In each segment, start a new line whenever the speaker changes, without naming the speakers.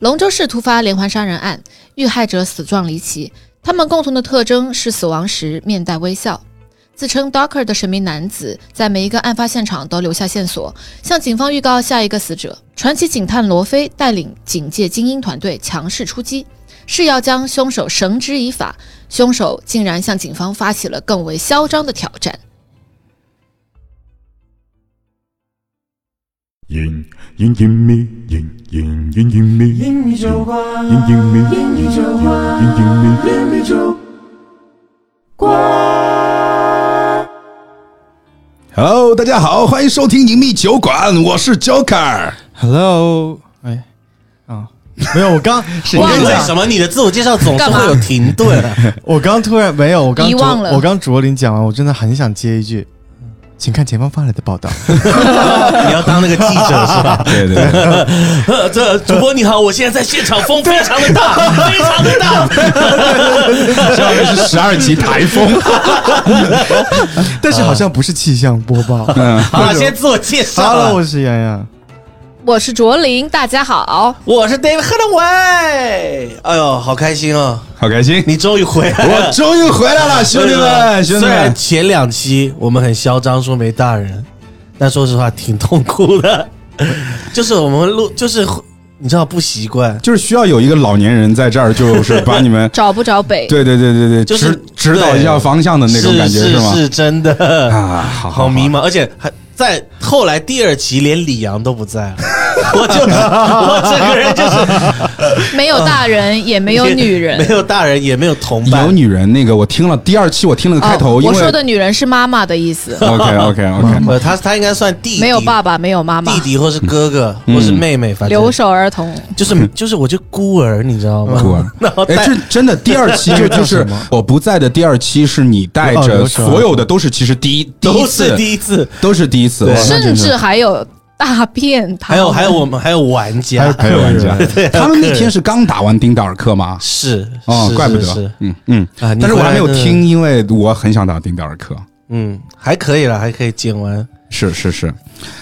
龙州市突发连环杀人案，遇害者死状离奇，他们共同的特征是死亡时面带微笑。自称 Docker 的神秘男子在每一个案发现场都留下线索，向警方预告下一个死者。传奇警探罗非带领警界精英团队强势出击，是要将凶手绳之以法。凶手竟然向警方发起了更为嚣张的挑战。
隐隐隐秘，隐隐隐隐秘，隐
英语酒馆，
隐秘，
英语酒馆，
隐隐秘。
英语酒馆。
Hello，大家好，欢迎收听《隐秘酒馆》，我是 Joker。
Hello，哎，啊， 没有，我刚我
哇
跟你
为
讲，
什么你的自我介绍总是会有停 顿？
我刚突然没有，我刚
遗
卓
忘了
我刚卓林讲完，我真的很想接一句，请看前方发来的报道。
你要当那个记者是吧？
对对对，
呃 这主播你好，我现在在现场，风非常的 大，非常的大。
下面是十二级台 风。
但是好像不是气象播报。
嗯
好了，先自我介绍
Hello，
了，
我是洋洋。
我是卓林，大家好。
我是 David h a t w a y 哎呦，好开心哦，
好开心，
你终于回来
我
了。哎
终于回来 了，兄弟们，兄弟
虽然
们，
前两期我们很嚣张说没大人，但说实话挺痛苦的， 就是我们录就是你知道不习惯，
就是需要有一个老年人在这儿，就是把你们，
找不着北
对对对对对，
就是
指指导一下方向的那种感觉
是
吗？
是真的
啊，好
好迷茫，而且还在后来第二集连李阳都 不在了，我就我整个人就是
没有大人，也 没有女 人。
没有大人，也没有同
有
伴。
女人那个，我听了第二期，我听了个开头，
哦
因
我
为
说的女人是妈妈的意思，
OK OK OK，
呃，他他应该算弟弟，
没有爸爸，没有妈妈
弟，弟或是哥哥
嗯
或是妹
啊
妹，反
留
正
守儿
哦
童。
就是 就是，我就孤儿，你知道吗？
酷啊！
然后带
哎，这真的第二 期就
这叫
就是
什么
我不在的第二期，是你带
哦
着
留守
所有的都是其实第一第一
都
次
是第一次，哦
都是第一次，
对
哇那
甚
真是
至还有大便堂，
还有还有我们还有玩
还
家
有，
还有玩 家
对，
他们那天是刚打完丁达尔克吗？
是
哦
是，
怪不
是是
得，嗯嗯，
啊你
但是我还没有
回来呢
听，因为我很想打丁达尔克。
嗯，还可以了，还可以剪完。
是是是，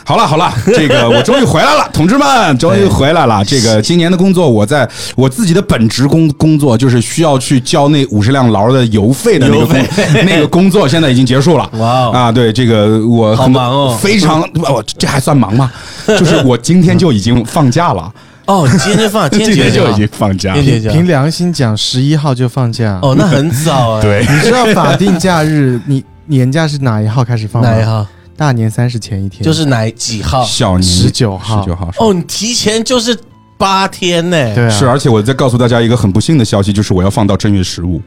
好了好 了，这个我终于回来了，同志们，终于回来了。这个今年的工作，我在我自己的本职工工作就是需要去交那五十辆劳的油费的那个工
油费
那个工作，现在已经结束了。
哇哦
啊，对这个我
好
很多
忙哦
非常我这还算忙吗？就是我今天就已经放假了，
哦，你今天就 放， 今
今
天
天
就
就已经放假了
今。天就
凭良心讲，十一号就放假。
哦，那很 早啊，
对，
你知道法定假日， 你年假是哪一号开始放吗？
哪 一？号？
大年三十前一天。
就是哪几号？
小年
19号
十九号是
哦，你提前就是八天呢、
对啊，
是，而且我再告诉大家一个很不幸的消息，就是我要放到正月十五。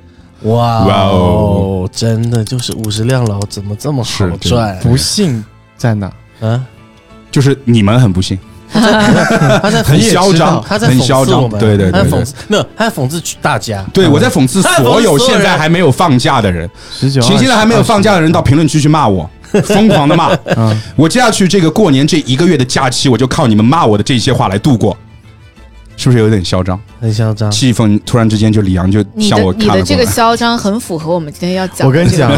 哇
哇哦
哦，真的就是五十辆劳怎么这么好
是对
赚？
不信在哪？
啊，
就是你们很不幸，
他在
很
讽刺
嚣张，
他在
很嚣
讽刺我
张，
们，
对对
他
对对
在讽。刺，没有，他在讽刺大家。
对，我在讽刺
他在讽刺
所有
所有
现
人
在还没有放假的人，
十九，
请现在还没有放假的人到评论区去骂我，疯狂的骂。
嗯
我接下去这个过年这一个月的假期，我就靠你们骂我的这些话来度过，是不是有点嚣张？
很嚣张。
气氛突然之间就李阳就
你
向
的
我
你
看
的
了
这
过
个
来。
嚣张很符合我们今天要讲的。
我跟你讲，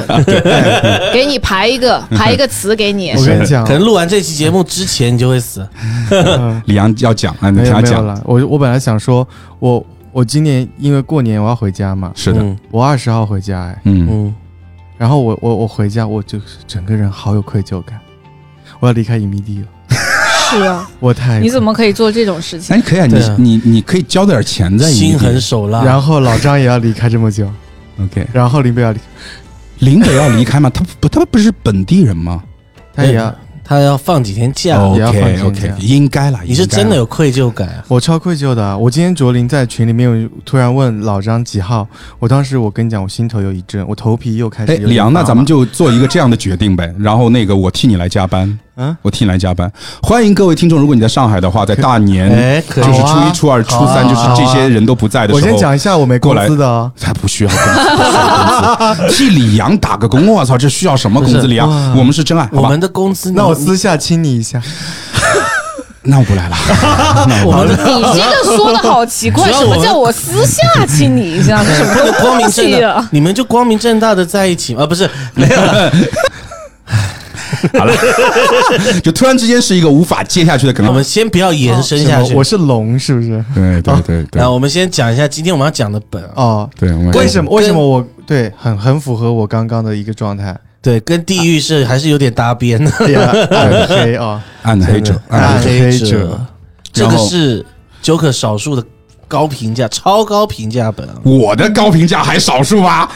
给你排一 个排一个词给你
我。跟你讲啊
可，能录完这期节目之前你就会死。
嗯
李阳要讲，啊，你
没
听他
有没有
讲，
了。我我本来想说，我我今年因为过年我要回家嘛，
是的，
嗯
我二十号回家哎，
嗯，
嗯，
然后我我我回家我就是整个人好有愧疚感，我要离开隐蔽地了，
是啊，
我太
你怎么可以做这种事情？
哎，可以啊，
对啊
你你你可以交点钱在
心狠手辣。
然后老张也要离开这么久，
OK，
然后林北要离，
林北要离开吗？他不，他不是本地人吗
他也
哎
要，
他要放几天假，
也要放
？OK
心
OK，
这样
应该啦。
你是
哦应该
真的
啦
有愧疚感啊？
我超愧疚的啊、我今天卓林在群里面突然问老张几号，我当时我跟你讲，我心头有一震，我头皮又开始
哎，
有点
李阳，那
发麻
咱们就做一个这样的决定呗。然后那个，我替你来加班，
嗯
我替你来加班。欢迎各位听众，如果你在上海的话，在大 年
哎，可
就
以
是
好
初
啊
一、初二、初三，就是这些人都不在的时候，
我先讲一下我没工资的哦，
才不需要工资不需要工资， 替李阳打个工，我操，这需要什么工
不
资？
是
李阳，
哇
我们是真爱，好
我
吧
们？的工
嗯
资，
那我
你
私下亲你一下，
那我不来了， 那我不来了。
你这个说的好奇 怪，
主要
什
我
么叫我私下亲你一下？这什
不
么
能 光明
东
正
西
大
啊，？
你们就光明正大的在一起吗？啊，不是，没有了。
好了， 就突然之间是一个无法接下去的梗
我。们先不要延伸
哦
下去
我，是龙是不是？
对对对对
啊，我们先讲一下今天我们要讲的本啊，
哦，
对，我们
为什么？为
跟
什么我对很很符合我刚刚的一个状态？
对，跟地狱是还是有点搭边的。
对啊暗黑啊，
暗黑者？暗黑
暗
者
黑
者
者，
这个
然后
是 Joker 少数的高评价、超高评价本啊，
我的高评价还少数吗？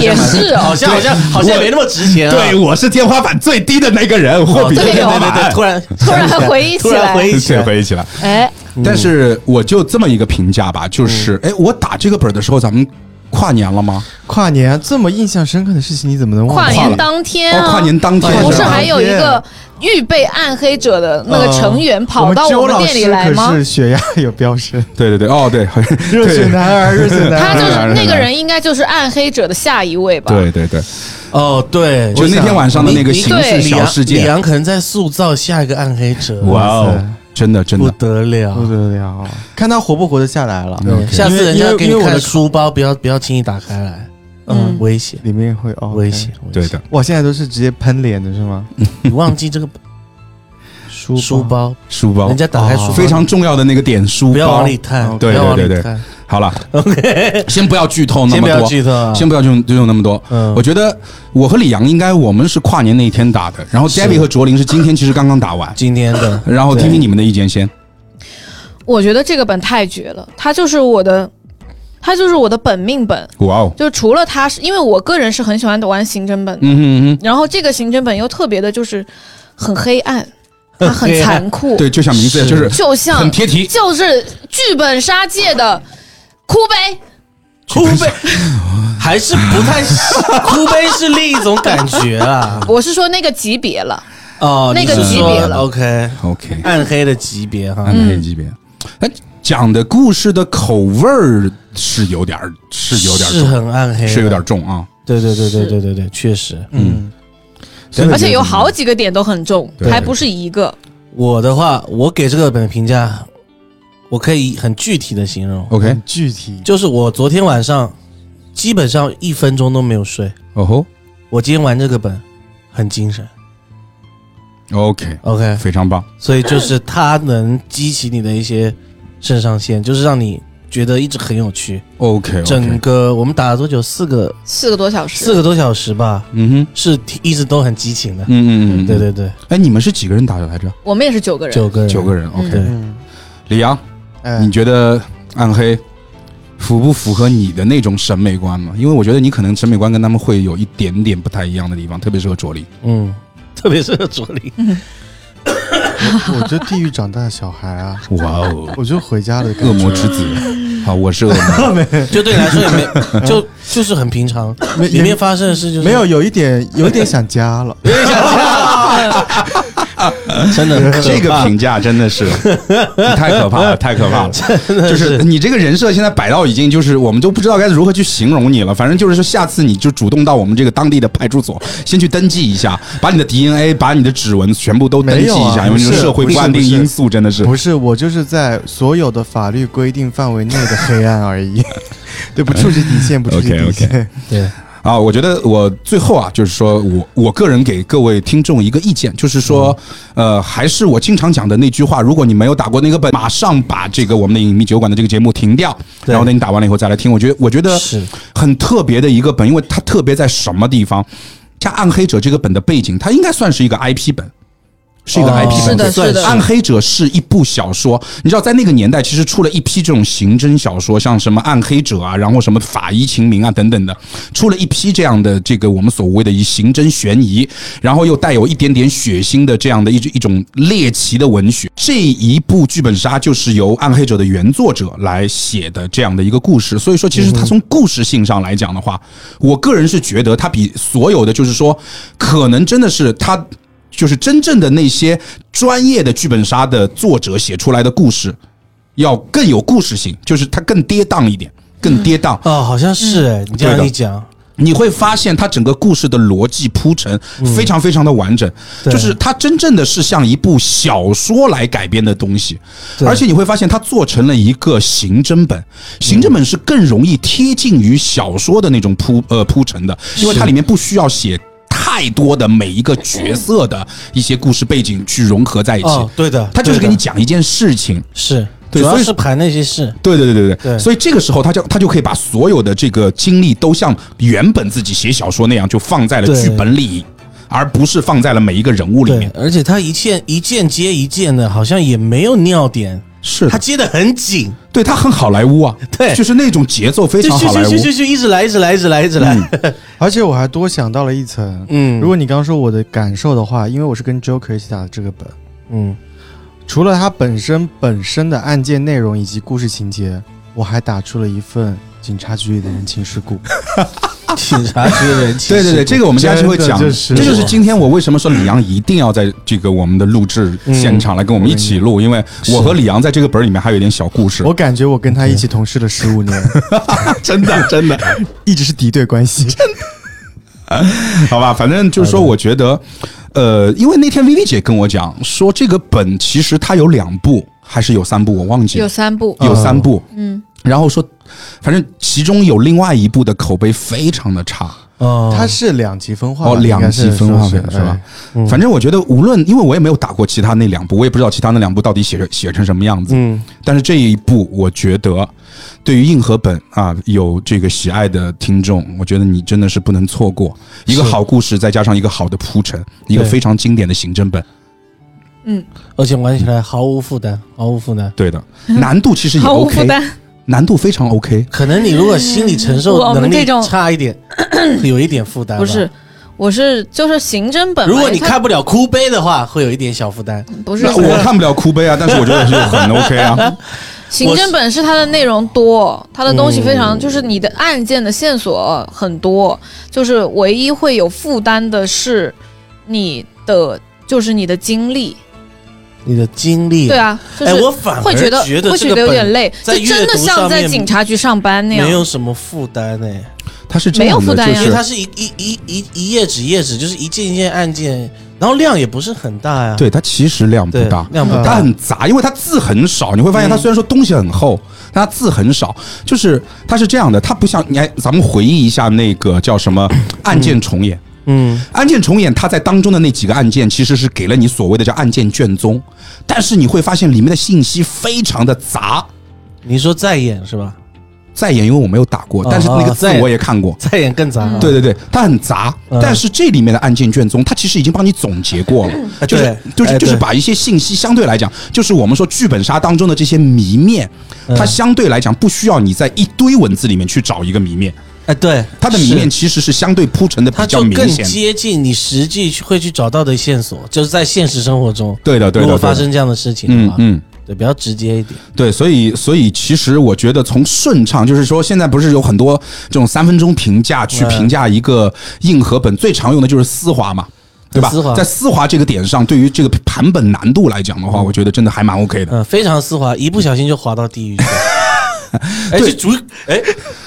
也是
好
哦，
像好像好像
我
没那么值钱啊。
对，我是天花板最低的那个人，
哦
货比
对
的
对
天
对
花
对对，
板。
突然
突然回忆
突
起
然
来，
回忆起来，
回忆起来，
哎，
但是我就这么一个评价吧，就是，哎，我打这个本的时候，咱们跨年了吗？
跨年这么印象深刻的事情，你怎么能忘？
跨
记？
年当天
哦
啊，
跨年当天
哎
不
是
是
吧
还有一个预备暗黑者的那个成
哦
员跑到我
呃我
们
周
店里来
老师
吗
可？是血压有飙升，
对对对，哦对，
热血
对啊
男儿，热血男
他
儿。
就是那个人，应该就是暗黑者的下一位吧？，
对对对，
哦，对，
就那天晚上的那个
你
刑事
对
小事
李
件，
阳可能在塑造下一个暗黑者，
哇
哇
哦
塞，
真的真
不
的，
得
不
了！
得了，哦看他活不活得下来了。
嗯
下次人家给
因为因为
你
我的
看书包，不要不要轻易打开来，嗯，危险，
里面会哦，
危险，
对
危险
的。，
哇，现在都是直接喷脸的是吗？
你忘记这个
书
书包，
书包哦
人家打开书包，
非常重要的那个点，书包
不要往里探，
对
不要往
对
里
对对
探。
好了，OK，先不要剧透那
先
么
不要
多，
剧透啊，
先不要剧透那么多。
嗯
我觉得我和李阳应该我们是跨年那一天打的，然后 David 和卓林是今天其实刚刚打完，
今天的
然后听听你们的意见先。
我觉得这个本太绝了，他就是我的，他就是我的本命本。
哇哦，
就除了他是因为我个人是很喜欢玩刑侦本的，
嗯哼嗯
然后这个刑侦本又特别的就是很黑 暗，它很
黑暗
残酷，
哼，对，就像名字
是
就是
就像
很贴题，
就是剧本杀界的哭悲。
哭悲还是不太哭悲是另一种感 觉啊。
我是说那个级别了，
哦，
那个
你是
级
说
别了
OK，
OK，
暗黑的级别哈。
暗黑级别。哎，讲的故事的口味儿是有点儿，是有点儿
是
重，
很暗黑的，
是有点儿重啊。
对对对对对对对，确实。
嗯，
真的
而且有
觉得
好几个点都很重，
对
还不是一个。
我的话，我给这个本评价，我可以很具体的形容，
OK，
很具体
就是我昨天晚上基本上一分钟都没有睡，
哦吼
我今天玩这个本很精神。
，OK，
OK，
非常棒。
所以就是它能激起你的一些肾上腺，就是让你觉得一直很有趣。
OK，
整个我们打了多久？四个
四个多小时，
四个多小时吧，
嗯哼，
是一直都很激情的。
嗯嗯嗯，
对。对对，
哎，你们是几个人打的来着？
我们也是九个人，
九个人，
九个人。
嗯
OK，
对
嗯，
李阳，
哎
你觉得暗黑符不符合你的那种审美观吗？因为我觉得你可能审美观跟他们会有一点点不太一样的地方，特别适合卓林。
嗯，特别适合左邻。
我这地狱长大的小孩啊，
哇哦，
我就回家了的感
恶
觉。
魔之子，好，我是恶魔。
就对你来说也 没，就就是很平常。
没
里面发生的事就是
没有，有一点有一点想家了。
真的
这个评价真的是太可怕了，太可怕了！
就
就是你这个人设现在摆到已经就是我们都不知道该如何去形容你了。反正就是说，下次你就主动到我们这个当地的派出所，先去登记一下，把你的 DNA、把你的指纹全部都登记一下，
没有啊
因为这
不
个
是
社会
不是
不安定
不是
因素真的 是
不是，我就是在所有的法律规定范围内的黑暗而 已，对，不触及底线，不触及底
OK，OK
线。
对，
啊，我觉得我最后啊，就是说我我个人给各位听众一个意见，就是说，
嗯
呃，还是我经常讲的那句话，如果你没有打过那个本，马上把这个我们的隐秘酒馆的这个节目停掉，
对
然后等你打完了以后再来听。我觉得我觉得
是
很特别的一个本，因为它特别在什么地方？像《暗黑者》这个本的背景，它应该算是一个 IP 本。是一个
哦
IP
是
本，
的
对
是的
《暗黑者》是一部小说，你知道，在那个年代，其实出了一批这种刑侦小说，像什么《暗黑者》啊，然后什么《法医秦明》啊等等的，出了一批这样的这个我们所谓的以刑侦悬疑，然后又带有一点点血腥的这样的一一种猎奇的文学。这一部剧本杀就是由《暗黑者》的原作者来写的这样的一个故事，所以说其实它从故事性上来讲的话，我个人是觉得它比所有的就是说，可能真的是它。就是真正的那些专业的剧本杀的作者写出来的故事，要更有故事性，就是它更跌宕一点，更跌宕。
哦，好像是哎，你
嗯
这
对
样
的
一讲，
你会发现它整个故事的逻辑铺陈非常非常的完整，
嗯对
就是它真正的是像一部小说来改编的东西，
对嗯
而且你会发现它做成了一个刑侦本，刑侦本是更容易贴近于小说的那种铺呃铺陈的，因为它里面不需要写。太太多的每一个角色的一些故事背景去融合在一起，
哦，对的，
他就是
对
给
的
你讲一件事情。
是，
对
主要
所以
是盘那些事，
对对对对对，
对
所以这个时候他就他就可以把所有的这个精力都像原本自己写小说那样，就放在了
对
剧本里，而不是放在了每一个人物里
对
面。，
而且他一件一件接一件的，好像也没有尿点，
是
他
他
接的很紧，
对他很好莱坞啊，
对
就是那种节奏非
就
常
就
好莱
就
坞
就。就就一直来，一直来，一直来，一直来，
而且我还多想到了一层，
嗯
如 果你刚刚说我的感受的话，因为我是跟 Joker 一起打的这个本，
嗯，
除了它本身本身的案件内容以及故事情节，我还打出了一份警察局里的人情世故。
警察局的人情
对
世故，
对对，这个我们下期会讲，
真的就是
这就是今天我为什么说李阳一定要在这个我们的录制现场来跟我们一起录，因为我和李阳在这个本儿里面还有一点小故事
我，感觉我跟他一起同事了十 五年，
真 的真的。
一直是敌对关系。
好吧，反正就是说，我觉得，呃，因为那天 Vivi 姐跟我讲说，这个本其实它有两部还是有三部，我忘记
有
了，
三部，
有三部。
嗯，
然后说，反正其中有另外一部的口碑非常的差，
哦，
它是两极分化吧，
哦，
应该
两极
是
分化
说
呗，是吧
哎？
嗯
反正我觉得，无论因为我也没有打过其他那两部，我也不知道其他那两部到底写写成什么样子。
嗯，
但是这一部，我觉得对于硬核本啊有这个喜爱的听众，我觉得你真的是不能错过一个
是
好故事，再加上一个好的铺陈，一个
对
非常经典的刑侦本。
而且玩起来毫无负担，毫无负担。
对的，难度其实也 OK，
担。
难度非常 OK。
可能你如果心理承受
我们
能力
这种
差 一点，有一点负担。
不是，，我是就是刑侦本嘛。
如果你
它
看不了哭悲的话，会有一点小负担。
不是
那我看不了哭悲啊，但是我觉得是很 OK 啊。
刑侦本是它的内容多，它的东西非
嗯
常，就是你的案件的线索很多，就是唯一会有负担的是你的，就是你的经历。
你的经历，
对，啊，就是
哎，我反而
会觉得
觉得
会觉
这个
得有
本
点累，
在
就
阅
真的
读
像
上
在
面
警察局上班那样
没。有什么负担哎呢，
他是这
没有
样
负
的，
担
就
呀
因为
是
它是一一一一一页纸一页纸，就是一件一件案件，然后量也不是很大呀。
对他其实量不
对，
大。
量不
它
嗯
大。
很杂，因为它字很少。你会
嗯
发现，它虽然说东西很厚，但它字很少。就是它是这样的，它不像你，哎咱们回忆一下那个叫什么案件重演。
嗯，
案件重演，它在当中的那几个案件其实是给了你所谓的叫案件卷宗，但是你会发现里面的信息非常的杂。
你说再演是吧？
再演，因为我没有打过
哦，
但是那个
哦
字
再演
我也看过。
再演更杂啊。
对对对，它很杂，
嗯
但是这里面的案件卷宗，它其实已经帮你总结过了，
哎
就是 就
对
是
哎
就是
对
把一些信息相对来讲，就是我们说剧本杀当中的这些谜面，
嗯
它相对来讲不需要你在一堆文字里面去找一个谜面，
哎，对，
它的谜
是
面其实是相对铺陈的比
它
较
就
明
更
显的。
接近你实际去会去找到的线索，就是在现实生活中，
对的，对的，
如果
对的
发生这样的事情的
嗯
话，
嗯，
对，比较直接一点。
对，所以所以其实我觉得从顺畅，就是说现在不是有很多这种三分钟评价
哎
去评价一个硬核本，最常用的就是丝滑嘛。对吧？
丝滑
在丝滑这个点上，对于这个盘本难度来讲的话，我觉得真的还蛮 OK 的。
嗯，非常丝滑，一不小心就滑到地狱去了。 哎，这主哎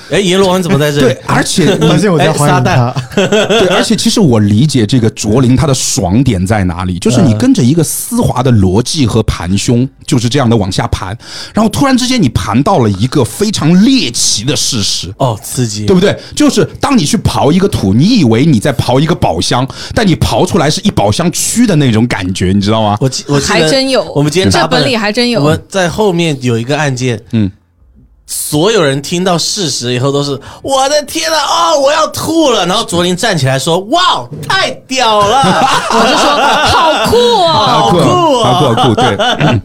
哎，阎罗王怎么在这
对
里？，
而且
发现我在
哎
欢迎
撒
他
旦，
对，而且其实我理解这个卓林他的爽点在哪里，就是
嗯
你跟着一个丝滑的逻辑和盘胸，就是这样的往下盘，然后突然之间你盘到了一个非常猎奇的事实，
哦，刺激
对，不对？就是当你去刨一个土，你以为你在刨一个宝箱，但你刨出来是一宝箱区的那种感觉，你知道吗？
我记我记得
还真有
我们今天
这
打
本里还真有
我们在后面有一个案件，
嗯，
所有人听到事实以后都是我的天呐，哦，我要吐了。然后卓林站起来说：“哇，太屌了！”
我就说好酷 哦，
好
酷哦
好酷，好酷，对。嗯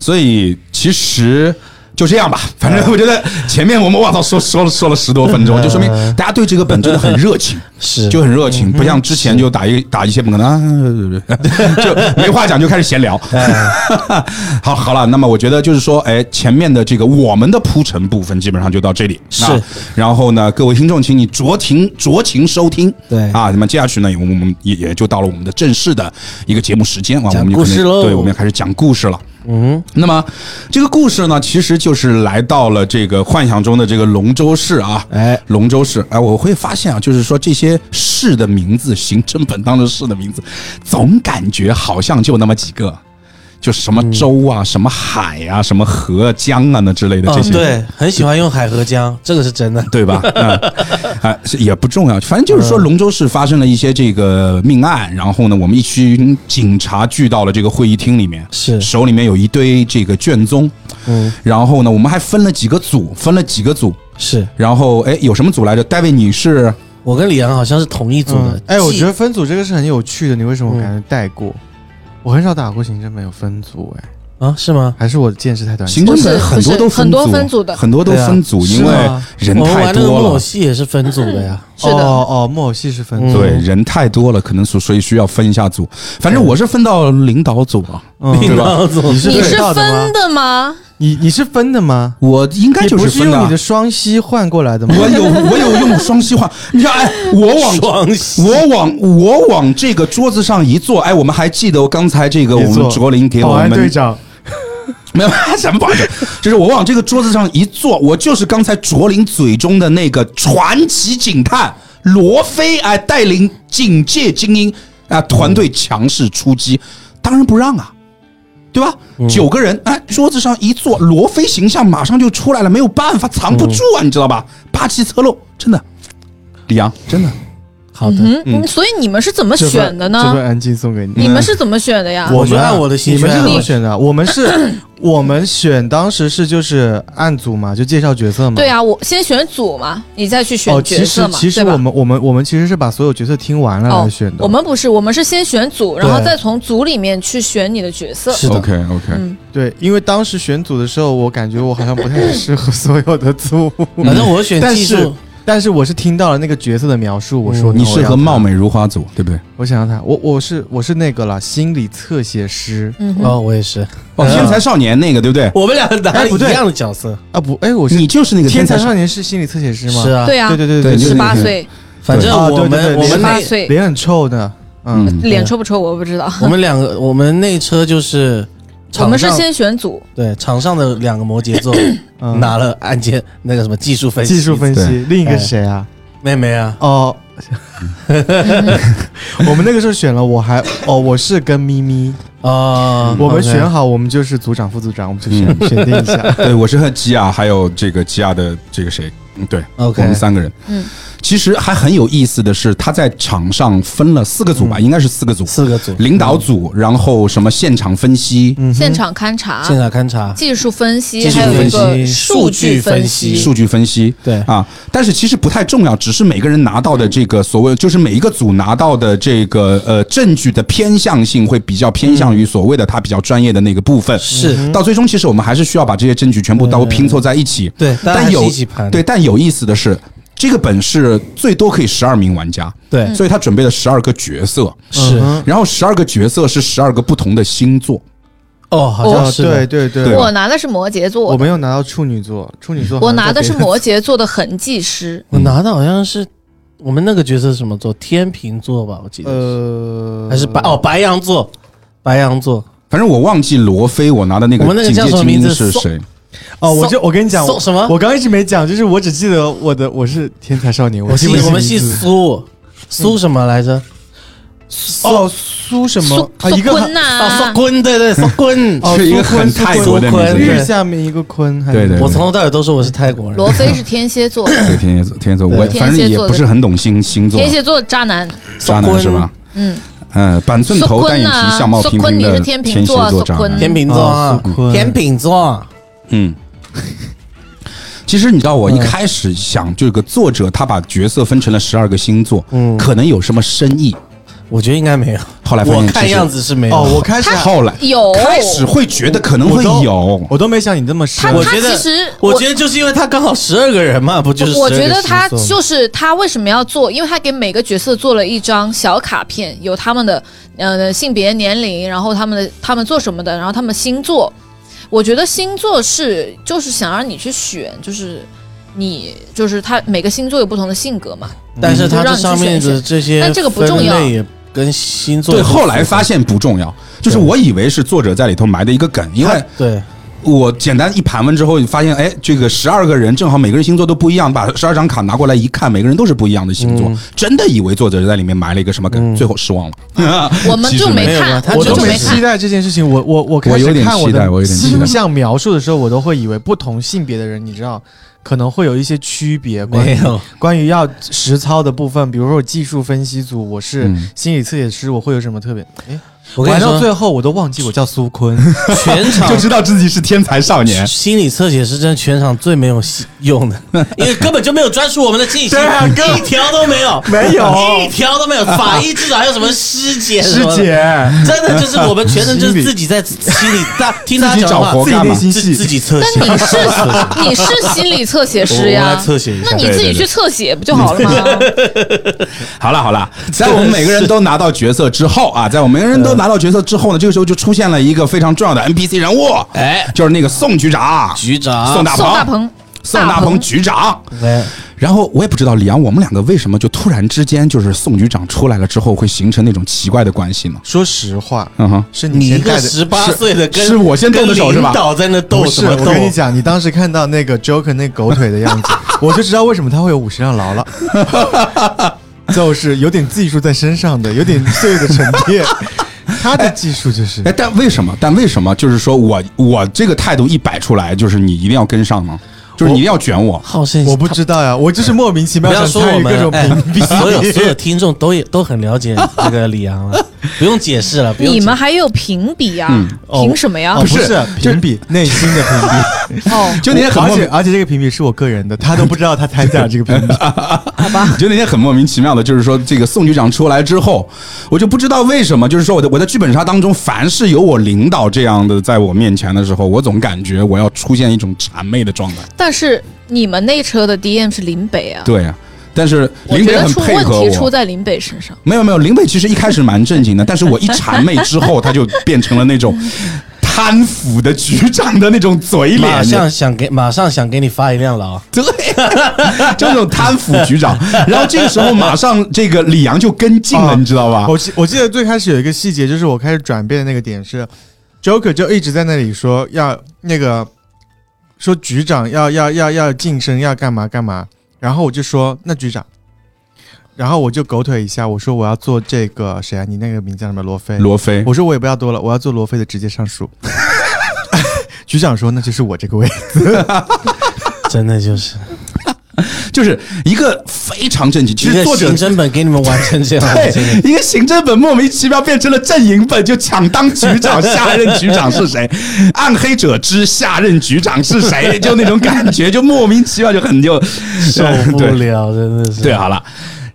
所以其实就这样吧，反
哎
正我觉得前面我们哇操说说了说了十多分钟，就说明大家对这个本真的很热情，
哎是嗯
就很热情，不像之前就打一打一些本可能啊， 就没话讲就开始闲聊。
哎
好，好了，那么我觉得就是说，哎，前面的这个我们的铺陈部分基本上就到这里。
是
那然后呢，各位听众，请你酌情酌情收听。
对
啊，那么接下去呢，我们也也就到了我们的正式的一个节目时间啊，我
讲
们就可
故事
能
喽
对，我们要开始讲故事了。嗯，那么这个故事呢，其实就是来到了这个幻想中的这个龙州市啊，
哎，
龙州市，哎，我会发现啊，就是说这些市的名字，行政本当中市的名字，总感觉好像就那么几个。就什么州啊、什么海啊、什么河、江啊那之类的这
嗯，
些。
对，很喜欢用海河江，这个是真的。
对 吧？嗯，啊、是也不重要，反正就是说，龙州市发生了一些这个命案，然后呢，我们一群警察聚到了这个会议厅里面，
是
手里面有一堆这个卷宗，
嗯，
然后呢，我们还分了几个组，分了几个组，
是
然后哎，有什么组来着？戴维，你是
我跟李阳好像是同一组的
嗯。哎，我
记
觉得分组这个是很有趣的，你为什么感觉带过？我很少打过刑侦本有分组，哎，
啊，是吗？
还是我的见识太短
刑
浅。
不
侦
是
本很多都
不是很多
组，
分组的
很多都
对啊
分组，因为
是吗
人
我们
太
玩那个
多
木偶
了。
戏也是分组的呀。
是的，
哦哦，木偶戏是分组，
对，人太多了，可能所所以需要分一下组。反正我是分到领导组啊了，
嗯
对吧？
你
总
是
是
你
对
是
到的吗
分的吗？
你你是分的吗？
我应该
你
就
不
分
用你
的啊
的。双膝换过来的吗？
我有我有用双膝换，你看，哎，我往
双喜
我往我往这个桌子上一坐，哎，我们还记得我刚才这个我
别做
们卓林给
保
我
安队
们
长，
没有什么保证，就是我往这个桌子上一坐，我就是刚才卓林嘴中的那个传奇警探罗非，哎，带领警界精英啊团队强势出击，当仁不让啊。对吧？
嗯
九个人，哎，桌子上一坐，罗非形象马上就出来了，没有办法，藏不住
嗯
啊，你知道吧？霸气侧漏，真的，李阳，真的，
好的，
嗯，嗯所以你们是怎么
这份
选的
这
呢
份？嗯安静送给你。
你们是怎么选的
嗯
呀？
我
们
就
啊
按我的心
你们是
选
怎么
了
选的？我们是，我们选当时是就是按组嘛，就介绍角色嘛。
对啊，我先选组嘛，你再去选
哦，
角
其
色
实
嘛，
其实
对吧哦
我？们我们我们其实是把所有角色听完了来选的。
我们不是，我们是先选组，然后
对
再从组里面去选你的角色。
是的。
OK，
嗯，
对，因为当时选组的时候，我感觉我好像不太适合所有的 组，
嗯
反正我选
但
技
是
术，
但是我是听到了那个角色的描述，我说
嗯
你
那我
适合
要他
貌，美如花组，对不对？
我想要他，我我是我是那个了，心理侧写师
嗯哼，
哦，我也是。
哦，
嗯
天才少年那个，对不对？
我们俩打
哎
一
不对
样的角色，
啊，不，哎，我是
你就是那个
天才
少
少年是心理侧写师吗？
是啊。
对啊
对，对对对，
对
对
十八
对
岁，
反正
啊
我
对对
们
对
我
十
们
八
那
岁，
脸很臭的，嗯，
嗯，
脸臭不臭我不知道。
我们两个我们那一车就是
我
场
们是
上
先选组，
对场上的两个摩羯座
嗯
拿了案件那个什么技术分析，
技术分
对
析，另一个是谁啊？
妹妹啊，
哦， 我们那个时候选了，我还哦，我是跟咪咪，
啊，
我们
OK
选好，我们就是组长、副组长，我们就选选定一下。
对，我是和吉雅，还有这个吉雅的这个谁，嗯，对
OK
我们三个人。
嗯，
其实还很有意思的是，他在场上分了四个组吧，应该是四个组，
嗯四个组，
领导组，然后什么现场分析、
现场勘察、
现场勘察，
技术分析，
技术
还有一
分析
个
数
据
据
分
分
析。
析
数据分析。
对
啊，但是其实不太重要，只是每个人拿到的这个所谓，就是每一个组拿到的这个呃证据的偏向性会比较偏向于所谓的他比较专业的那个部分。
嗯是
到最终，其实我们还是需要把这些证据全部都
对
拼凑在一起。
对大家还
但
是
有
一起盘
对，但有意思的是，这个本是最多可以十二名玩家，
对
所以他准备了十二个角色，
嗯
嗯
是
然后十二个角色是十二个不同的星座。
哦，好像
哦，
是
对
的
对对，
对
我拿的是摩羯
我
座的，
没有拿到处女座，处女座好
我
像
拿的是
在别人
摩羯座的痕迹师。
我拿的好像是我们那个角色是什么座？天秤座吧，我记得是
呃
还是白哦白羊座，白羊座
反正我忘记罗非我拿的那个
我们那个
警
叫
戒
什么
精
名
英
字
是
宋
谁？
哦，我就我跟你讲
送什么
我刚一直没讲，就是我只记得我的我是天才少年，
我
记不
系
清
我们系
名字
苏苏什么来着？
哦苏什么
苏
啊
苏
一个
坤
啊，
呐
苏，坤，对对，苏坤。
哦
是一个
苏坤
很
苏坤
泰国的
苏
名
坤
字
日
对。
下面一个坤，还
对对
有
对
我从头到尾都说我是泰国人。
罗非是天蝎座，
对
嗯
天蝎座，天蝎座，我
对
反正
天蝎
也
座的
不是很懂星星座
天，蝎座的渣男。
渣男是吧？
嗯，
嗯，板寸
苏
头、
坤
单眼
呐
皮、相貌
苏
平
坤
平
你
的
是天秤
蝎
座啊
座
苏
渣
坤
男。
天秤座啊
哦苏，坤
天秤座，啊
嗯。其实你知道，
嗯
我一开始想，这个作者他把角色分成了十二个星座，
嗯
可能有什么深意？
我觉得应该没有。
后来发现
我
其实
看样子是没有。
哦我开始
后来
有
开始会觉得可能会有，
我都没想你这么
他
深，
我
他
觉得
其实
我觉得就是因为他刚好十二个人嘛，不就是12个
我觉得他
星座吗
就是他为什么要做？因为他给每个角色做了一张小卡片，有他们的呃性别、年龄，然后他们的他们做什么的，然后他们星座。我觉得星座是就是想让你去选，就是你就是他每个星座有不同的性格 嘛。
但是他
就让你
这
去
上面
选
的这些，
但这个不重要
也跟星座
对，
不符
后来发现不重要，就是我以为是作者在里头埋的一个梗，因为
对
我简单一盘问之后，发现哎，这个十二个人正好每个人星座都不一样，把十二张卡拿过来一看，每个人都是不一样的星座，真的以为作者在里面埋了一个什么梗，最后失望了。
我们就
其实没
有啊
看
吧，他
我
就
就
没
没
期
看。
待这件事情，我我我开
我有
始
点
看我
期待我有
的
点期待
星象描述的时候，我都会以为不同性别的人，你知道，可能会有一些区别。关于
没有，
关于要实操的部分，比如说我技术分析组，我是
嗯
心理测写师，我会有什么特别？哎，
我跟你
玩到
说，
最后我都忘记我叫苏坤，
全 场
就知道自己是天才少 年，
心理测写是真的全场最没有戏用的，因为根本就没有专属我们的信息，
对啊
一条都没有，
没有
一条都没有。法医至少还有什么师姐，
师，姐，
真的就是我们全程就是自己在心里大听他
自己
讲
找
话
活，干嘛？
自己内心
自
戏
自己 测
但你
写。
是 你是心理侧写师
我我
呀
来，侧写一下
那你自己去侧写不就好 了吗？
好了好了，在我们每个人都拿到角色之后啊，在我们每个人都拿到角色之后呢，这个时候就出现了一个非常重要的 NPC 人物，
哎，
就是那个宋局长，
局长
宋大
宋大
鹏，
鹏，
宋大鹏局长。
哎
然后我也不知道李阳，我们两个为什么就突然之间就是宋局长出来了之后会形成那种奇怪的关系呢？
说实话，
嗯哼，
是
你一
先带
个
的
十八岁的跟
是我先动的手
跟
是吧
领导在那斗
不
什
是，
么
我
斗？
跟你讲，你当时看到那个 Joker 那狗腿的 样子，我就知道为什么他会有五十辆牢了。 就是有点技术在身上的，有点岁月的沉 淀。他的技术就是
哎，但为什么？但为什么就是说我我这个态度一摆出来，就是你一定要跟上呢？就是你一定要卷我。
好胜
我不知道呀，我就是莫名其
哎不
妙
要
想
说我
参与各
们
种
哎
屏，
所有所有
蔽。
听众都也都很了解这个李阳了，不用解释了。不用
你们
解
还有评比呀？
哦
凭什么呀
哦，？不
不
是屏蔽内心的屏蔽，
哦，
就那天很
而
莫
且
名，
而且这个屏蔽是我个人的，他都不知道他参加了这个屏蔽。
好吧。
就那天很莫名其妙的，就是说这个宋局长出来之后，我就不知道为什么，就是说我的我在剧本杀当中，凡是有我领导这样的在我面前的时候，我总感觉我要出现一种谄媚的状态。
但是你们那车的 DM 是林北啊，
对啊，但是
我
林
觉
北
得
很
出
配
问
合
题出
我。
在林北身上。
没有没有，林北其实一开始蛮正经的，但是我一谄媚之后，他就变成了那种贪腐的局长的那种嘴脸，
马上想给马上想给你发一辆啊
对，
劳，
就那种贪腐局长。然后这个时候，马上这个李阳就跟进了，
啊
你知道吧？
我记我记得最开始有一个细节，就是我开始转变的那个点是，Joker 就一直在那里说要那个说局长要要要要晋升要干嘛干嘛，然后我就说那局长，然后我就狗腿一下，我说我要做这个谁啊？你那个名字叫什么？罗非。
罗非，
我说我也不要多了，我要做罗非的直接上 诉。局长说那就是我这个位，
真的就是
就是一个非常正经。其
一
实
个
作者
行政本给你们玩成这样，真的
对一个行政本莫名其妙变成了阵营本，就抢当局长，下任局长是 谁？暗黑者知下任局长是谁？就那种感觉，就莫名其妙，就很就
受 不
对
了，真的是。
对，啊好了。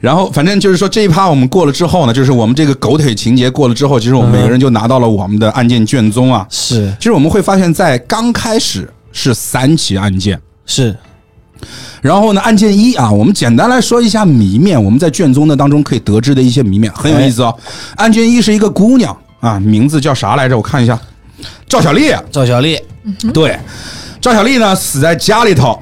然后，反正就是说这一趴我们过了之后呢，就是我们这个狗腿情节过了之后，其实我们每个人就拿到了我们的案件卷宗啊。
是
其实我们会发现，在刚开始是三起案件，
是，
然后呢，案件一啊，我们简单来说一下谜面，我们在卷宗的当中可以得知的一些谜面，很有意思哦。案件一是一个姑娘啊，名字叫啥来着？我看一下，赵小丽。
赵小丽
对，赵小丽呢死在家里头，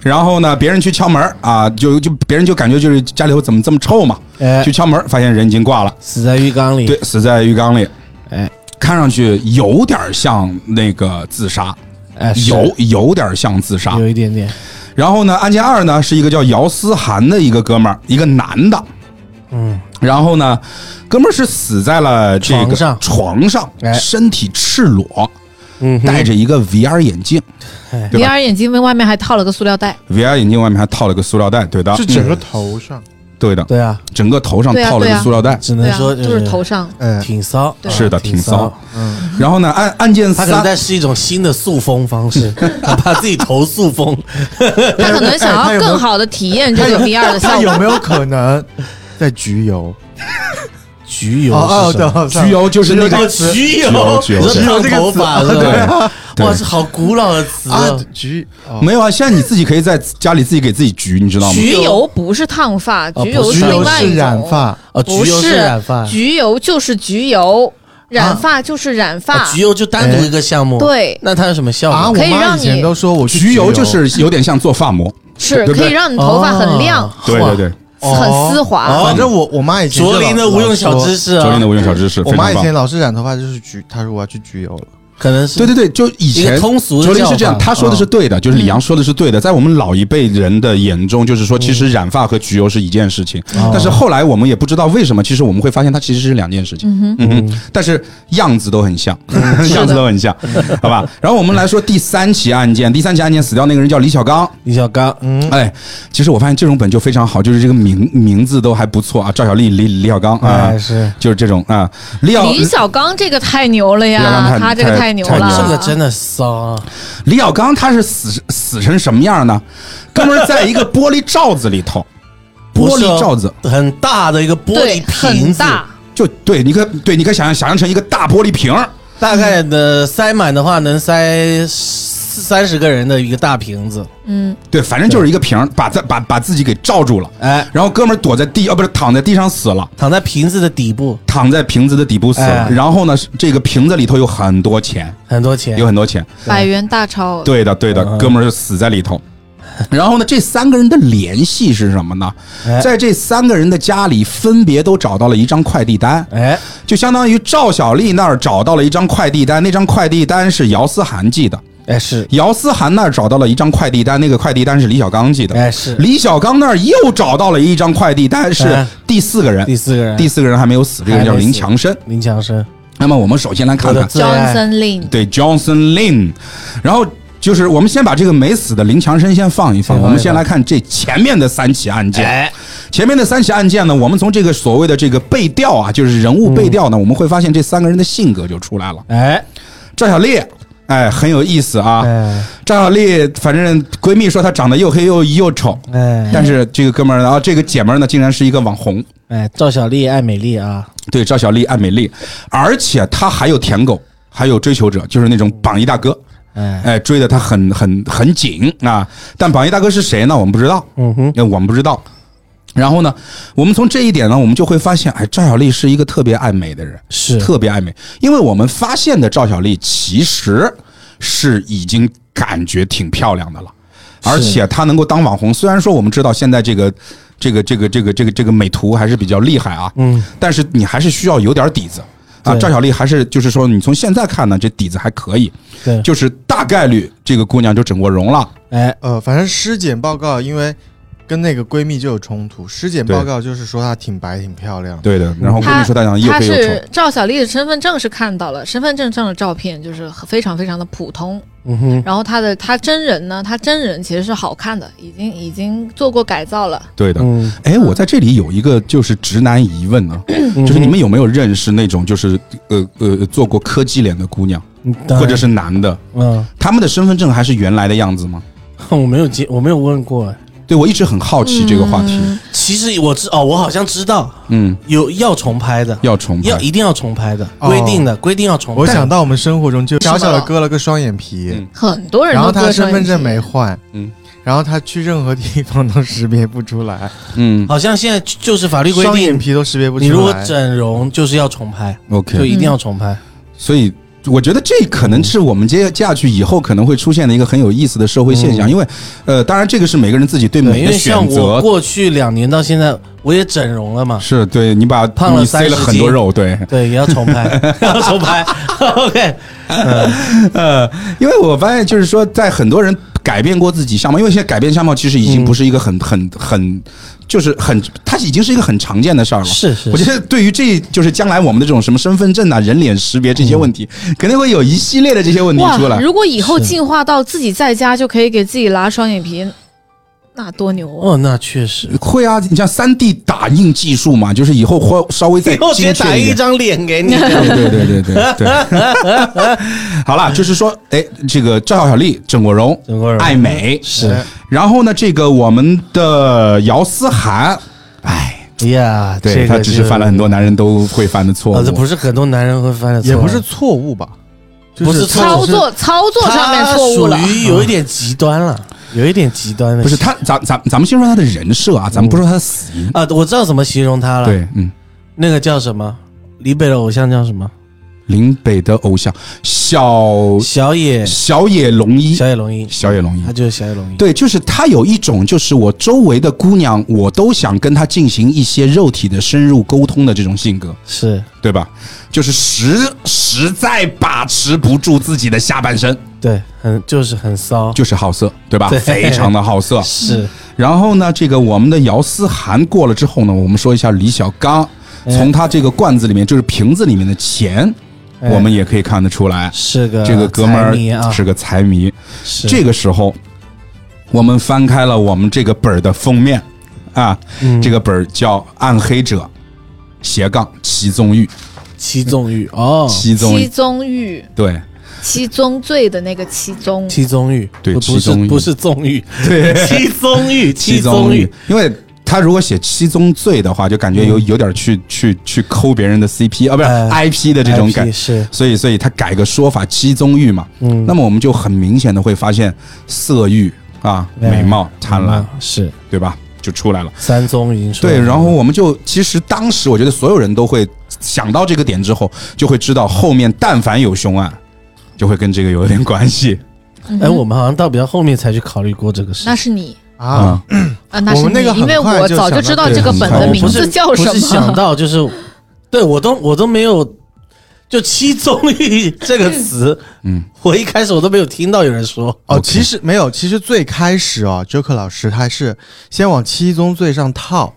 然后呢，别人去敲门啊，就就别人就感觉就是家里头怎么这么臭嘛，
哎
去敲门发现人已经挂了，
死在浴缸里
对，，死在浴缸里，
哎
看上去有点像那个自杀，
哎，是
有有点像自杀，
有一点点，
然后呢，案件二呢是一个叫姚思涵的一个哥们儿，一个男的。
嗯，
然后呢，哥们儿是死在了这个
床上
床上
哎
身体赤裸，
嗯哼
戴着一个 VR 眼镜对
李
吧
二眼镜外面还套了个塑料袋，
，VR 眼镜外面还套了个塑料袋，对的，嗯
就整个头上，
对的，
对啊，
整个头上
对啊
套了
对
个
啊
塑 料袋。
只
对
能
啊，
说
就是头 上。
嗯，
挺骚，
对啊
是的，挺
挺
骚。。然后呢，案案件
他可能
三，
在是一种新的塑封方式， 他把自己头塑封，
他可能想要更好的体验这个 VR 的效
他有
果。
没有可能在局游？
橘油
哦
是
哦，
什
对
么？
哦，
居游就是那
哦，
个
橘
油
油，
橘油
你
橘
说
油
烫
这个
头发
词
是吧？
对
哇，是好古老的词
啊
哦，
局哦
没有啊？现在你自己可以在家里自己给自己焗，你知道吗？
焗油不是烫发，
哦不
焗
是
油
橘
是另
油
外一
是染
种。
发，
哦，
不
橘油是染发，
焗油就是焗油，染发就是染发
啊，橘油就单独一个项目，
对
那它有什么效
啊，
果？
我
可以
妈
让
以前
你
都说我去
焗油
油
就是有点像做发膜，
是
对不对
可以让你头发很亮
哦，
对对对，
哦
很丝
哦
滑。
反正我我妈以前就老
卓林的无用小知。识
昨天
啊
的，无用小知识，
老说
非
我
常
妈以
棒
前老是染头发，就是焗，她说我要去焗油了。
可能是
对对对，就以
一
前
个通俗的
卓林
叫
是这样，
法嗯
他说的是对的，就是李阳说的是对的，在我们老一辈人的眼中，就是
嗯
说其实染发和焗油是一件事情，
哦
但是后来我们也不知道为什么，其实我们会发现它其实是两件事情，嗯哼，但是样子都很像，
嗯
样子都很 像，好吧？然后我们来说第三起案件，第三起案件死掉那个人叫李小刚，
李小刚，嗯，
哎，其实我发现这种本就非常好，就是这个名名字都还不错啊，赵小丽、李李小刚啊
哎，是
就是这种啊，李
哦
小
李小刚这个太牛了
李小刚
呀，
太
他这个太
太
牛
太牛
了，
了
这个真的骚啊，
李小刚他是死死成什么样呢？哥们儿在一个玻璃罩子里 头，玻璃罩子
不是很大的一个玻
对
璃瓶
很
子，
大，
就对，你可对，你可想象想象成一个大玻璃瓶儿，
大概的塞满的话能塞三十个人的一个大瓶子，
嗯，
对，反正就是一个瓶儿，把自把把自己给罩住了。
哎，
然后哥们儿躲在地，哦，不是躺在地上死了，
躺在瓶子的底部，
躺在瓶子的底部死了。
哎
然后呢，这个瓶子里头有很多钱，
很多钱
有，很多钱。
百元大钞，
对的，
嗯
对的，哥们儿死在里头。然后呢，这三个人的联系是什么呢
哎？
在这三个人的家里，分别都找到了一张快递单。
哎，
就相当于赵小丽那儿找到了一张快递单，那张快递单是姚思涵寄的；
哎是，
姚思涵那儿找到了一张快递单，那个快递单是李小刚寄的；
哎是
李小刚那儿又找到了一张快递单，是
哎
第四个人，
第四个人，
第四个人还没有死，这个人叫
还没死
林强生。
林强生，
那么我们首先来看
我
看
的，最爱
，Johnson Lin，
对 Johnson Lin，然后。就是我们先把这个没死的林强生先放一放，
先放一放
我们先来看这前面的三起案件。
哎，
前面的三起案件呢，我们从这个所谓的这个背调啊，就是人物背调呢，我们会发现这三个人的性格就出来了。
哎，
赵小丽，哎，很有意思啊。
哎，
赵小丽，反正闺蜜说她长得又黑又又丑，
哎，
但是这个哥们儿呢，啊，这个姐们儿呢，竟然是一个网红。
哎，赵小丽爱美丽啊，
对，赵小丽爱美丽，而且她还有舔狗，还有追求者，就是那种榜一大哥，
哎，
哎，追的她很很很紧啊。但榜一大哥是谁呢？我们不知道，
嗯哼，
呃我们不知道。然后呢，我们从这一点呢，我们就会发现，哎，赵小丽是一个特别爱美的人，
是
特别爱美，因为我们发现的赵小丽其实是已经感觉挺漂亮的了，而且她能够当网红。虽然说我们知道现在这个这个这个这个这个这个美图还是比较厉害啊，嗯，但是你还是需要有点底子啊。
对
赵小丽还是就是说，你从现在看呢，这底子还可以，
对，
就是大概率这个姑娘就整过容了。
哎，
呃，反正尸检报告因为跟那个闺蜜就有冲突，尸检
对
报告就是说她挺白挺漂亮的，
对的，然后跟你
他
说她长得又
他
黑又丑
是。赵小丽的身份证是看到了，身份证上的照片就是非常非常的普通。
嗯哼，
然后她的她真人呢，她真人其实是好看的，已经已经做过改造了。
对的，
嗯，
哎，我在这里有一个就是直男疑问啊，
嗯
就是你们有没有认识那种就是呃呃做过科技脸的姑娘，
嗯
或者是男的，
嗯，
他们的身份证还是原来的样子吗？
我没有接，我没有问过，哎
对我一直很好奇这个话题，
其实我知哦，我好像知道
嗯，
有要重拍的，
要重
要
拍，
一定要重拍的，
哦
规定的规定要重拍。
我想到我们生活中就小小的
是吗
割了个双眼皮
嗯，
很多人
然
都
后
割双
她身
眼
份
皮
证没换，
嗯
嗯，然后她去任何地方都识别不出来，
嗯
好像现在就是法律规
双眼
定，
皮都识别不出
你
来。
如果整容就是要重拍，就
，OK，嗯
一定要重拍。
所以。我觉得这可能是我们接接下去以后可能会出现的一个很有意思的社会现象，因为，呃，当然这个是每个人自己对
嗯对，
美
因
的
为像
选
我
择，
过去两年到现在，我也整容了嘛，
是对你把
胖了
你塞了
30
很多
斤
肉，对，
对，也要 重拍，要重拍。OK，
呃，因为我发现就是说，在很多人改变过自己相貌，因为现在改变相貌其实已经不是一个很、很很，就是很，它已经是一个很常见的事儿了。
是是
我觉得对于这就是将来我们的这种什么身份证啊、人脸识别这些问题，
嗯
肯定会有一系列的这些问题出
哇！
来。
如果以后进化到自己在家就可以给自己拉双眼皮，那多牛啊！
哦，那确实，
会啊，你像三 D 打印技术嘛，就是以后会稍微再
以后直接
精
打
确
一
点。
张脸 给你。
对对对对对对， 好了，就是说，哎，这个赵小丽整过容，
整过容
爱美
嗯是
然后呢，这个我们的姚思涵，哎，
呀，
对、
这个
他只是犯了很多男人都会犯的错误。
啊，这不是很多男人会犯的错，
也不是错误吧，就
不是错
操作操作上面错误了
他，属于有一点极端了，有一点极端的。
不是他，咱咱咱们先说他的人设啊，咱们不说他的死因。
啊，我知道怎么形容他了。
对，嗯，
那个叫什么？李北的偶像叫什么？
林北的偶像小
小野
小野龙一，
小野龙一，
小野龙一
他。就是小野龙一。
对，就是他有一种，就是我周围的姑娘，我都想跟她进行一些肉体的深入沟通的这种性格，
是，
对吧？就是实实在把持不住自己的下半身，
对，很就是很骚，
就是好色，对吧？
对
非常的好 色。
是
然后呢，这个我们的姚思涵过了之后呢，我们说一下李小刚，
哎
从他这个罐子里面，就是瓶子里面的钱，
哎
我们也可以看得出来，
是个
这个哥们
财迷啊，
儿是个财迷。
是
这个时候，我们翻开了我们这个本儿的封面啊，
嗯
这个本儿叫《暗黑者》。斜杠七宗玉，
七纵欲哦，
七宗
七
玉，
宗玉，
对
七宗罪的那个七宗，
七纵欲，
对
不不
七宗
是
欲
不是纵欲，
对，
七纵欲，七
宗
纵
玉
欲，，嗯
因为他如果写七宗罪的话，就感觉有有点去去去抠别人的 CP 啊，不是
哎
IP 的这种
IP
感，
是
所以所以他改个说法，七宗欲嘛。
嗯
那么我们就很明显的会发现色欲啊，
哎
美貌灿烂，
嗯是
对吧？就出来了。
三宗已经出来
对，
了
然后我们就其实当时我觉得所有人都会想到这个点之后，就会知道后面但凡有凶案，就会跟这个有点关系
嗯
哎，我们好像到比较后面才去考虑过这个事，
那是你
啊，
啊。
啊，那是
我们
你
那个，
因为
很快
我
就
早就
想
知
到
道
这
这
个
个
很
本
快
的
我
名
不
字
是
叫什
不是想
么。
到就是，对我都我都没有。就七宗欲这个词，
嗯，
我一开始我都没有听到有人说，
哦，
OK
其实没有，其实最开始哦，Joker 老师他是先往七宗罪上套，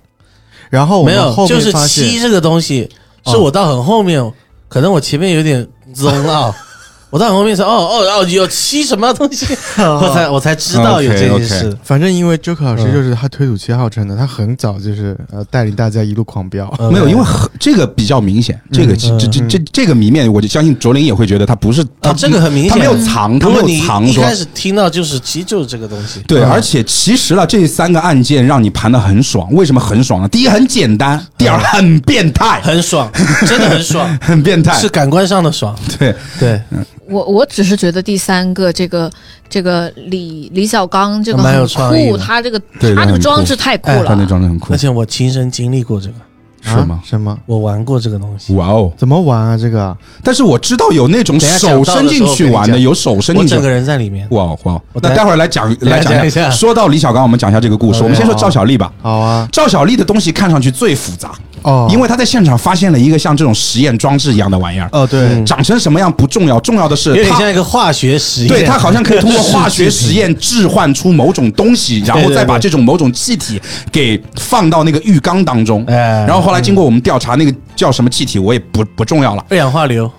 然后我
没
们后
有，就
面
是
发现哦
七这个东西，是我到很后面，可能我前面有点宗奥， 我到很后面说，哦哦哦，有七什么东西，
哦
我才我才知道有这件事。
反正因为 Joker 老
嗯
师就是他推土七号称的，他很早就是呃带领大家一路狂飙。啊
嗯
没有，因为很这个比较明显，这个这这这这个谜面，我就相信卓林也会觉得他不是他
啊，这个很明显，
他没有藏，他
如
没
果
有
你
藏
一
说
开。始听到就是，其实就是这个东西。
对，
嗯
而且其实了，这三个案件让你盘的很爽，为什么很爽呢？第一很简单，第二很变态，，
很爽，真的很爽
很变态
嗯是。感官上的爽。
对，
对，
我我只是觉得第三个这个这个李李小刚这个
蛮有
很
创意
酷，
的
他这个
对
他
他
这个
很
装
酷
置太酷
哎
了，
他那装的很酷
而，且我亲身经历过这个，
是吗
啊？什么？
我玩过这个东西。
哇哦！
怎么玩啊？这个
但是我知道有那种
等一下
手
讲到
伸
的时
进
候
去玩
我跟
的，
你讲
有手伸
我
进去
整个人在里面，
哇哇！
我
那
待
待会儿来讲来
等
讲
一下
说到李小刚，我们讲一下这个故事。
嗯
我们先说赵小丽吧。
好啊，
赵小丽的东西看上去最复杂，
哦，
因为她在现场发现了一个像这种实验装置一样的玩意儿，
哦对，
嗯
长成什么样不重要，重要的是
有点
她
像一个化学实验。
对它好像可以通过化学实验置换出某种东西，然后再把这种某种气体给放到那个浴缸当中。
哎
然后后来经过我们调查，那个叫什么气体我也不不重要了。
二氧化硫，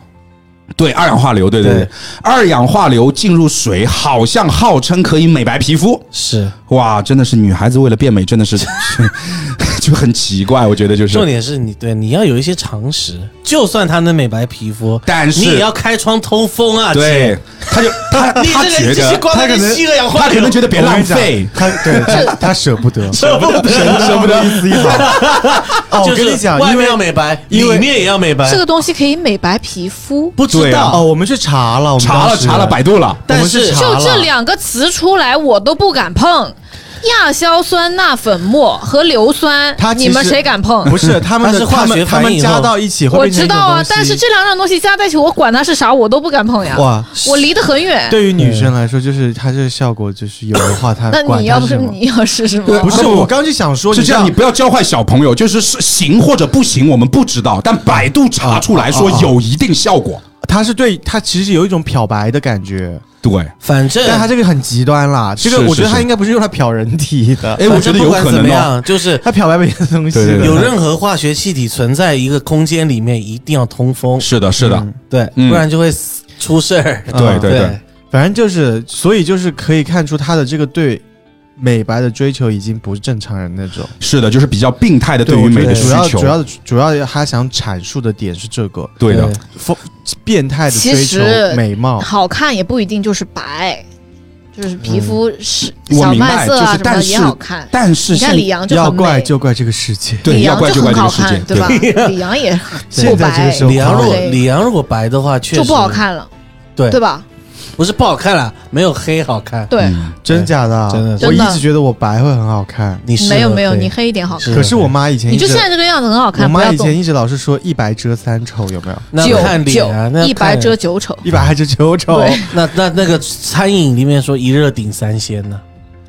对，二氧化硫，对对对
对，
二氧化硫进入水，好像号称可以美白皮肤。
是
哇，真的是女孩子为了变美，真的是 就很奇怪，我觉得就是
重。点是你对你要有一些常识，就算它能美白皮肤，
但是
你也要开窗通风啊！
对
姐，，
他就 他
你
他
这
觉
个就是
得
光在那吸二氧化
他可
硫
能，觉得别浪费，
他对他他舍不得，
舍 不得，
舍不得一丝一毫。哦，我
就
跟你
是
讲，
外
因
面
为
要美白，
因为
里面也要美
哎
白
这，个东西可以美白皮肤。
不知
对啊
哦，
道。
我们去查了，我们
查了
当时
查了，百度了。
我
但
们去
是
查
就
了
这两个词出来，我都不敢碰。亚硝酸钠粉末和硫酸
它，其
你
实
们谁敢碰？
不是他们
它是
的
化
他
学
们他
反应
们
以后
加到一起会
我
变成
知
一种
道啊
东，西
但是这两样东西加在一起，我管它是啥，我都不敢碰呀。
哇，
我离得很远。
对于女生来说，就是它这个效果就是有的话，它
那
管
你
它
要
是
不
什
是
么。
你要试试吗？
对
不
不
是，
不
我刚就想说，
是这样，
知
你
道
不要教坏小朋友，就是是行或者不行，我们不知道，但百度查出来说
啊啊啊
有一定效果。
它是对它其实有一种漂白的感觉，
对，
反正
但它这个很极端啦。这个
是
我觉得
是
它
是
应该不是用来漂人体的，
哎，我
反
觉
正
得
不
有
管
可
怎
能哦。
么样，就是
它漂白别的东西
对对
的。
对
有任何化学气体存在一个空间里面，一定要通风，
是的，是的，
对，
嗯
不然就会死出事儿。
对
啊
对对，
反正就是，所以就是可以看出它的这个对美白的追求已经不是正常人那种。
是的，就是比较病态的对于
我
美
觉
的
得
需
主要
求
主。要的主要他想阐述的点是这个
对的，
疯变态的追
其
求
实
美
哦
貌。
好看也不一定就是白，就是皮肤是
嗯我
小
明白
麦色啊
就是
什么
但
的
是
也好看。
但是
你看
现
李阳就
要
很
怪
美，
就怪这个世界，
对
李
要
阳
怪
就
就怪
很
这个
好
世界
看，，吧？李阳也
现
够
在这个
白
时，候
李阳
好
若
看
对
李阳如果白的话，确实
就不好，看了，
对
对吧？
不是不好看啦，没有黑好看。
对，
嗯
真假的啊？
哎真的
我
真的
一直觉得我白会很好看，
你适合
没有没有，
黑
你黑一点好看。
是
可是我妈以前
你
一
就
直
现在这个样子很好
我
看，不
妈
要
以
动
前。一直老是说一白遮三丑，有没有？
那
九
看
九
脸啊，那
一白
看
遮九丑，
一白还是九丑？
对
那那那个餐饮里面说一热顶三鲜呢、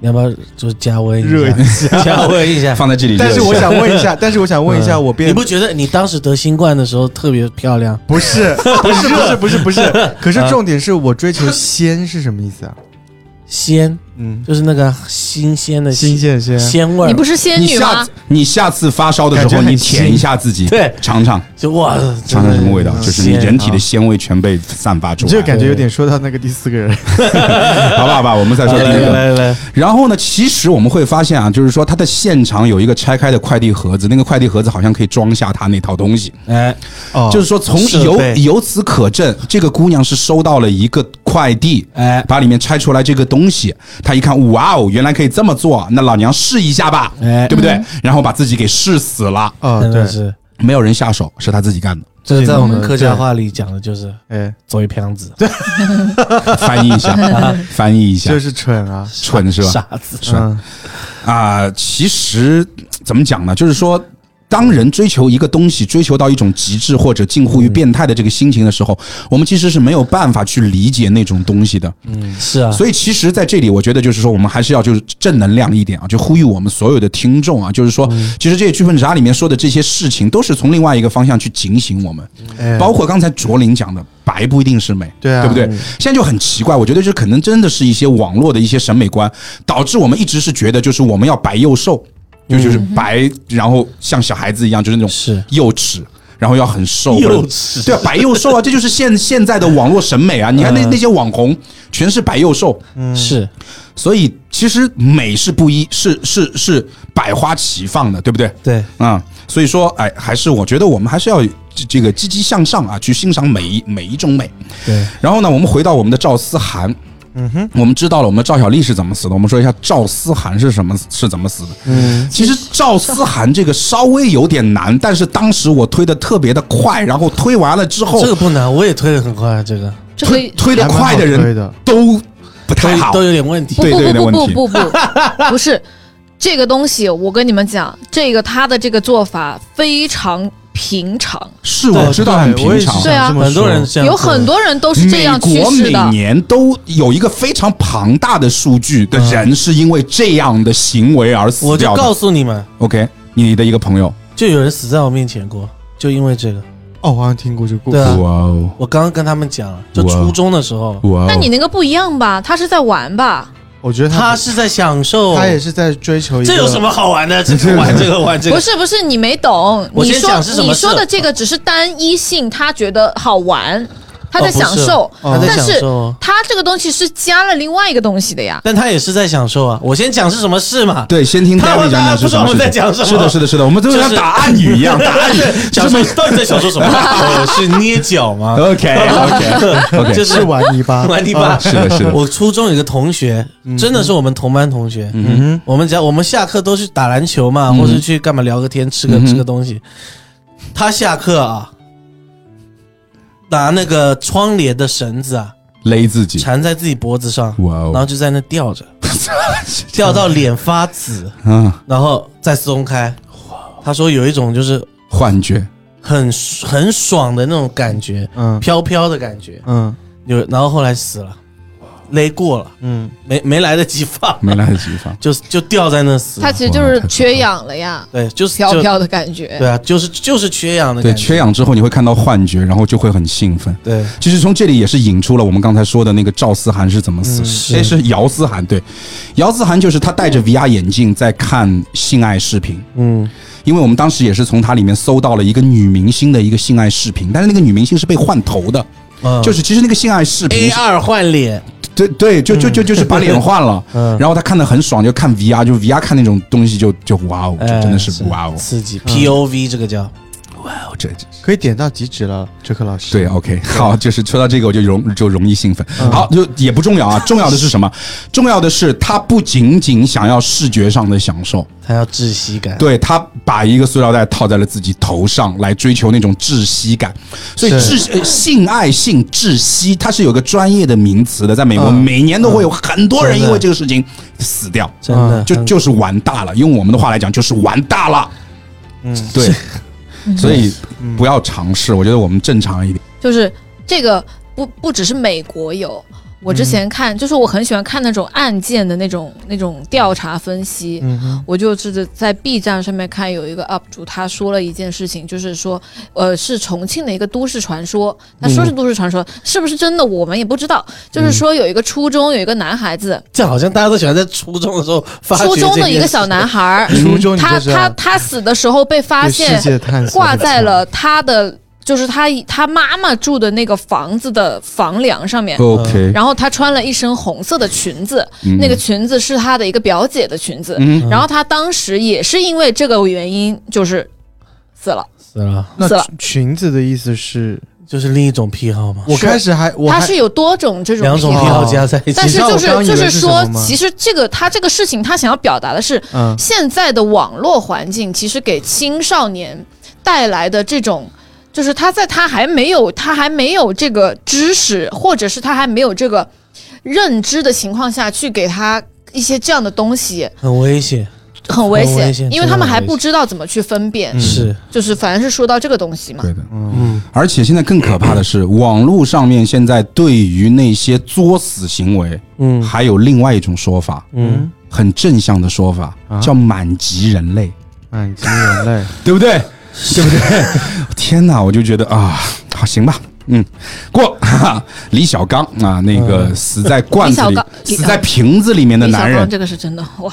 你要不要就加温
热
一下？ 加温一下。
放在这里热一
但
下。
是我想问一 下，但是我想问一下，我
嗯你
变
不觉得你当时得新冠的时候特别漂亮？
不 是不是不是不是不是，可是重点是我追求鲜是什么意思啊？
鲜
嗯，
就是那个新鲜的
新鲜鲜，
鲜味儿。
你不是仙
你
女
下
吗
次？你下次发烧的时
感
候，
觉很
你舔一下自己，
对
尝尝
就哇，
尝尝什么味道，就是你人体的
嗯鲜
鲜味全被散发
啊
出来。
你这个感觉有点说到那个第四个人，
好吧，好吧，我们再
啊
说第
来
一
来
个。
来来，
然后呢，其实我们会发现啊，就是说它的现场有一个拆开的快递盒子，那个快递盒子好像可以装下它那套东西。
哎，
哦
就是说，从
设
由
备
由此可证，这个姑娘是收到了一个快递，
哎
把里面拆出来这个东西，她一看，哇哦，原来可以这么做，那老娘试一下吧，
哎
对不对？然后把自己给试死了，
哦
真的
对，
嗯是，
没有人下手，是她自己干的。
这个在我们
对
客家话里讲的就是
哎，
“走一 票子
翻译一 下，翻译一下，
就是蠢啊，”，
蠢是吧？
傻子，
蠢
嗯
啊、其实怎么讲呢？就是说，当人追求一个东西，追求到一种极致或者近乎于变态的这个心情的时候，我们其实是没有办法去理解那种东西的。
是啊，
所以，其实在这里，我觉得就是说，我们还是要就是正能量一点啊，就呼吁我们所有的听众啊，就是说，其实这些剧本杀啊里面说的这些事情，都是从另外一个方向去警醒我们。
哎
包括刚才卓林讲的，白不一定是美，
对啊
对不对？
嗯
现在就很奇怪，我觉得这可能真的是一些网络的一些审美观，导致我们一直是觉得就是我们要白又瘦，就就是白，然后像小孩子一样，就是那种
嗯是
幼齿。然后要很瘦，
幼齿
或者对啊，白幼瘦啊，这就是现现在的网络审美啊！你看那
嗯
那些网红全是白幼瘦，
是
所以其实美是不一，是是是百花齐放的，对不对？
对，
啊、所以说，哎，还是我觉得我们还是要这这个积极向上啊，去欣赏每一每一种美。
对，
然后呢，我们回到我们的赵思涵，
嗯哼，
我们知道了我们的赵小丽是怎么死的，我们说一下赵思涵是什么是怎么死的。
嗯，
其实赵思涵这个稍微有点难，但是当时我推的特别的快，然后推完了之后，
这个不难，我也推的很快，这个
这
推
个
推的
还蛮
快的
好推
人
的
都不太
都
好
都。有点问题
不。
对
不
对
不
对
不
问
不
题
不不不是这个东西，我跟你们讲，这个他的这个做法非常平常，
是我知道很平常，
对啊
很多人这样
有
做
很多人都哦是这样
美
去
国
世
每
的。
年都有一个非常庞大的数据的人是因为这样的行为而死
我就
掉的。
告诉你们，
OK，你的一个朋友，
就有人死在我面前过，就因为这个。
哦，我好像听过这个故
对
事
啊，
哦，
我刚刚跟他们讲了，就
哇
初中的时候，
哇哦
那你那个不一样吧？他是在玩吧？
我觉得
他
他
是在享受，
他也是在追求一个，
这有什么好玩的？这 个玩这个玩这个
不，是不是，你没懂。
我
你
先
说
讲是什么
你说
事
的这个只是单一性，他觉得好玩，他在
哦不
享
是
受，
他在
但
享
是
受哦，
他这个东西是加了另外一个东西的呀。
但他也是在享受啊。我先讲是什么事嘛？
对，先听
他
David
们
讲讲是什么
不知道我们在
事情
讲什么
是的，是的，是的，我们都
就是
像答案语一样，答 案语
对，享受到底在享受 什么？我是捏脚吗？
OK，OK，OK。OK，OK，OK，
就是
玩 泥 巴，
玩泥巴。
啊是的，是的， 嗯
我初中有一个同学，真的是我们同班同学。
嗯
我们只要我们下课都去打篮球嘛，
嗯
或是去干嘛聊个天，吃个
嗯哼
吃个东西。他下课啊，拿那个窗帘的绳子啊，
勒自己，
缠在自己脖子上，
哇
然后
哦，
就在那吊 着，吊到脸发紫，
嗯，
然后再松开。
哦
他说有一种就是
幻觉，
很很爽的那种感觉，
哼，嗯
飘飘的感觉。
嗯
有，然后后来死了，勒过了，
嗯，
没没来得及放，
没来得及 放，
就就吊在那死了。
他其实
哦
就是缺氧了呀，
对，就是
飘
就
飘的感觉。
对啊，就是就是缺氧的
对，
感觉。
缺氧之后你会看到幻觉，然后就会很兴奋。
对，
其实从这里也是引出了我们刚才说的那个赵思涵是怎么死
嗯是
的，哎、是姚思涵对，姚思涵就是他戴着 VR 眼镜在看性爱视频，
嗯，
因为我们当时也是从他里面搜到了一个女明星的一个性爱视频，但是那个女明星是被换头的，
嗯
就是其实那个性爱视
A
频是，
二换脸，
对对，就就就就是把脸换了，
嗯，
然后他看的很爽，就看 VR，就 VR 看那种东西就就哇哦，就
哎
真的是哇哦，
刺激 POV 这个叫
哇哦，这这
可以点到即止了，哲科老师。
对，OK，好，就是说到这个我就容就容易兴奋。
嗯
好，就也不重要啊，重要的是什么？重要的是他不仅仅想要视觉上的享受，
他要窒息感。
对他把一个塑料袋套在了自己头上，来追求那种窒息感。所以
是
窒呃性爱性窒息，它是有个专业的名词的，在美国
嗯
每年都会有很多人
真的
因为这个事情死掉，
真的
就
嗯
就是玩大了。用我们的话来讲，就是玩大了。
嗯，
对，所以不要尝试，我觉得我们正常一点。
就是这个不不只是美国有，我之
嗯
前看、就是我很喜欢看那种案件的那种那种调查分析。
嗯哼，
我就是在 B 站上面看有一个 UP 主，他说了一件事情，就是说，呃，是重庆的一个都市传说。他说是都市传说，是不是真的我们也不知道。就是说有一个初中有一个男孩
嗯
子，
这好像大家都喜欢在初中的时候发掘
初中的一个小男
孩，
孩儿，
初中你
他
就是
他
要
他死的时候被发
对世
现
界探索
挂在了他的就是他他妈妈住的那个房子的房梁上面。
OK，
然后她穿了一身红色的裙子，
嗯
那个裙子是她的一个表姐的裙子。
嗯
然后她当时也是因为这个原因，就是死了。
是了，
那
死了
裙裙子的意思是，
就是另一种癖好嘛。
我开始还我
她
还
是有多种这种
两种
癖
癖
好
好加在一
但
起
是，就
你知哎道我
是
刚以
就
为
是
是什么
说，
吗
其实这个她这个事情，她想要表达的是，
嗯
现在的网络环境其实给青少年带来的这种，就是他在他还没有他还没有这个知识，或者是他还没有这个认知的情况下去给他一些这样的东西，
很危险。
很危
很危
险，
险
因为他们还不知道怎么去分
嗯
辨。
是，
就是反正是说到这个东西嘛，
对的。
嗯，
而且现在更可怕的是，网络上面现在对于那些作死行为，
嗯
还有另外一种说法，
嗯，
很正向的说法，
啊
叫满级人类，
满级哎 人类，
对不对？对不对？天哪，我就觉得啊，好行吧。嗯，过哈哈，李小刚啊，那个死在罐子
李
里
小刚、李
死在瓶子里面的
李小
男人
刚，这个是真的哇！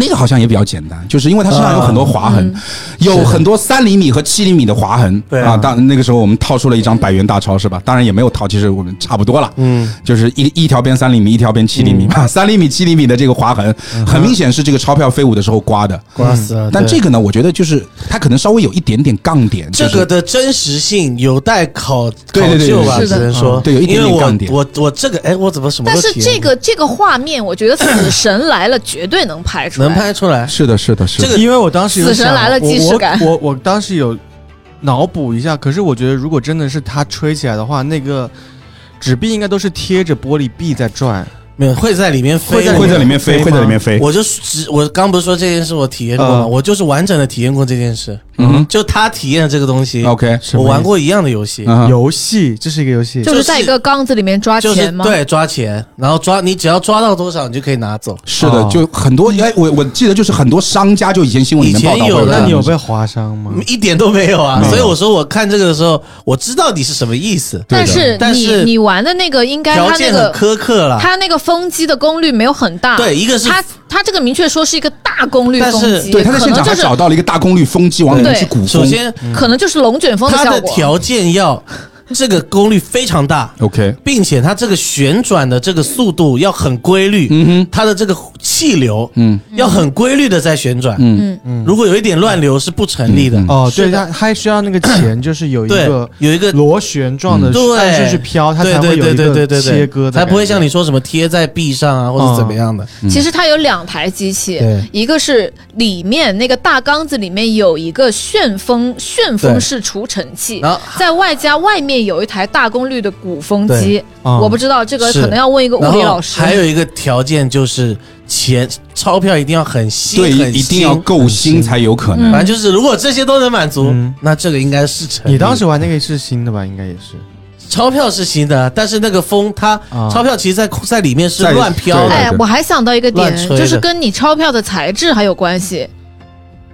那个好像也比较简单，就是因为他身上有很多划痕，有很多三厘米和七厘米的划痕。
对啊
啊，当那个时候我们套出了一张百元大钞是吧？当然也没有套，其实我们差不多了。嗯，就是一一条边三厘米，一条边七厘米嘛，三厘米、七厘米的这个划痕，很明显是这个钞票飞舞的时候刮的。
刮死了。
但
啊对
这个呢，我觉得就是它可能稍微有一点点杠点，就
这
是
个的真实性有待考
对
考
对对
究吧，
是的
只能说
嗯对有一点点
因为我
杠点
我我这个，哎，我怎么什么
但
都
是
体验
这个这个画面，我觉得《死神来了》绝对能拍出来，
能拍出来？
是的，是的，是的。
这个
因为我当时有
死神
想
来了
我
既视感
我我我当时有脑补一下，可是我觉得如果真的是他吹起来的话，那个纸币应该都是贴着玻璃壁在转，
没有会在里面飞，
会在
会在里面飞，
飞
会在里面
吗
飞。
我就只我刚不是说这件事我体验过吗？
嗯
我就是完整的体验过这件事，
嗯哼
就他体验这个东西，
OK，
什
我
么
玩
意
过一样的游戏，
嗯哼
游戏，这是一个游戏，
就是在一个缸子里面抓
就是
钱吗？
对抓钱，然后抓你只要抓到多少，你就可以拿走。
是的，
哦
就很多哎，我我记得就是很多商家就以前新闻里面
以前
报道过
有
这
的
样的
那你有
东西
被划伤吗？
嗯
一点都没有啊，
没有
所以我说我看这个的时候，我知道你是什么意思，
对的
但是
但
你
是
你玩的那个应该
条
它那
件很
个
苛刻了。
它那个风机的功率没有很大，
对，一个是
它它这个明确说是一个大功率
但
风
是
机，
对，他在
可
现
能
场
就
还
是
找到了一个大功率风机，往里面去鼓
首
风。
先
可能就是龙卷风
它
效
的
果。
条件要这个功率非常大，
OK，
并且它这个旋转的这个速度要很规律，
嗯哼，
它的这个气流
嗯
要很规律的在旋转，
嗯
如果有一点乱流是不成立的
嗯。
哦，
是
对，
的
他还需要那个钱，就是有一
对
个，
有一个
螺旋状的
嗯对
按顺序飘，它
对
才
对
会有
对
一
对对
个
对
切
对
割的感觉，嗯
才不会像你说什么贴在壁上啊，或者怎么样的。
其实它有两台机器
对，
一个是里面那个大缸子里面有一个旋风旋风式除尘器
然后，
在外加外面有一台大功率的鼓风机
对。
嗯
啊
我不知道这个
是
可能要问一个物
然
理
后
老师。
还有一个条件就是钱钞票一定要很新，
对，
很
一定要
新
够新才有可
嗯
能。
反正就是，如果这些都能满足，
嗯
那这个应该是成立的。
你当时玩那个是新的吧？应该也是
钞票是新的，但是那个风它、
啊
钞票其实在在里面是
在
乱飘
对
的，
哎，我还想到一个点
乱，吹的
就是跟你钞票的材质还有关系，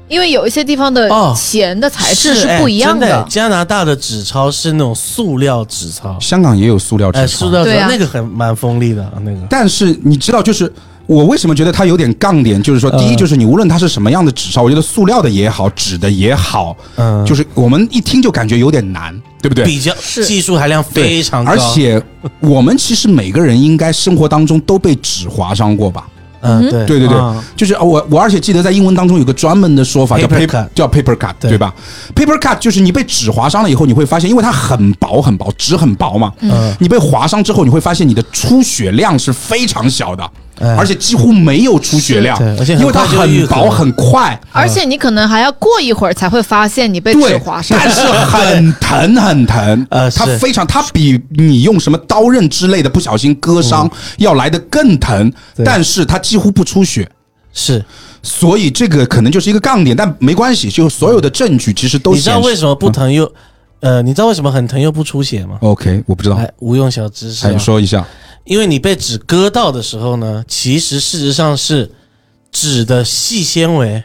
因为有一些地方的
哦
钱的材质
是
是不一样
哎真
的
哎。加拿大的纸钞是那种塑料纸钞，
香港也有塑料
哎，
纸
塑
钞，
料纸
对啊
那个很蛮锋利的那个。
但是你知道，就是我为什么觉得它有点杠点，就是说，
呃
第一就是你无论它是什么样的纸钞，我觉得塑料的也好，纸的也好，
嗯，
就是我们一听就感觉有点难，对不对？
比较
是
技术含量非常高，
而且我们其实每个人应该生活当中都被纸划伤过吧？
嗯，对
对对对，
啊
就是我我而且记得在英文当中有个专门的说法叫
Paper
paper
cut
叫 paper cut
对
对吧？paper cut 就是你被纸划伤了以后，你会发现，因为它很薄很薄，纸很薄嘛，
嗯
你被划伤之后，你会发现你的出血量是非常小的，
哎
而且几乎没有出血量
是对而且，很
因为它
快就愈
很
合了
薄很快。
而且你可能还要过一会儿才会发现你被纸
对
划，伤。
但是很疼很疼，
呃
它
是
非常，它比你用什么刀刃之类的不小心割伤要来的更疼，
哦对
但是它几乎不出血，
是。
所以这个可能就是一个杠点，但没关系，就所有的证据其实都
你知道
显示嗯
为什么不疼又呃，你知道为什么很疼又不出血吗？
OK，我不知道，
来，无用小知识
哎，
哎啊
你，哦说一下，
因为你被纸割到的时候呢，其实事实上是纸的细纤维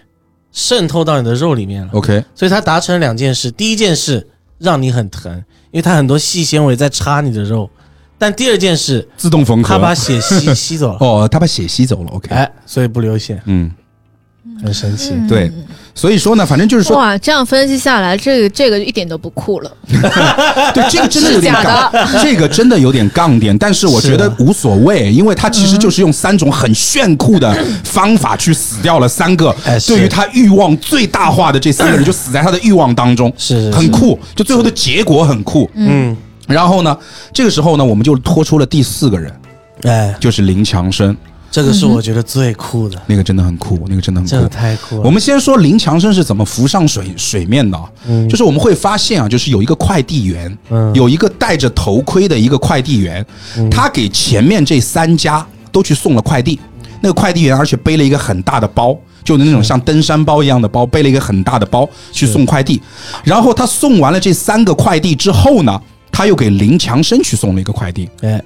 渗透到你的肉里面了，
OK，
所以它达成了两件事：第一件事让你很疼，因为它很多细纤维在插你的肉；但第二件事，
自动缝合，
它把血吸 吸走了，
哦，他把血吸走了，OK，
哎，所以不流血，
嗯，
很神奇。
对，所以说呢，反正就是说，
哇，这样分析下来，这个这个一点都不酷了。
对这个真的有点
是假
杠，这个真的有点杠点，但是我觉
啊
得无所谓，因为他其实就是用三种很炫酷的方法去死掉了三个
哎是
对于他欲望最大化的这三个人，就死在他的欲望当中，
是是是
很酷，就最后的结果很酷。
嗯，
然后呢，这个时候呢，我们就拖出了第四个人，
哎，
就是林强生，
这个是我觉得最酷的，
那个真的很酷，那个真的很
这个
酷。
太酷了。
我们先说林强生是怎么浮上水水面的、啊，就是我们会发现啊，就是有一个快递员，
嗯
有一个戴着头盔的一个快递员，他给前面这三家都去送了快递。那个快递员而且背了一个很大的包，就是
嗯
那种像登山包一样的包，背了一个很大的包去送快递。然后他送完了这三个快递之后呢，他又给林强生去送了一个快递。
哎，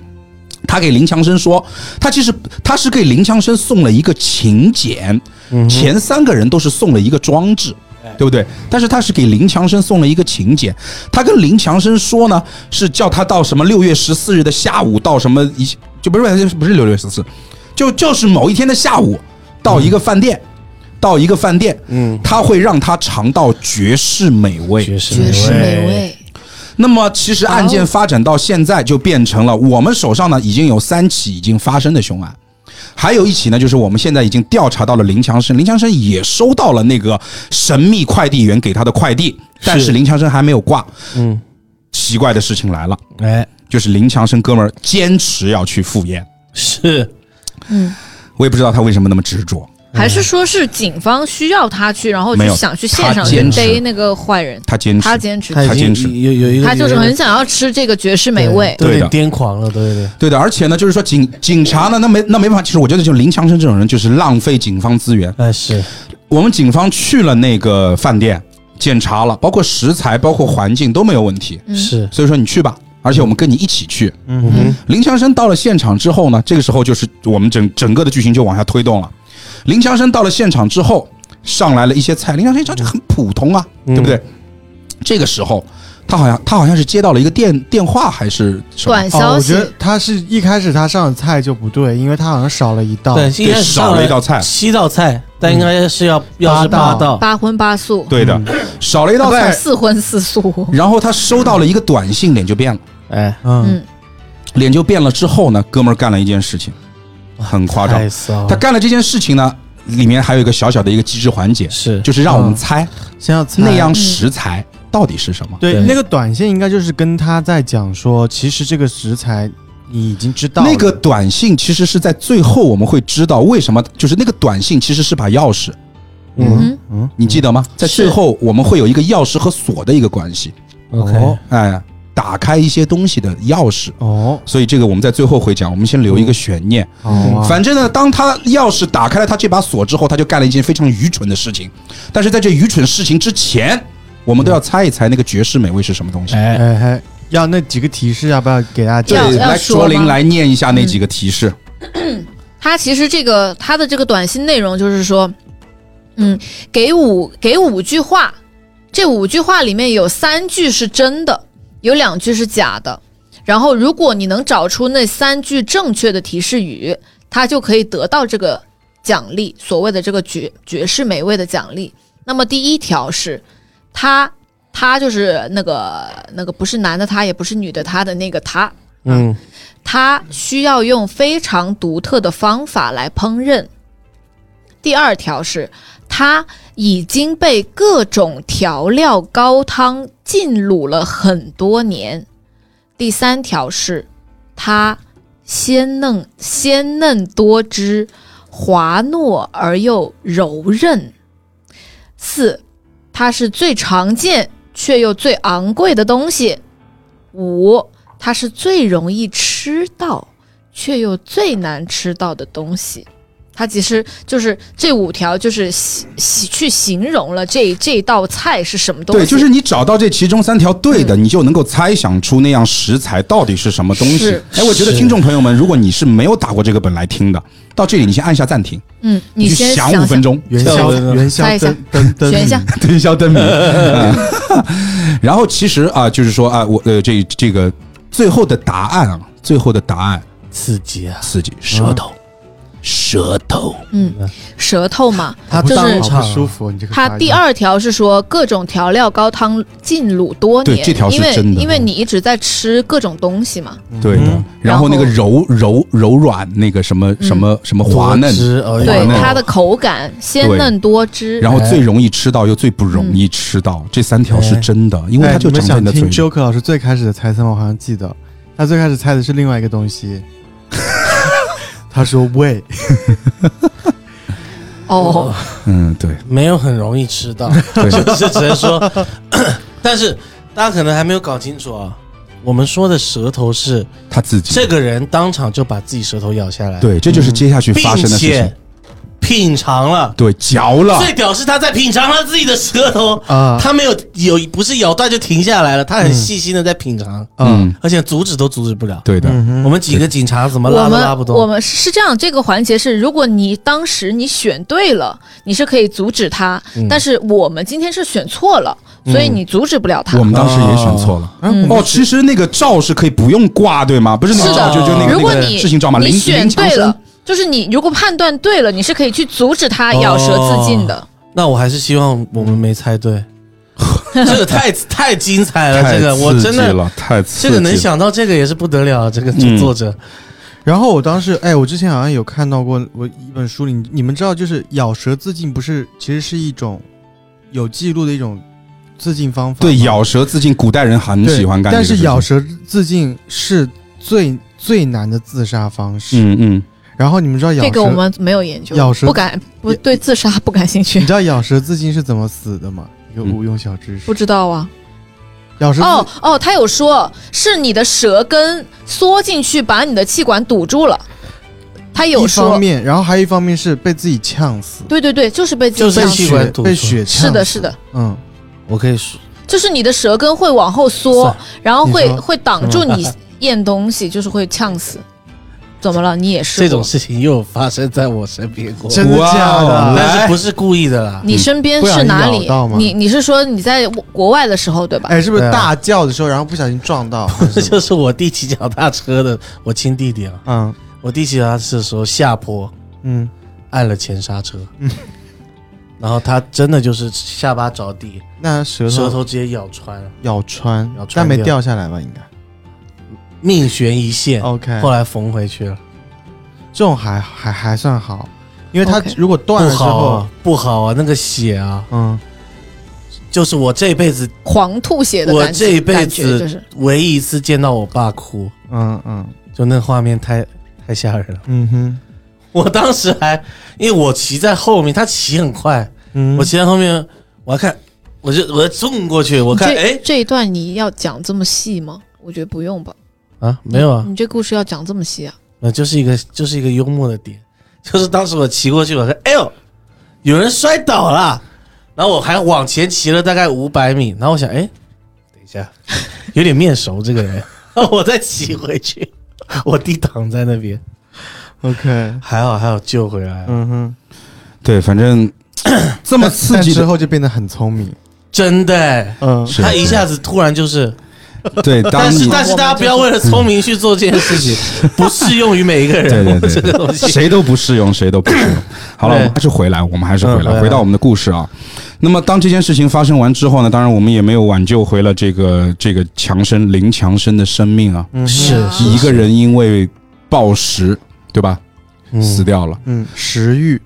他给林强生说，他其实他是给林强生送了一个请柬，
嗯
前三个人都是送了一个装置，
哎
对不对？但是他是给林强生送了一个请柬，他跟林强生说呢，是叫他到什么六月十四日的下午到什么一就不是不是不是六月十四，就就是某一天的下午到一个饭店，到一个饭店，
嗯，
他会让他尝到绝世美味，
绝世
绝世美
美味，
味，
那么，其实案件发展到现在，就变成了我们手上呢已经有三起已经发生的凶案，还有一起呢，就是我们现在已经调查到了林强生，林强生也收到了那个神秘快递员给他的快递，但是林强生还没有挂。
嗯，
奇怪的事情来了，
哎，
就是林强生哥们儿坚持要去赴宴，
是
嗯，
我也不知道他为什么那么执着。
还是说是警方需要他去，然后
嗯没
就
有
想去现场
他
去
坚持
逮那个坏人，
他坚持，
他坚持，
他
他
已
坚持
经有有一个，
他就是
有一个
很想要吃这个绝世美
对
味。
都有
对的
点癫狂了，对对
对的，而且呢，就是说警警察呢，那没那没办法。其实我觉得，就林强生这种人，就是浪费警方资源。
对，哎是，
我们警方去了那个饭店检查了，包括食材、包括环境都没有问题，
嗯
是，
所以说你去吧，而且我们跟你一起去。
嗯哼，
林强生到了现场之后呢，这个时候就是我们整整个的剧情就往下推动了。林强生到了现场之后，上来了一些菜，林强生一尝就很普通啊，
嗯
对不对？这个时候，他好像他好像是接到了一个电电话还是什么
短？
哦，
消
我
息
觉，得他是一开始他上的菜就不对，因为他好像少了一道。
对，应该是上
少了一道菜
七道菜，但应该是要要是
八
八
道
道，
八荤八素，
对的，少了一道
啊不
菜
是。四荤四素。
然后他收到了一个短信，脸就变了。
哎，
嗯，
嗯，
脸就变了之后呢，哥们儿干了一件事情，很夸张
太。骚了，
他干了这件事情呢，里面还有一个小小的一个机制环节，
是
就是让我们猜
先要菜
那样食材到底是什么。
对
对
那个短信应该就是跟他在讲说，其实这个食材你已经知道了
那个短信其实是在最后我们会知道为什么，就是那个短信其实是把钥匙，
嗯
嗯
你记得吗？在最后我们会有一个钥匙和锁的一个关系，
OK，
哦
哎，打开一些东西的钥匙。
哦
所以这个我们在最后会讲，我们先留一个悬念。
嗯
好啊
反正呢，当他钥匙打开了他这把锁之后，他就干了一件非常愚蠢的事情。但是在这愚蠢事情之前，我们都要猜一猜那个绝世美味是什么东西。
哎，
哎嘿，要那几个提示要不要给大家
要
讲？
要
来
说吗
卓林来念一下那几个提示。
他其实这个他的这个短信内容就是说，嗯，给五给五句话，这五句话里面有三句是真的，有两句是假的。然后如果你能找出那三句正确的提示语，他就可以得到这个奖励，所谓的这个绝绝世美味的奖励。那么第一条是，他他就是那个那个不是男的他，也不是女的他的那个他，
嗯，
它需要用非常独特的方法来烹饪，第二条是，他已经被各种调料高汤浸卤了很多年。第三条是，它鲜嫩、鲜嫩多汁，滑糯而又柔韧。四，它是最常见却又最昂贵的东西。五，它是最容易吃到却又最难吃到的东西。它其实就是这五条，就是形形去形容了这这道菜是什么东西。
对，就是你找到这其中三条对的，你就能够猜想出那样食材到底是什么东西
是。
哎，我觉得
是
听众朋友们，如果你是没有打过这个本来听的，到这里你先按下暂停，
嗯，你
去
先
想
想
五分钟，
元
跳
宵
舞的
元宵
猜一下
灯灯灯，
选一下。
灯消灯谜。嗯然后其实啊，就是说啊，我呃，这这个最后的答案啊，最后的答案
刺激啊！
刺激舌头，舌头。
舌头嘛，
他
不
就是
当
好
场
不舒服，你这个
它
发音
第二条是说各种调料高汤浸卤多年，
对这条是
因为
真的
因为你一直在吃各种东西嘛，
对的
嗯，
然后那个
然
柔柔柔软，那个什么什么什么滑嫩，
多汁
滑
对
哎呦
嫩，
它的口感鲜嫩多汁，
然后最容易吃到又最不容易吃到，这三条是真的，因为
哎
它就
你们
长在
想
你的嘴
听
里。
Joker 老师最开始的猜测吗？我好像记得，他最开始猜的是另外一个东西。 他说胃，
哦，
嗯，对，
没有很容易吃到，
对
就是只能说， 但是大家可能还没有搞清楚啊。我们说的舌头是
他自己
这个人当场就把自己舌头咬下来，，
对，这就是接下去
并
发生的事情
且。品尝了。
对，嚼了，
最屌是他在品尝他自己的舌头
啊
他没有有不是咬断就停下来了，他很细心的在品尝，
嗯，
而且阻止都阻止不了。
对的，
我们几个警察怎么
哦我
拉都拉不
们
动。
我们是这样，这个环节是，如果你当时你选对了，你是可以阻止它，
嗯
但是我们今天是选错了，所以你阻止不了它。
嗯我们当时也选错了。哦，其实那个罩是可以不用挂，对吗？不是那个
是
罩，
的
就就那个
如果
那个
你
事情罩嘛，林
你
林
选
强
对
生
了，就是你如果判断对了，你是可以去阻止
哦
它咬舌自尽的。
那我还是希望我们没猜 对，这个太太精彩了，
太
哎这个我
刺
真
激
的
了，太刺
这
激
个
了，
能想到这个也是不得了，啊这个
嗯
作者
然后我当时，哎，我之前好像有看到过，我一本书里，你你们知道，就是咬舌自尽，不是其实是一种有记录的一种自尽方法吗。
对咬舌自尽，古代人很
对
喜欢干这
但
个事
是
情，
咬舌自尽是最最难的自杀方式。
嗯嗯，
然后你们知道咬舌，
这个我们没有研究，
咬舌
不敢不
也
对自杀不感兴
你
趣，
知道咬舌自尽是怎么死的吗？一
嗯
个无用小知识。
不知道啊。
咬舌自
哦哦，他有说是你的舌根缩进去，把你的气管堵住了。他有
一方
说，
面，然后还有一方面是被自己呛死，
对对对，就是被自
就
己
是
呛
气
死。
管堵
被
住。
血呛。
是的，是，的，
嗯，
我可以说，
就是你的舌根会往后缩
算，
然后会
你说
会挡住你 咽东西，就是会呛死。怎么了？你也是
这种事情又发生在我身边过，啊
真的
哇
假
哦
的？
但是不是故意的啦。
你身边
不小
是
心
哪
咬
里
到？吗
你你是说你在国外的时候对吧？
哎，是不是
对啊
大叫的时候，然后不小心撞到？
嗯
这就是我弟骑脚踏车的，我亲弟弟啊，
嗯
我弟骑脚踏车的时候下坡
嗯，
按了前刹车，
嗯
然后他真的就是下巴着地，
那舌
舌
头
头直接咬穿了，
咬穿
咬，
但
穿
没
掉
掉下来吧？应该
命悬一线，
哦
OK。
后来缝回去了，
这种还还还算好，因为它
OK
如果断
不
了之
好
后
啊，，不好啊，那个血啊，
嗯，
就是我这辈子
狂吐血的
我
感觉，
这一辈
感觉就
子
是
唯一一次见到我爸哭，
嗯嗯
就那画面太太吓人了。
嗯哼，
我当时还因为我骑在后面，他骑很快，
嗯
我骑在后面，我还看，我就我就冲过去，我看
这
哎
这一段你要讲这么细吗？我觉得不用吧。
啊没有啊，
你这故事要讲这么细啊？
呃就是一个就是一个幽默的点，就是当时我骑过去，我看哎呦有人摔倒了，然后我还往前骑了大概五百米，然后我想哎等一下有点面熟这个人， 然后我再骑回去， 我弟躺在那边，
，OK，
还好还好救回来了，
嗯哼，
对，反正这么
但
刺
但
激
之
的，
后就变得很聪明，
真的欸、
嗯
是
他一下子突然就是。
对，当
但是
你
但是大家不要为了聪明去做这件事情，不适用于每一个
对对
人。
对
这个东西
谁都不适用，谁都不适用。好了，我
对
们还是回来，我们还是回
嗯回
来，
来
回到我们的故事啊。那么，当这件事情发生完之后呢，当然我们也没有挽救回了这个这个强生林强生的生命啊，
嗯
是
哼
是
一个人因为暴食，对吧，死
嗯
掉了。
嗯，食欲，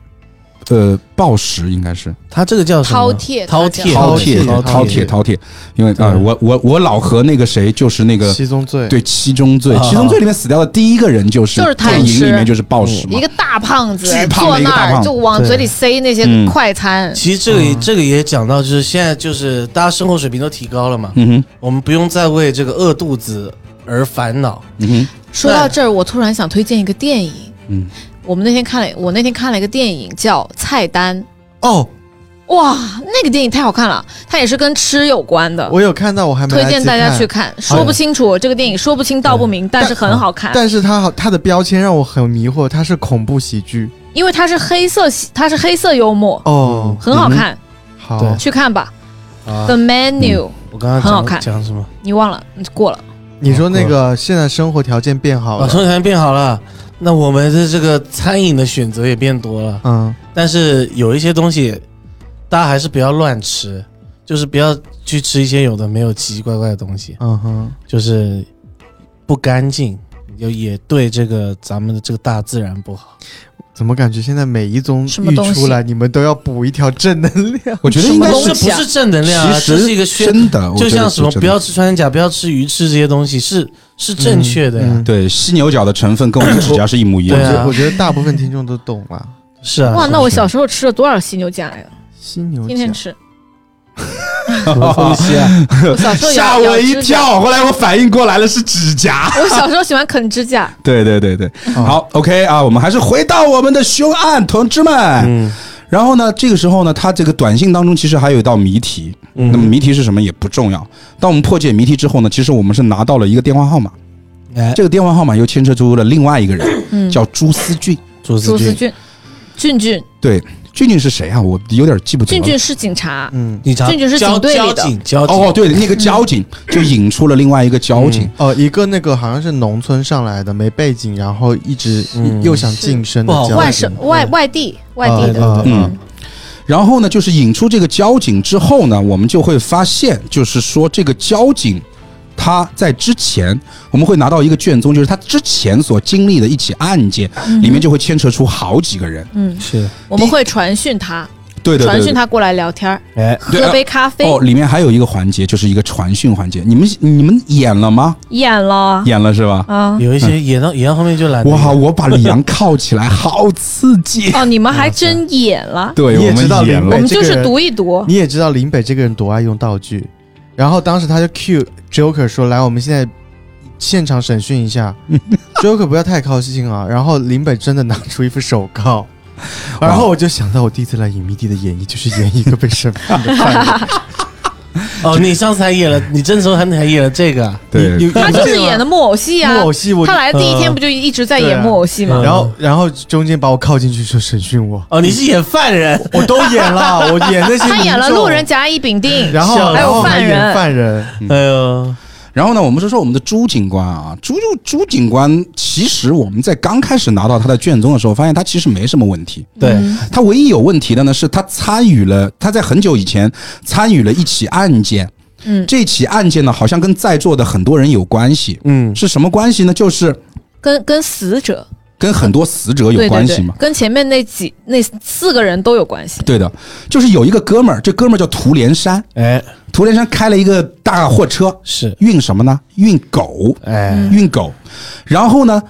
呃暴食应该是
他这个叫什么？
饕餮
饕
它
餮，
叫
饕
饕餮饕
餮
餮
饕餮，因为啊、
对
我我我老和那个谁就是那个
七宗罪，
对七宗罪，
啊
七宗罪里面死掉的第一个人就是
就是贪
电影
吃嗯
里面就是暴食嘛
一，个大胖子
巨胖
坐
的一个大
那
胖
儿
子
就往嘴里塞那些
嗯
快餐，
其实这个也、这个也讲到，就是现在就是大家生活水平都提高了嘛，
嗯哼
我们不用再为这个饿肚子而烦恼。
嗯哼
说到这儿，我突然想推荐一个电影。
嗯
我们那天看了，我那天看了一个电影叫《菜单
哦，》，
哇，那个电影太好看了，它也是跟吃有关的，
我有看到，我还没
推
来
荐
及
大家
看
去。看。说不清楚这个电影，说不清道不明，但是很好看，
但是它好，它的标签让我很迷惑，它是恐怖喜剧
因为它是黑色喜，它是黑色幽默，
哦。嗯
很好看，
好，
对
去看吧。
啊
The，Menu，
我刚刚
很好
讲
看
讲什么？
你忘了，你过了。
你说那个现在生活条件变好
啊，
了，
生活条件变好了，那我们的这个餐饮的选择也变多了，
嗯，
但是有一些东西，大家还是不要乱吃，就是不要去吃一些有的没有奇奇怪怪的东西，
嗯哼，
就是不干净，也也对这个咱们的这个大自然不好。
怎么感觉现在每一宗
什么
一
东西
出来，你们都要补一条正能量？
我觉得应该
什么
是
东西
这不是正能量啊，
其
这
实
是一个宣
真的，啊我
就
觉得
像
是
什么
真
不
的
要吃穿山甲，不要吃鱼翅这些东西，是是 正确的呀。
嗯嗯
对犀牛角的成分跟我们指甲是一模一样
对
我觉
的。
啊
得我觉得大部分听众都懂 了。
是啊，
哇，
是
那我
是
小时候吃了多少犀牛甲呀？
犀牛
天天
角
吃，
什么东西啊？
我小 时候
吓
咬
我
咬
一
指甲，
跳，后来我反应过来了是指甲。
我小时候喜欢啃指甲。
对对对对，
哦
好，OK 啊，我们还是回到我们的凶案，同志们。
嗯
然后呢，这个时候呢，他这个短信当中其实还有一道谜题，
嗯
那么谜题是什么也不重要。当我们破解谜题之后呢，其实我们是拿到了一个电话号码，
哎，
这个电话号码又牵扯出了另外一个人，
嗯，
叫朱思俊。
朱
朱
思
思
俊，
俊，俊俊，
对，俊俊是谁啊？我有点记不清
俊
了。
俊是警察，
嗯，
你查
俊俊是
交
警队
交
里的
警，交警
哦，对，那个交警
嗯
就引出了另外一个交警。
哦，一个那个好像是农村上来的，没背景，然后一直
嗯
又想晋升的
不好
交
外
警
省外外地外地的，
嗯啊
对
嗯，然后呢，就是引出这个交警之后呢，我们就会发现，就是说这个交警他在之前，我们会拿到一个卷宗，就是他之前所经历的一起案件，里面就会牵扯出好几个人。
嗯，
是
我们会传讯他，
对对对
传
对
讯他过来聊天儿，
哎，
对
喝杯咖啡，
哦，里面还有一个环节，就是一个传讯环节。你们你们演了吗？
演了
演了是吧？
啊，
有一些演到演到后面就懒
嗯
得
哇，
演，
我把李阳铐起来，好刺 激！
哦，你们还真演了，
对，
你也
我们
知道
演
林
我
了
北
们
啊这个
就是
人
读一读，
你也知道林北这个人多爱用道具，然后当时他就 cue Joker 说：“来，我们现在现场审讯 一下，Joker 不要太靠近啊。”然后林北真的拿出一副手铐，然后我就想到我第一次来影迷地的演绎就是演一个被审 判的犯人，
哦，你上次还演了，你这时候还还演了这个啊，
对
你你
他就是演的木偶戏啊
木，偶戏，我嗯
他来的第一天不就一直在
啊
演木偶戏吗
嗯？
然后然后中间把我靠进去说审讯我，
哦，你是演犯人，
我都演 了，我演那些
他演了
民众
路人，甲乙丙丁，
嗯然后
笑
还
然
有
后还
犯
演
人，
犯人，
嗯
哎
嗯
呦，
然后呢，我们就说我们的朱警官啊，朱朱警官，其实我们在刚开始拿到他的卷宗的时候，发现他其实没什么问题。
对，
他唯一有问题的呢，是他参与了，他在很久以前参与了一起案件。
嗯
这起案件呢，好像跟在座的很多人有关系。
嗯，
是什么关系呢？就是
跟跟死者
跟很多死者有
对对
关系
对
嘛，。
跟前面那几那四个人都有关系，
对的，就是有一个哥们儿，这哥们儿叫涂连山，
哎，
涂连山开了一个大货车，
是，
运什么呢？运狗，
嗯
哎，
运狗。然后呢，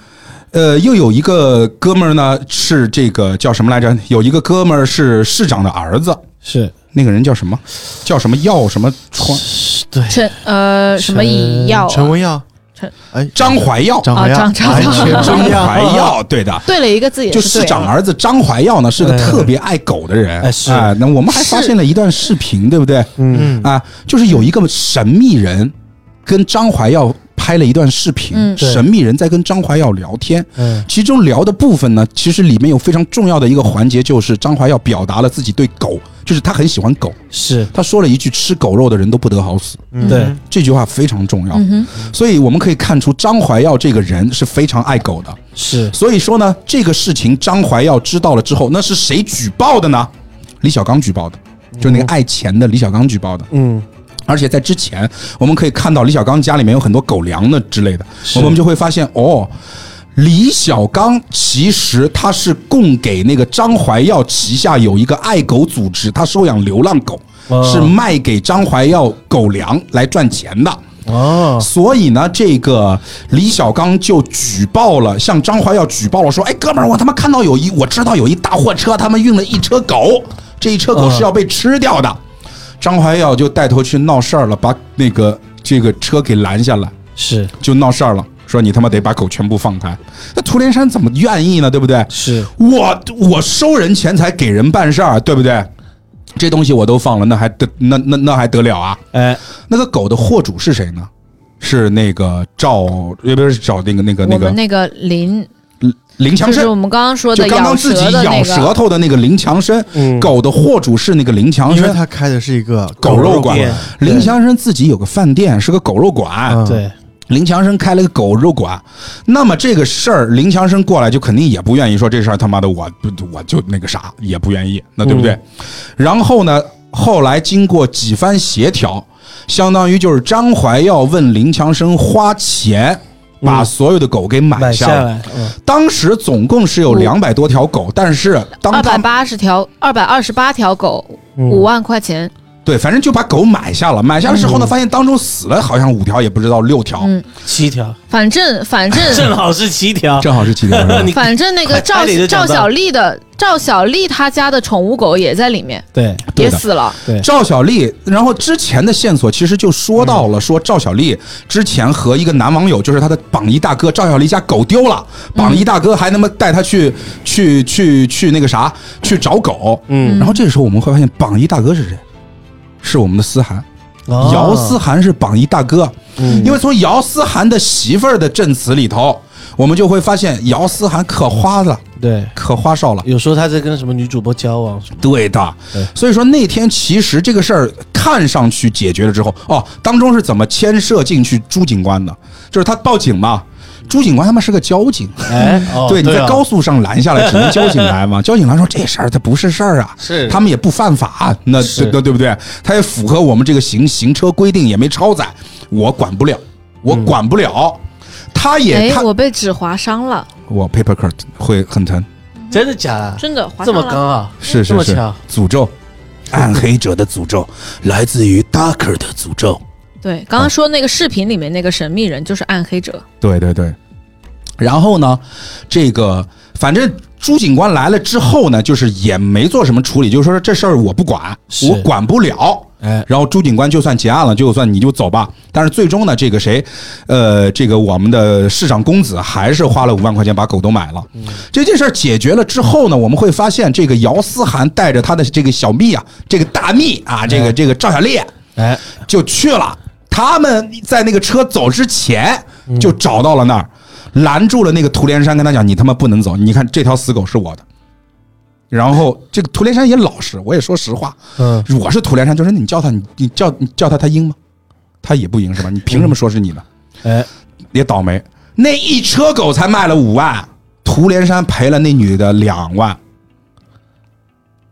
呃，又有一个哥们儿呢是这个叫什么来着？有一个哥们儿是市长的儿子，
是
那个人叫什么？叫什么耀什么川？
是，对，
陈呃什么乙药啊，
陈文耀
陈，
哎，
张怀耀，
张怀耀，
啊张张
哎
张
全
张
文耀
怀耀，对的。
对了一个字也
就是市
对啊
长
了。
儿子张怀耀呢，是个
哎
特别爱狗的人，
哎是
啊。那我们还发现了一段视频，对不对？
嗯，
嗯
啊，就是有一个神秘人跟张怀耀拍了一段视频，
嗯
对
神秘人在跟张怀耀聊天，
嗯，
其中聊的部分呢，其实里面有非常重要的一个环节，就是张怀耀表达了自己对狗，就是他很喜欢狗，
是，
他说了一句“吃狗肉的人都不得好死
嗯
对”，
这句话非常重要，
嗯哼，
所以我们可以看出张怀耀这个人是非常爱狗的。
是，
所以说呢，这个事情张怀耀知道了之后，那是谁举报的呢？李小刚举报的，就那个爱钱的李小刚举报的。
嗯，
而且在之前，我们可以看到李小刚家里面有很多狗粮呢之类的，
是
我们就会发现哦，李小刚其实他是供给那个张怀耀旗下有一个爱狗组织，他收养流浪狗，
哦
是卖给张怀耀狗粮来赚钱的。
哦，
所以呢，这个李小刚就举报了，向张怀耀举报了，说：“哎，哥们儿，我他妈看到有一，我知道有一大货车，他们运了一车狗，这一车狗是要被吃掉的。啊张怀耀就带头去闹事儿了，把那个这个车给拦下来，
是
就闹事儿了，说你他妈得把狗全部放开。那涂连山怎么愿意呢？对不对？
是，
我我收人钱财给人办事儿，对不对？这东西我都放了，那还得那那那还得了啊？
哎，
那个狗的货主是谁呢？是那个赵，也不是找那个那个那
我们
个
那个林，
林
就
强
是
生，
我们刚刚说
就
的
刚
咬
刚自己
舌的那
咬
个
舌，头的那个林强生。
嗯，
狗的货主是那个林强
因为
生，
他开的是一个
狗肉馆
店，
林强生自己有个饭店，是个狗肉馆。
嗯
对，
林强生开了个狗肉馆，那么这个事儿，林强生过来就肯定也不愿意说这事儿他妈的我不我就那个啥也不愿意，那对不对？
嗯
然后呢，后来经过几番协调，相当于就是张怀耀问林强生花钱把
嗯
所有的狗给买
买
下
下
来。
来，嗯
当时总共是有两百多条狗，但是当
二
他
百八十条，二百二十八条狗，
嗯
五万块钱，
对，反正就把狗买下了。买下之
嗯
后呢，发现当中死了好像五条，也不知道六条，
嗯，
七条，
反正反正
正好是七条，
正好是七条。是吧
你
反正那个
快
赵
快点就
赵
讲到
小丽的赵小丽她家的宠物狗也在里面，
对，
对
也
的
死了。
对
赵小丽，然后之前的线索其实就说到
嗯
了，说赵小丽之前和一个男网友，就是她的榜一大哥，赵小丽家狗丢了，榜
嗯
一大哥还他妈带她去去去去那个啥，去找狗。
嗯，
然后这个时候我们会发现，榜一大哥是谁？是我们的思涵，
哦
姚思，涵是榜一大哥，
嗯
因为从姚思涵的媳妇儿的证词里头，我们就会发现姚思涵可花了，
对，
可花哨了。
有时候他在跟什么女主播交往，
对的
对，
所以说那天其实这个事儿看上去解决了之后，哦，当中是怎么牵涉进去朱警官的？就是他报警嘛，朱警官他妈是个交警，
哎，哦
对，你在
啊
高速上拦下来，只能交警来 嘛。交警来说这事儿它不是事儿啊，
是
他们也不犯法，那
是
那对不对？他也符合我们这个行行车规定，也没超载，我管不了，我
嗯
管不了。他也
哎，
他
我被纸划伤了，
我 paper cut 会很疼，
真的假的？
真的划
这
伤
么
了。
刚啊？
是
这
是
么
是
巧，
诅咒，暗黑者的诅咒来自于 Darker 的诅咒。
对，刚刚说那个视频里面那个神秘人就是暗黑者，
对对对，然后呢，这个反正朱警官来了之后呢，就是也没做什么处理，就是说这事儿我不管，
是
我管不了。
哎，
然后朱警官就算结案了，就算你就走吧。但是最终呢，这个谁，呃，这个我们的市长公子还是花了五万块钱把狗都买了。
嗯
这件事儿解决了之后呢，我们会发现这个姚思涵带着他的这个小蜜啊，这个大蜜啊，这个这个赵小丽
哎，
就去了。他们在那个车走之前
嗯
就找到了那儿，拦住了那个涂连山，跟他讲：“你他妈不能走！你看这条死狗是我的。”然后这个涂连山也老实，我也说实话，
嗯，
我是涂连山，就是你叫他，你你叫你叫他，他应吗？他也不应是吧？你凭什么说是你呢？
哎，
也倒霉，那一车狗才卖了五万，涂连山赔了那女的两万。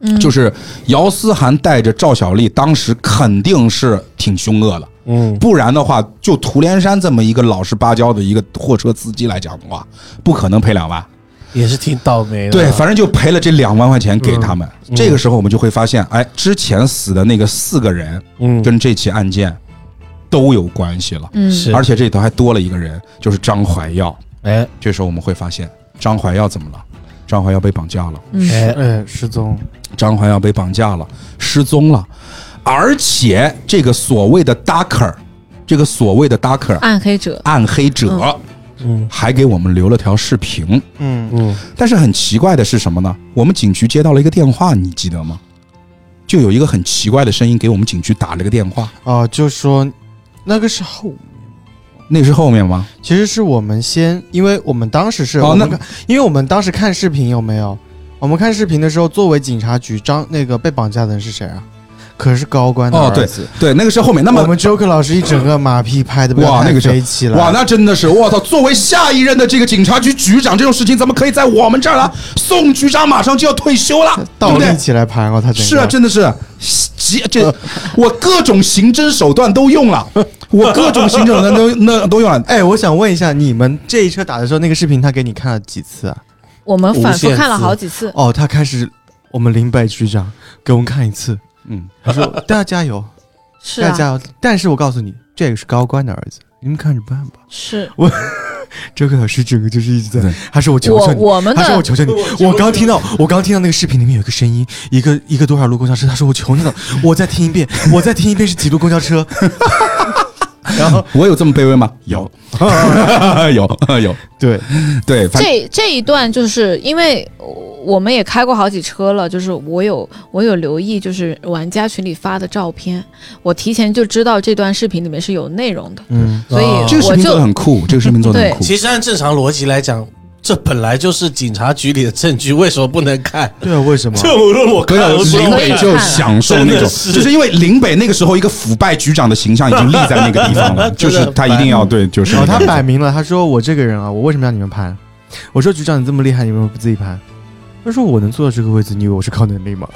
嗯，
就是姚思涵带着赵小丽，当时肯定是挺凶恶的，
嗯，
不然的话，就涂连山这么一个老实巴交的一个货车司机来讲的话，不可能赔两万。
也是挺倒霉的。
对，反正就赔了这两万块钱给他们。这个时候我们就会发现，哎，之前死的那个四个人
嗯，
跟这起案件都有关系了，
嗯，
是，
而且这里头还多了一个人，就是张怀耀。
哎
这时候我们会发现，张怀耀怎么了？张怀耀被绑架了，
哎，
哎失踪，
张怀耀被绑架了，失踪了，而且这个所谓的 Darker，这个所谓的 Darker
暗黑者，
暗黑者，
嗯
还给我们留了条视频。
嗯，
嗯，
但是很奇怪的是什么呢？我们警局接到了一个电话，你记得吗？就有一个很奇怪的声音给我们警局打了个电话，
哦，就说那个时候
那是后面吗？
其实是我们先，因为我们当时是，
哦
我们
那
看因为我们当时看视频有没有？我们看视频的时候，作为警察局张那个被绑架的人是谁啊？可是高官的
哦
儿子。
对，那个是后面。那么
我们 Joker 老师一整个马屁拍的不要
哇那
太
个是
飞起来，
哇，那真的是我操！作为下一任的这个警察局局长，这种事情怎么可以在我们这儿呢？宋局长马上就要退休了，对
倒
不对
立？起来盘
啊
哦，他整个
是啊，真的是，这这我各种刑侦手段都用了，我各种行 程那都那都用了。
哎，我想问一下，你们这一车打的时候，那个视频他给你看了几次啊？
我们反复
无限次
看了好几 次，
哦，他开始，我们林北局长给我们看一次，
嗯，
他 说大家加油，
是
大家加
啊，
油。但是我告诉你，这个是高官的儿子，你们看着办吧。
是
周克老师整个就是一直在
对，
他说我求求
我
你，
我们
他说我
的
求求你，我刚听到，我刚听到那个视频里面有一个声音，一个一个多少路公交车，他说我求你 了，我再听一遍，我再听一遍是几路公交 车，然后
我有这么卑微吗？ 有， 有，有，
对，
对，反正
这这一段，就是因为呃我们也开过好几车了，就是我有我有留意，就是玩家群里发的照片，我提前就知道这段视频里面是有内容的，
嗯，
所以
哦
这个视
我
频做的
就
很酷，这个视频做的很酷。
其实按正常逻辑来讲，这本来就是警察局里的证据，为什么不能看？
对啊，为什么？
这无论我
可
看，我
是
说
林
可以
北就享受那
真
种
的，是
就是因为林北那个时候一个腐败局长的形象已经立在那个地方 了，就
真的
是他一定要对，就是
哦
然后哦他摆明了，他说我这个人啊，我为什么要你们盘？我说局长你这么厉害，你为什么不自己盘？他说我能做到这个位置，你以为我是靠能力吗？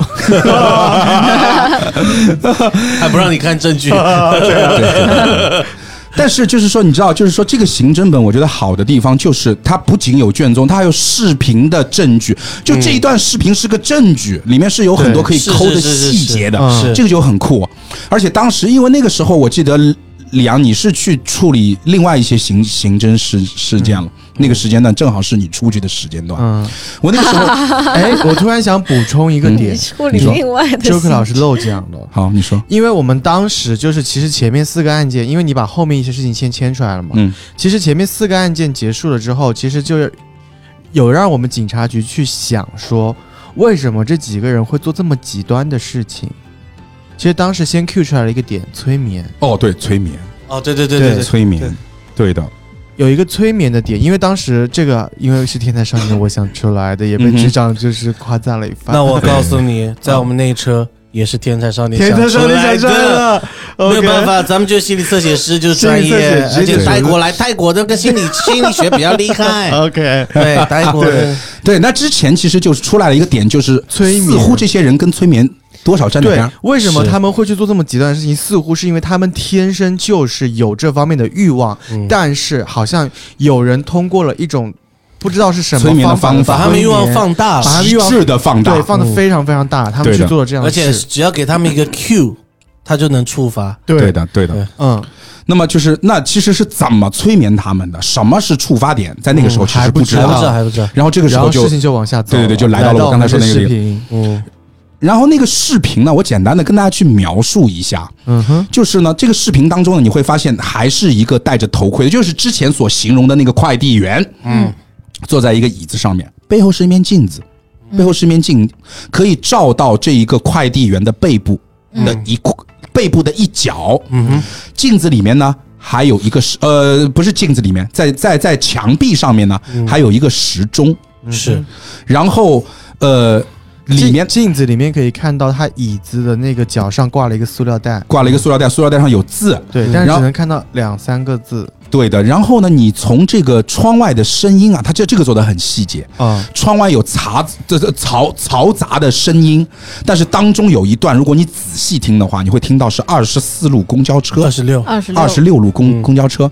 还不让你看证据，哦
对。 但是就是说，你知道，就是说这个刑侦本，我觉得好的地方就是它不仅有卷宗，它还有视频的证据。就这一段视频是个证据，里面是有很多可以抠的
是是是是
细节的，
嗯
是
这个就很酷。而且当时因为那个时候，我记得李阳你是去处理另外一些刑刑侦事事件了，那个时间段正好是你出去的时间段。
嗯，
我那个时候，
哎，我突然想补充一个 点，
处
你
理
说
另外的
周克老
信
师漏讲了。
好，你说，
因为我们当时就是，其实前面四个案件，因为你把后面一些事情先牵出来了嘛，
嗯，
其实前面四个案件结束了之后，其实就是有让我们警察局去想说，为什么这几个人会做这么极端的事情。其实当时先 Q 出来了一个点，催眠，
哦，对，催眠，
哦，对对对对对，
催眠，对的，
有一个催眠的点，因为当时这个因为是天才少年，我想出来的，也被
嗯哼
局长就是夸赞了一番。
那我告诉你，在我们那一车也是天才少 年
天才少年
想
想
出
出
来
来
的。
了，
没有办
OK，
法，咱们就是心理测写师就是专
心理测
业
写，师
而且
对
泰国来泰国的跟心理心理学比较 厉害。
OK，
对，泰国的
对，那之前其实就是出来了一个点，就是
催眠
似乎这些人跟催眠多少沾点
对
边儿。，
为什么
是
他们会去做这么极端的事情？似乎是因为他们天生就是有这方面的欲望，
嗯
但是好像有人通过了一种不知道是什么
催眠的
方
方法
把他们欲望放大
把
了，
他
极致的放大，
对放的非常非常大，他们
对
去
的
做了这样
而
的
且
事，
只要给他们一个 Q，他就能触发。
对，的，对的
对。
嗯，
那么就是，那其实是怎么催眠他们的？什么是触发点？在那个时候其实不知
还不知道，
道。
还不知道。
然后这个时
然
候
后
就
事，情就往下走了，
对对对就来
来
到了我刚才说
们
那
的
个
视
地
频，
嗯，
然后那个视频呢，我简单的跟大家去描述一下。
嗯哼，
就是呢，这个视频当中呢，你会发现还是一个戴着头盔的，就是之前所形容的那个快递员，嗯，坐在一个椅子上面，背后是一面镜子，背后是一面镜，可以照到这一个快递员的背部的一块、背部的一角，嗯哼，镜子里面呢。还有一个时，呃，不是镜子里面，在在在墙壁上面呢，还有一个时钟，
是
然后呃，里面
镜镜子里面可以看到他椅子的那个脚上挂了一个塑料袋，
挂了一个塑料袋，塑料袋上有字，
对，
嗯
但
然
是只
后
能看到两三个字
对的，然后呢，你从这个窗外的声音啊，它这这个做的很细节。
啊，
窗外有嘈这这嘈嘈杂的声音，但是当中有一段，如果你仔细听的话，你会听到是二十四路公交车
二，十六，
二十
二十六路公
嗯
公交车。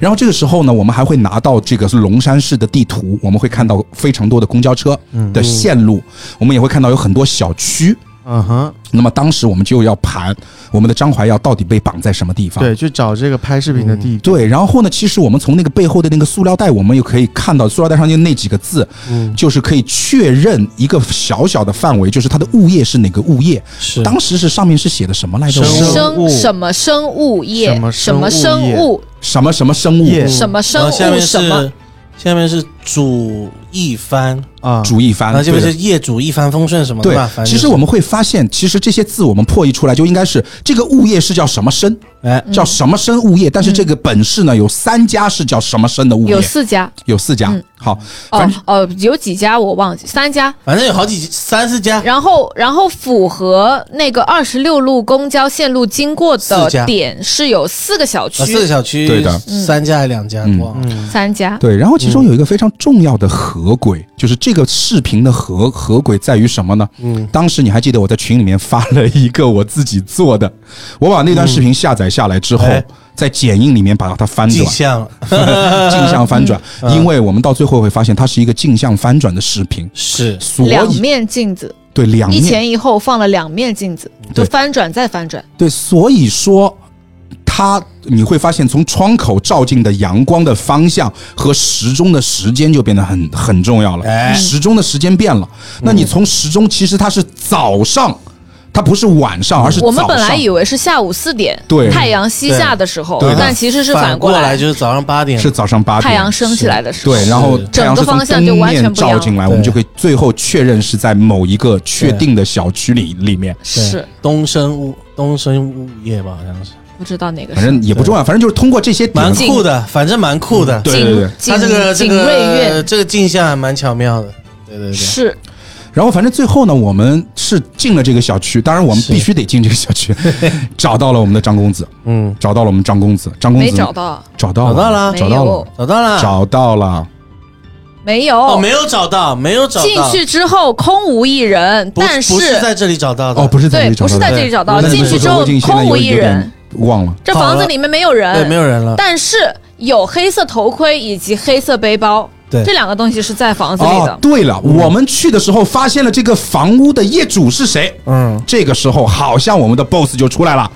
然后这个时候呢，我们还会拿到这个龙山市的地图，我们会看到非常多的公交车
嗯
的线路，我们也会看到有很多小区。
嗯哼，
那么当时我们就要盘我们的张怀耀到底被绑在什么地方？
对，去找这个拍视频的地，
对，然后呢，其实我们从那个背后的那个塑料袋，我们也可以看到塑料袋上就那几个字，
嗯，
就是可以确认一个小小的范围，就是它的物业是哪个物业。
是
当时是上面是写的什么来着？
生
生
生
物
什么生物业
什么
什么
生
生
物
物
什么什么生物
业
什么
然
生
后下
物
面
什么
是下面是主一番，
啊，
主一番
然后？这
对的
边是业主一帆风顺什么的
对
吧？反正
其实
就是
我们会发现，其实这些字我们破译出来就应该是这个物业是叫什么生，
哎，
叫什么生物业。但是这个本市呢，有三家是叫什么生的物业
嗯有，四家
有四家
嗯。
好，
哦
反正
哦有几家我忘记三家，
反正有好几三四家，
然后，然后符合那个二十六路公交线路经过
四家
的点是有四个小区，
啊，四个小区，
对的
三家还是两家？
嗯
哇，
三家。
对，然后其
嗯
中有一个非常重要的合轨，就是这个视频的合合轨在于什么呢？
嗯，
当时你还记得我在群里面发了一个我自己做的，我把那段视频下载下来之后，
哎
在剪映里面把它翻
镜
转，
像了，
镜像翻转，
哎嗯
因为我们到最后会发现它是一个镜像翻转的视频，
是
所
两
以
面镜子，
对两
一
面
前一后放了两面镜子，就
对
翻转再翻转。
对，所以说。它你会发现，从窗口照进的阳光的方向和时钟的时间就变得很很重要了。
哎
时钟的时间变了，那你从时钟其实它是早上，它不是晚上，而是
我们
早
本来
上
以为是下午四点，
对
太阳西下的时候
对，的
但其实是
反
过
来，就是早上八点
是早上八点
太阳升起来的时候。
对，然后
是
太阳是
整个
从
方向就
东
完全
面
不一样
照进来，我们
对
就可以最后确认是在某一个确
对
定的小区里里面，
是
东升物东升物业吧，好像是，
不知道哪个是。
反正也不重要，反正就是通过这些点
蛮
景
酷的，反正蛮酷的。
嗯对
景
对对
它这个这
景瑞苑
个这个镜像还蛮巧妙的，对对对，
是
然后反正最后呢，我们是进了这个小区，当然我们
是
必须得进这个小区，找到了我们的张公子，
嗯，
找到了我们张公子，张公
没
子
找到，
找到
找到了
找到了，
找到了，
找到了，
没
哦，
有，
没有找到，没有找到，
进去之后空无一人，
不
但
不是在这里找到的，
哦，不是在这
对，
里找
不
到
是在
的，
这里找到，
那你
进
们
去之
说
后
我已经现在
空无
有
一
有
人
点，忘了，
这
好
房子
了
里面没有
对，
人，
没有人了，
但是有黑色头盔以及黑色背包，
对
这两个东西是在房子里
哦
的，。
对了，我们去的时候发现了这个房屋的业主是谁，
嗯，
这个时候好像我们的 boss 就出来了，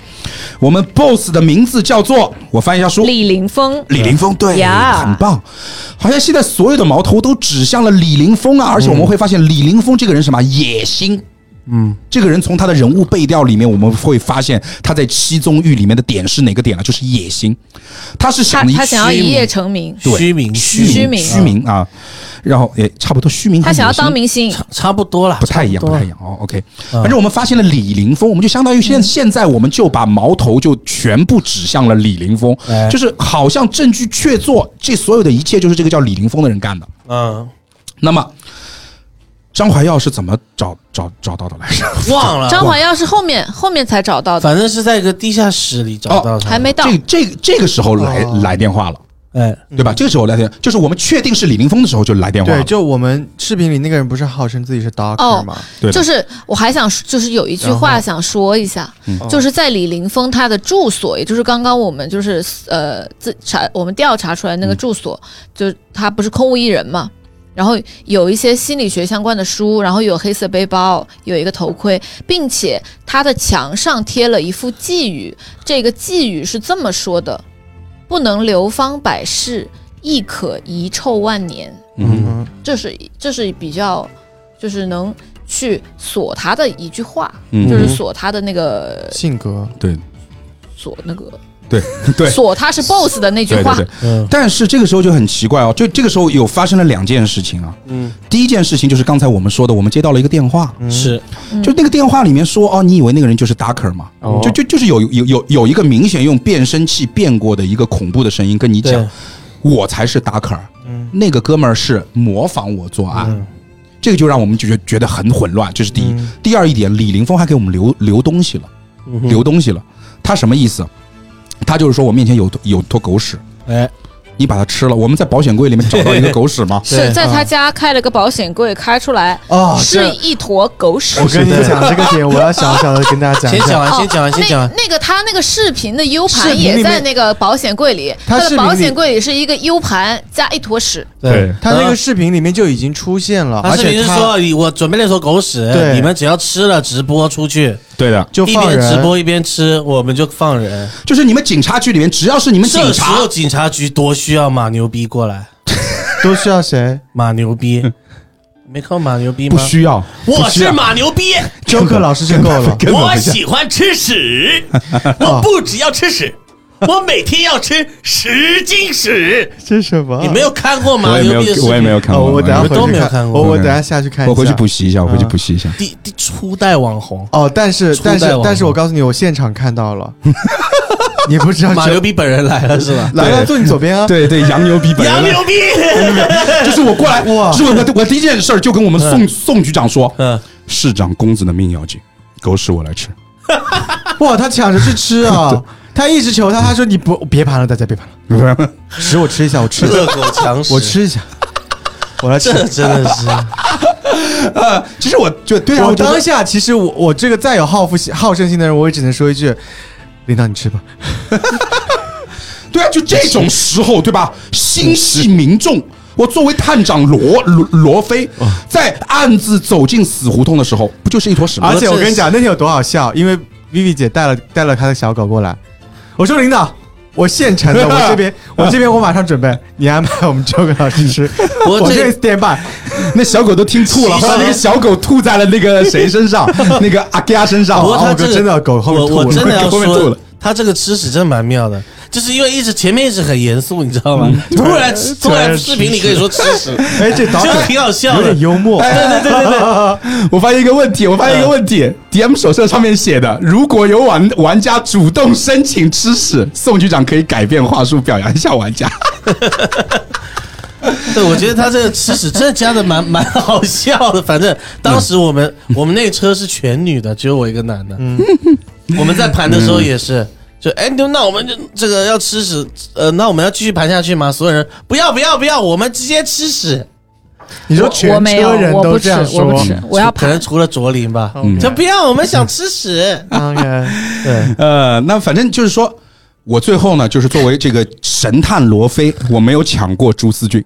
我们 boss 的名字叫做，我翻一下书，
李林峰，
李林峰，对
呀
很棒。好像现在所有的矛头都指向了李林峰啊，而且我们会发现李林峰这个人什么野心。嗯，这个人从他的人物背调里面，我们会发现他在《七宗狱》里面的点是哪个点了？就是野心，他是
他
想的
他想要
虚
一
名
夜成名，
对
虚名
虚
虚
名
名
虚名啊，然后也差不多虚名和
他
野心，
想要当明星，
差差不多了，
不太一样，
差
不
多了
太一样哦。OK，反正我们发现了李林峰，我们就相当于现现在我们就把矛头就全部指向了李林峰
哎，
就是好像证据确凿，这所有的一切就是这个叫李林峰的人干的。
嗯，
那么，张怀耀是怎么找找找到的来着？
忘了，
张环耀是后面后面才找到的，
反正是在一个地下室里找到他，
还没到。
这这这个时候来来电话了，
哎，
对吧？这个时候来电，就是我们确定是李林峰的时候就来电话
对，
了。
就我们视频里那个人不是号称自己是 doctor
哦
吗？
对的
就是我还想说，就是有一句话想说一下，
嗯
就是在李林峰他的住所，也就是刚刚我们就是呃自查我们调查出来
嗯
那个住所，就是他不是空无一人嘛。然后有一些心理学相关的书，然后有黑色背包，有一个头盔，并且他的墙上贴了一副寄语，这个寄语是这么说的：“不能流芳百世，亦可遗臭万年。”
嗯，
嗯，
这是这是比较就是能去锁他的一句话，
嗯
就是锁他的那个
性格
对
锁那个
对 对。
锁他是 boss 的那句
对
话
对对，
嗯
但是这个时候就很奇怪哦，就这个时候有发生了两件事情啊。
嗯，
第一件事情就是刚才我们说的，我们接到了一个电话，
是
就那个电话里面说，哦，你以为那个人就是 Darker 吗？
哦
就就就是有有有有一个明显用变声器变过的一个恐怖的声音跟你讲
对，
我才是 Darker，、那个哥们儿是模仿我作案。这个就让我们就觉觉得很混乱，这是第一。第二一点，李林峰还给我们留留东西了，留东西了。他什么意思？他就是说我面前有有坨狗屎，
哎，，
你把它吃了。我们在保险柜里面找到一个狗屎嘛
是在他家开了个保险柜，开出来
啊哦
是一坨狗屎
我。跟你讲这个点，我要小小的跟大家讲一
先
下
讲。完，
哦
先讲完，先讲完
那，那个他那个视频的 U
视
盘
频里
也
面
在那个保险柜里，
他
他的
视频
保
里
险柜里是一个 U 盘加一坨屎，
对
他那个
嗯
视频里面就已经出现了，
他
而
视频
且
是
他
说，你我准备了一坨狗屎，
对
你们只要吃了直播出去，
对的，
就
一
放
边
人
直播一边吃，我们就放人。
就是你们警察局里面，只要是你们警
这时
察
候，警察局多需要马牛逼过来，
都需要谁
马 牛逼，没看过马牛逼
不
吗？
需要，
我
不需要
是马牛逼，
？Joker 老师就够 了。
根本
我
不像
喜欢 吃屎，我不只要吃屎，我每天要吃十斤屎。
这什么？
你没有看过
我
马
也没
牛逼的视
有，啊
频？
我也没有看
哦，
过。
我等下回
你们
去
都没有
看
看过
我我等下下去看一下。
我回去补。习一下，我回去补习一下。
第第初代网红，
哦，但是
初代
但是
网
但是我
红
告诉你，我现场看到了， 你不
啊
知道
马牛
Joker
逼本人来了 是吧？
来了，
对
坐你左边啊。
对对，洋牛逼本
杨
人
牛
来，
逼，
就是我过来，
哇嗯
就是我我第一件事儿就跟我们宋宋局长说，
嗯，
市长公子的命要紧，狗屎我来吃。
哇，他抢着去吃啊！他一直求他，他说你不别盘了，大家别盘了，屎我吃一下，我吃一下
热，狗强食，
我吃一下，我来吃。
这真的 是，
呃，其实我就对啊，
我
觉得
当下其实我我这个再有好负心好胜心的人，我也只能说一句，领导你吃吧。
对啊，就这种时候，对吧？心系民众。我作为探长罗罗罗非，
哦
在暗自走进死胡同的时候，不就是一坨屎吗
而？且我跟你讲，那天有多好笑，因为 Vivi 姐带了带了她的小狗过来，我说领导。我现成的，我这边，我这边，我马上准备，你安排我们周哥老师吃，
我
我
这
这边 stand by。
那小狗都听吐了，
其实
后来那个小狗吐在了那个谁身 上，那个阿加身上。
不过他
哦
这
我
个
真的狗后面
我
吐了
我真的要
狗后面吐了
说，他这个吃屎真的蛮妙的，就是因为一直前面一直很严肃，你知道吗？
嗯
突然 突然视频里跟你说吃屎，
哎， 这导
就
演
挺好笑
有
的
点。幽默，
对对对对，我发现一个问题，我发现一个问题，DM 手册上面写的，如果有玩玩家主动申请吃屎，宋局长可以改变话术，表扬一下玩家。
对，我觉得他这个吃屎真的加的蛮 蛮好笑的。反正当时我们
嗯
我们那车是全女的，只有我一个男的。我们在盘的时
嗯
候也是。就哎，就那我们就这个要吃屎，呃，那我们要继续盘下去吗？所有人不要不要不要，我们直接吃屎。
你说全
我我没有
车人，
我
都
不
这
吃，
样
我不
说，嗯
吃，我要
可
爬
能。除了卓林吧，
OK
就不要，我们想吃屎。
OK，对，
呃，那反正就是说，我最后呢，就是作为这个神探罗非，我没有抢过朱思俊，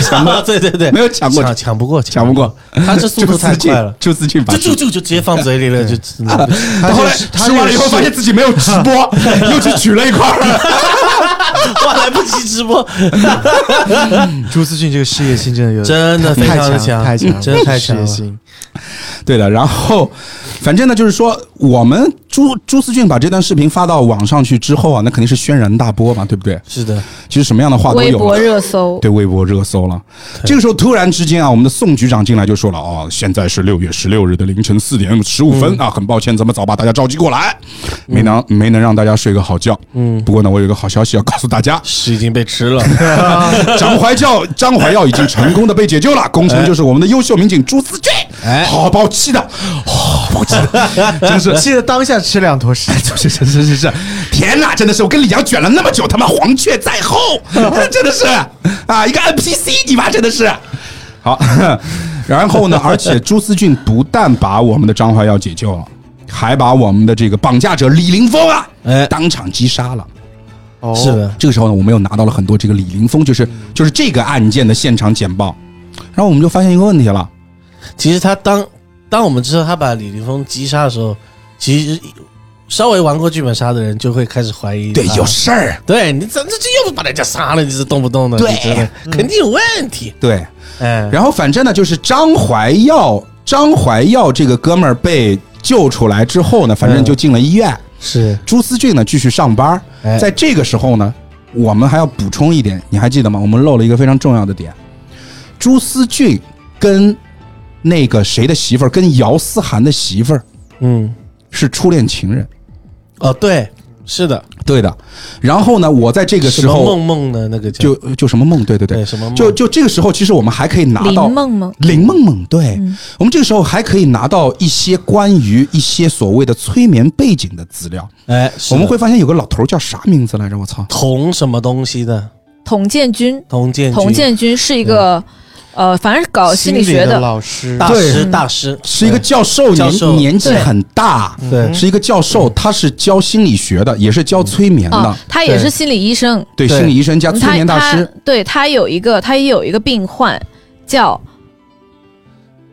抢了，对对对，
没有抢过
抢抢不过，
抢不过，
他这速
朱
度
思
太
俊
快了，，
朱思俊把
就就就就直接放嘴里 了，就真的
他
后来
就是他
吃完了以后，
就是
发现自己没有直播， 又去取了一块儿。
哇，来不及直播，
嗯朱思俊这个事业心真的有
真的非
太
常的
强，太强了，
真的嗯太强
事业
了。
心。
对的，然后反正呢，就是说我们朱朱思俊把这段视频发到网上去之后啊，那肯定是轩然大波嘛，对不对？
是的，
其实什么样的
哦
话都
微
有
博
了。
热搜，
对微博热搜了，这个时候突然之间啊，我们的宋局长进来就说了哦，现在是六月十六日的凌晨四点十五
嗯
分、啊，很抱歉这么早把大家召集过来，没能、没能让大家睡个好觉。嗯，不过呢，我有一个好消息要告诉大家，
屎已经被吃了，
张怀教、张怀耀已经成功的被解救了，功臣就是我们的优秀民警朱思俊。
哎
好把我气的，好把我气 的，真是。哎
记得当下吃两坨屎，
是是是是是，天哪！真的是，我跟李阳卷了那么久，他妈黄雀在后， 真的是啊，一个 NPC，你妈真的是好。 然后呢，而且朱思俊不但把我们的张怀耀解救了，还把我们的这个绑架者李凌峰啊，
哎
当场击杀了。
哦
是的，
这个时候呢，我们又拿到了很多这个李凌峰，就是就是这个案件的现场简报，然后我们就发现一个问题了，
其实他当当我们知道他把李凌峰击杀的时候，其实稍微玩过剧本杀的人就会开始怀疑他。
对，有事儿，
对你怎么这又把人家杀了？你这动不动的，
对
你真的肯定有问题。
对。
哎，
然后反正呢，就是张怀耀，张怀耀这个哥们儿被救出来之后呢，反正就进了医院。
是
朱思俊呢继续上班
哎。
在这个时候呢，我们还要补充一点，你还记得吗？我们漏了一个非常重要的点，朱思俊跟那个谁的媳妇儿，跟姚思涵的媳妇儿
嗯，
是初恋情人。
哦，对，是的，
对的，然后呢，我在这个
什
时
么
候
梦梦的那个叫
就就什么梦，对对
对
对，
什么梦
就就这个时候，其实我们还可以拿
林
到
梦嗯梦，
林梦梦，对、我们这个时候还可以拿到一些关于一些所谓的催眠背景的资料。
哎，
我们
是的
会发现有个老头儿叫啥名字来着？我操！
同什么东西的
童建军，
同建军
童建军是一个，呃，反正是搞心理学
的
的，啊
老师，
大师
对
大师
是一个教授，
教
年
授嗯
年纪
对
很大，
对嗯
是一个教授，他是教心理学的，也是教催眠的，
啊，他也
对
是心理医生，
对
对
心理医生加
嗯他
催眠大
他
师。
对他有一个，他也有一个病患叫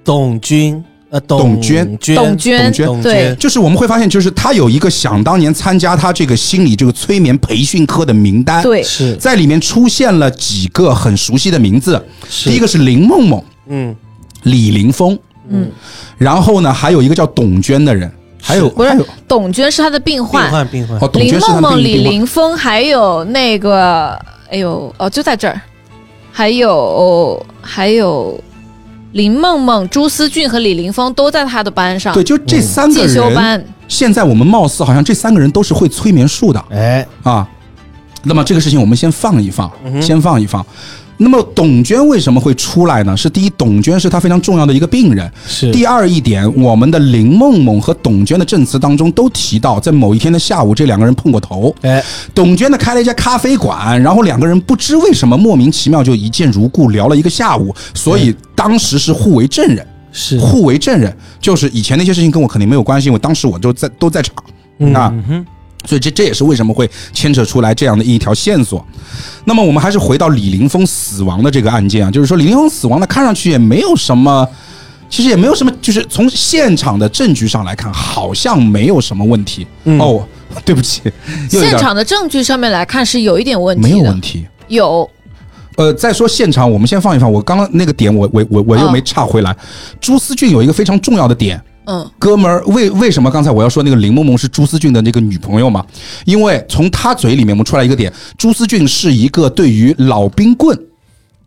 董军呃
董
娟
娟
娟
董娟
娟
董
对
就是我们会发现，就是他有一个想当年参加他这个心理这个催眠培训课的名单，，
对
是
在里面出现了几个很熟悉的名字，
是
第一个是林梦梦、
嗯
李凌峰，
嗯，
然后呢，还有一个叫董娟的人，还有
不是哎
还有
董娟是他的病
病
患，
患病患
哦，董
林
娟是他
梦
们
梦、
病
李
病患
林峰，还有那个，哎呦，哦，就在这儿，还有还有林梦梦、朱思俊和李林峰都在他的班上
对，就
嗯
这三个
进修
人，
班，
现在我们貌似好像这三个人都是会催眠术的
哎
啊。那么这个事情我们先放一放，
嗯
先放一放。那么董娟为什么会出来呢？是第一，董娟是她非常重要的一个病人。
是
第二一点，我们的林梦梦和董娟的证词当中都提到，在某一天的下午，这两个人碰过头。
哎
董娟呢开了一家咖啡馆，然后两个人不知为什么莫名其妙就一见如故，聊了一个下午，所
哎
以当时是互为证人，
是
互
嗯
为证人就是以前那些事情跟我肯定没有关系，我当时我就在都在场、啊。所以这这也是为什么会牵扯出来这样的一条线索。那么我们还是回到李凌峰死亡的这个案件啊，就是说李凌峰死亡呢，看上去也没有什么，其实也没有什么，就是从现场的证据上来看，好像没有什么问题。
嗯
哦，对不起，又有
现
点
场的证据上面来看是有一点问
没有
题的
问，题。
有
呃，再说现场，我们先放一放。我刚刚那个点我，我我我又
哦
没岔回来。朱思俊有一个非常重要的点，
嗯
哥们儿，为为什么刚才我要说那个林梦梦是朱思俊的那个女朋友嘛？因为从他嘴里面我们出来一个点，朱思俊是一个对于老冰棍，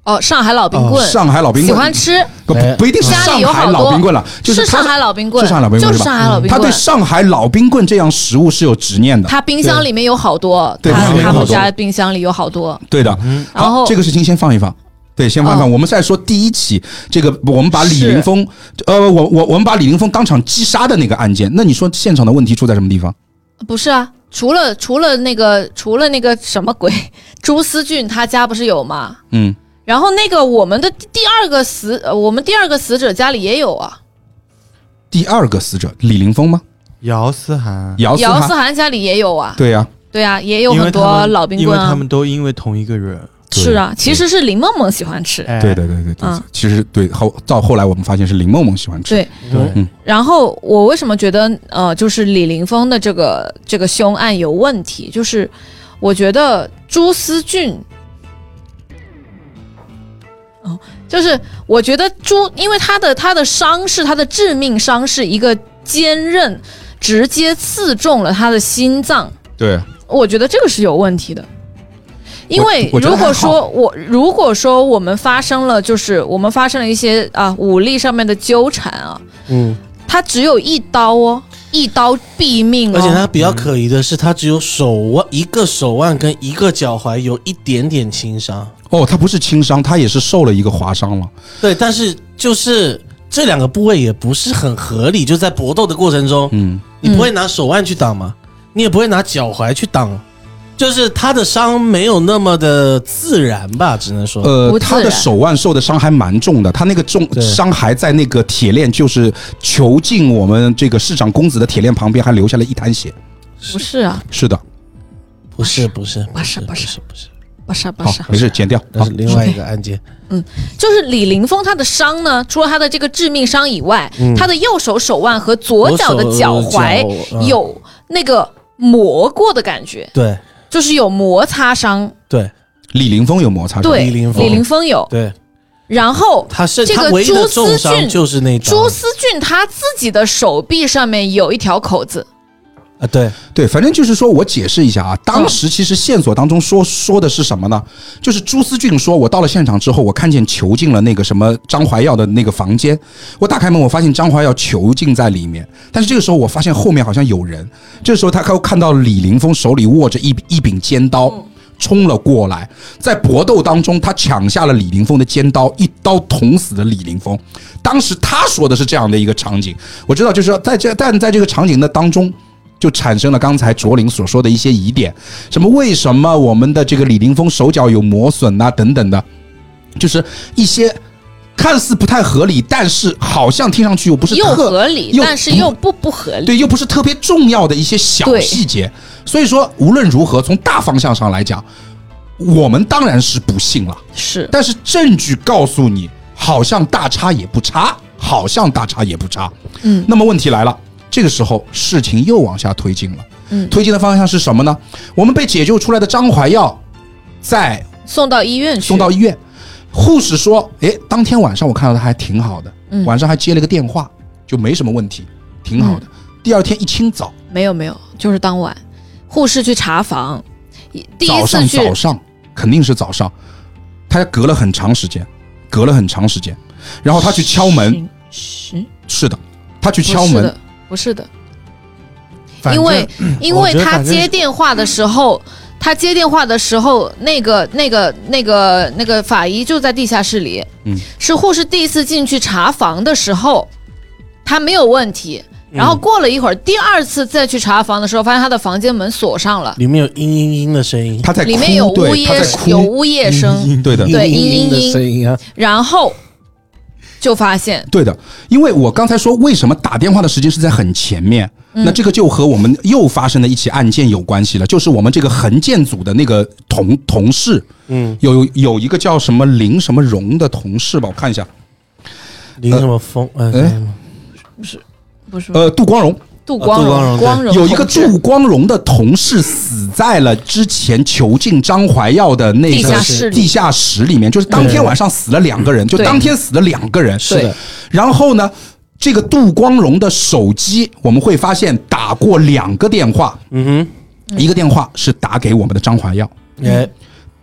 哦，上海老冰棍，
上海老冰
喜
棍
欢吃，
不不不一定是
家
上
里有
海
好
老
多
冰棍了，就是他
上海老冰棍，
是上海老冰棍
就是
吧
上海老冰
他
棍。
对上海老冰棍这样食物是有执念的。
他冰箱里面有好多，
对
他
冰箱里有
他
好
们
多
家冰箱里有好多。
对的，
嗯
然
好，
后
这个事情先放一放。对，先放一放。
哦
我们再说第一起，这个我们把李
是
凌峰，呃，我我我们把李凌峰当场击杀的那个案件，那你说现场的问题出在什么地方？
不是啊，除了除了那个除了那个什么鬼， 朱思俊他家不是有吗？
嗯，
然后那个我们的第二个死，呃我们第二个死者家里也有啊，
第二个死者李凌峰吗？
姚思涵，
姚思
姚
涵
思。涵家里也有啊，
对呀、
对啊，也有
因为
很
他
多
们
老冰
因为
棍
他
啊，
们都因为同一个人，
对
是啊，其实是林梦梦喜欢吃，
哎
对对对对对
嗯，
其实对后到后来我们发现是林梦梦喜欢吃，
对，
对
然后我为什么觉得呃，就是李凌峰的这个这个凶案有问题？就是我觉得朱思俊，哦，就是我觉得朱，因为他的他的伤势，他的致命伤是一个坚韧，直接刺中了他的心脏，
对
我觉得这个是有问题的。因为
我觉得
如
还好
果说我如果说我们发生了就是我们发生了一些啊武力上面的纠缠啊，
嗯，
他只有一刀哦，一刀毙命哦。
而且他
嗯
比较可疑的是，他只有手腕一个手腕跟一个脚踝有一点点轻伤，
哦，他不是轻伤，他也是受了一个划伤了，
对，但是就是这两个部位也不是很合理，就在搏斗的过程中，
嗯，
你不会拿手腕去挡嘛，你也不会拿脚踝去挡，就是他的伤没有那么的自然吧，只能说，
呃
不，自
他
然
的手腕受的伤还蛮重的，他那个重
哦对
伤还在那个铁链，就是囚禁我们这个市长公子的铁链旁边，还留下了一滩血。
不是啊，
是的，
不是不是
不是
不
不是
是不是，
不是不
好
是，，
没事，剪掉。
那
好
是，另外一个案
哦
件，
就是李凌峰他的伤呢，除了他的这个致命伤以外，他的右手手腕和左脚的脚踝
我嗯手脚嗯
有那个磨过的感觉，
对
就是有摩擦伤。
对
李凌峰有摩擦伤，
对，
啊李凌峰
李凌峰有。
对，
然后
他是
这
他
个
唯一的
朱
重
思
伤
俊，
就是那张
朱思俊他自己的手臂上面有一条口子，
啊，对
对，反正就是说我解释一下啊，当时其实线索当中说说的是什么呢？就是朱思俊说，我到了现场之后，我看见囚禁了那个什么张怀耀的那个房间，我打开门，我发现张怀耀囚禁在里面，但是这个时候我发现后面好像有人，这时候他看看到李凌峰手里握着一一柄尖刀。冲了过来，在搏斗当中，他抢下了李凌峰的尖刀，一刀捅死了李凌峰。当时他说的是这样的一个场景，我知道，就是说在这，但在这个场景的当中，就产生了刚才卓林所说的一些疑点，什么为什么我们的这个李凌峰手脚有磨损呐、等等的，就是一些看似不太合理，但是好像听上去又不是
又
特
合理，
又
但是又不不合理。
对，又不是特别重要的一些小
对
细节。所以说，无论如何，从大方向上来讲，我们当然是不信了。
是
但是证据告诉你，好像大差也不差，好像大差也不差。
嗯，
那么问题来了，这个时候事情又往下推进了。
嗯
推进的方向是什么呢？我们被解救出来的张怀耀，在
送到医院去，
送到医院，护士说：“诶，当天晚上我看到他还挺好的，
嗯
晚上还接了个电话，就没什么问题，挺好的。
嗯
第二天一清早，
没有没有，就是当晚护士去查房，一第一
早
次
上
去
早上肯定是早上，他隔了很长时间，隔了很长时间，然哦后他去敲门，
是，
是的，他去
不
敲
是
门，
的，不是的，
反
因
正
为
嗯
因
我
为
觉得
他
反正
接
是
电话的时候，他接电话的时候，那个那个那个那个法医就在地下室里，
嗯，
是护士第一次进去查房的时候，他没有问题。
嗯
然后过了一会儿，第二次再去查房的时候，发现他的房间门锁上了，
里面有嘤嘤嘤的声音，
他在
里面
哭
有呜
对他
咽
在哭嗯
有呜咽声，
对的，
对嘤嘤
嘤的
嘤
声音啊，
然后就发现
对的，因为我刚才说为什么打电话的时间是在很前面，
嗯
那这个就和我们又发生的一起案件有关系了，就是我们这个横建组的那个同同事，嗯，有有一个叫什么林什么荣的同事吧，我看一下，
林
呃
什么峰？嗯、
哎
什么
不是
呃，杜光荣
杜光
杜光荣
荣，
对
光荣
有一个
同志
杜光荣的同事死在了之前囚禁张怀耀的那个
地下室里
地下室里面，就是当天晚上死了两个人，就
对
当天死了两个人，
是的，
然后呢，这个杜光荣的手机我们会发现打过两个电话，
嗯
一个电话是打给我们的张华耀，
哼，哎，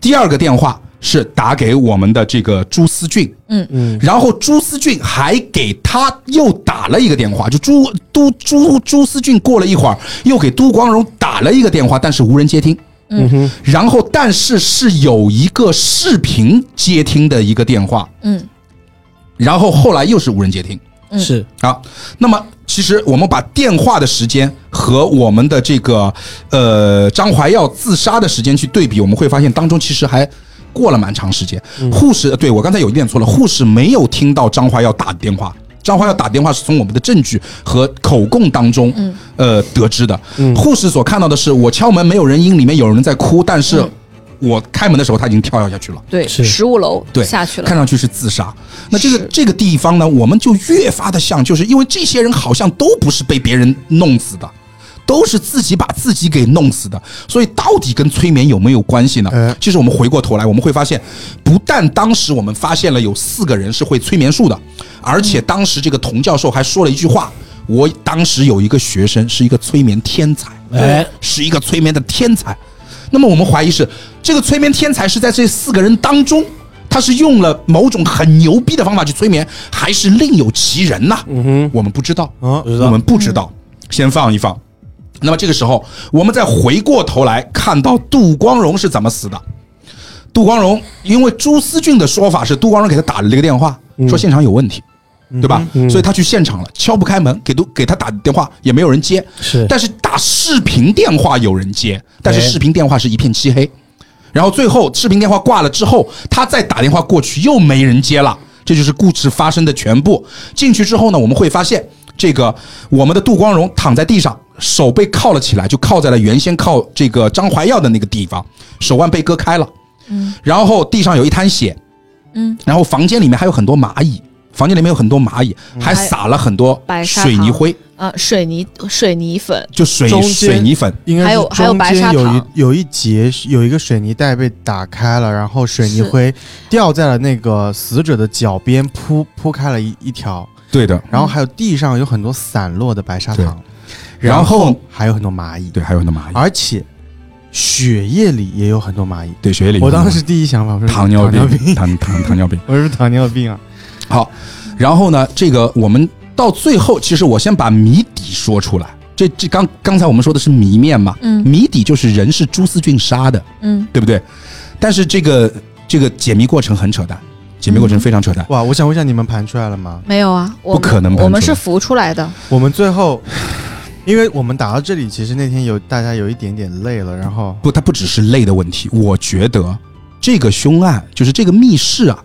第二个电话是打给我们的这个朱思俊，
嗯，
然后朱思俊还给他又打了一个电话，就朱都朱朱思俊过了一会儿又给杜光荣打了一个电话，但是无人接听。
嗯
哼，然后但是是有一个视频接听的一个电话，
嗯，
然后后来又是无人接听。
嗯
是
好，那么其实我们把电话的时间和我们的这个呃张怀耀自杀的时间去对比，我们会发现当中其实还过了蛮长时间。护士，呃对我刚才有一点错了，护士没有听到张怀耀打的电话。张怀耀打电话是从我们的证据和口供当中，呃得知的。护士所看到的是，我敲门没有人应，里面有人在哭，但是
嗯
我开门的时候他已经跳下去了。
对
是
十五楼
对，
下去了，
看上去是自杀。那这个
是
这个地方呢，我们就越发的像，就是因为这些人好像都不是被别人弄死的。都是自己把自己给弄死的，所以到底跟催眠有没有关系呢？
哎
其实我们回过头来，我们会发现，不但当时我们发现了有四个人是会催眠术的，而且当时这个童教授还说了一句话：我当时有一个学生是一个催眠天才，
哎，
是一个催眠的天才。那么我们怀疑是这个催眠天才是在这四个人当中，他是用了某种很牛逼的方法去催眠，还是另有其人呐、嗯哼，我们不知道，
哦
不知道
我们不知道，先放一放。那么这个时候，我们再回过头来看到杜光荣是怎么死的。杜光荣，因为朱思俊的说法是杜光荣给他打了一个电话，说现场有问题，对吧？所以他去现场了，敲不开门，给杜给他打电话也没有人接，
是
但是打视频电话有人接，但是
哎
视频电话是一片漆黑。然后最后视频电话挂了之后，他再打电话过去又没人接了，这就是故事发生的全部。进去之后呢，我们会发现这个我们的杜光荣躺在地上，手被铐了起来，就铐在了原先铐这个张怀耀的那个地方，手腕被割开了，嗯，然后地上有一滩血，
嗯，
然后房间里面还有很多蚂蚁。房间里面有很多蚂蚁，还撒了很多
嗯白砂糖
水泥灰，
啊，水泥水泥粉，
就水
中间
水泥粉。
应该是
还有还有
中
白砂
间有一
糖
有一节是有一个水泥袋被打开了，然后水泥
是
灰掉在了那个死者的脚边，铺铺开了一一条，
对的，
然后还有地上有很多散落的白砂糖，
然后
还有很多蚂蚁，
对，还有很多蚂蚁，
而且血液里也有很多蚂蚁。
对，血液里面
我当时第一想法，我说
哎糖尿
病，
病，糖糖糖尿病。
我说糖尿病啊，
好，然后呢，这个我们到最后，其实我先把谜底说出来。这这刚刚才我们说的是谜面嘛，
嗯
谜底就是人是朱思俊杀的，
嗯，
对不对？但是这个这个解谜过程很扯淡，解谜过
嗯
程非常扯淡。
哇！我想问一下，你们盘出来了吗？
没有啊，我
不可能
们我们
盘出
是
来
浮出来的，
我们最后，因为我们打到这里，其实那天有大家有一点点累了，然后
不，它不只是累的问题。我觉得这个凶案就是这个密室啊，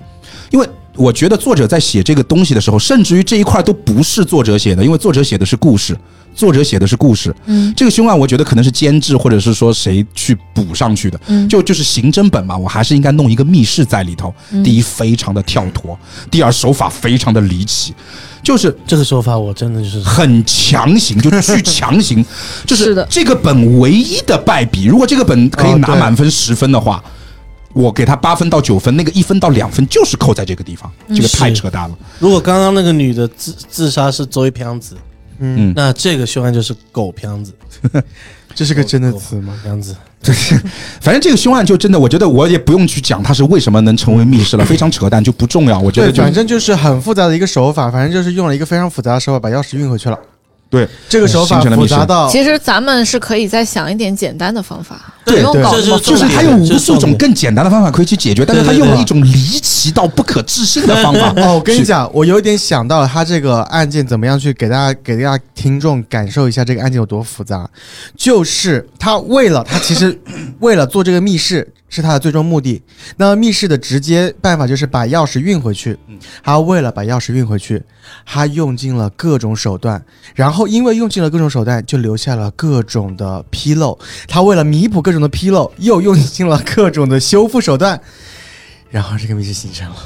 因为我觉得作者在写这个东西的时候，甚至于这一块都不是作者写的，因为作者写的是故事，作者写的是故事。
嗯
这个凶案我觉得可能是监制或者是说谁去补上去的，
嗯，
就就是刑侦本嘛，我还是应该弄一个密室在里头。第一，非常的跳脱；第二，手法非常的离奇，就是
这个说法我真的就是
很强行，就巨强 行，就是
是的
这个本唯一的败笔。如果这个本可以
哦
拿
对
满分十分的话，我给他八分到九分，那个一分到两分就是扣在这个地方，
嗯
这个太
是
扯淡了。
如果刚刚那个女的自自杀是周一飘子，
嗯
嗯，那这个凶案就是狗飘子，
这是个真的词吗？
飘子，
反正这个凶案就真的，我觉得我也不用去讲它是为什么能成为密室 了，非常扯淡，就不重要。我觉得
对，
就
反正就是很复杂的一个手法，反正就是用了一个非常复杂的手法把钥匙运回去了。
对
这个手法
形成了密
复
室
杂到
其实咱们是可以再想一点简单的方法，不
对
用
对
搞
这
那
就
么复
是
就
重
是
杂
点
还有无
这是重
数种
点
更简单的方法可以去解决，但是他
对对
用
对
了一种离奇到不可置信的方法。
哦，我跟你
是，
讲，我有一点想到了他这个案件怎么样去给大家给大家听众感受一下这个案件有多复杂，就是他为了他其实为了做这个密室，是他的最终目的。那密室的直接办法就是把钥匙运回去。他为了把钥匙运回去，他用尽了各种手段，然后因为用尽了各种手段，就留下了各种的纰漏。他为了弥补各种的纰漏，又用尽了各种的修复手段，然后这个密室形成了，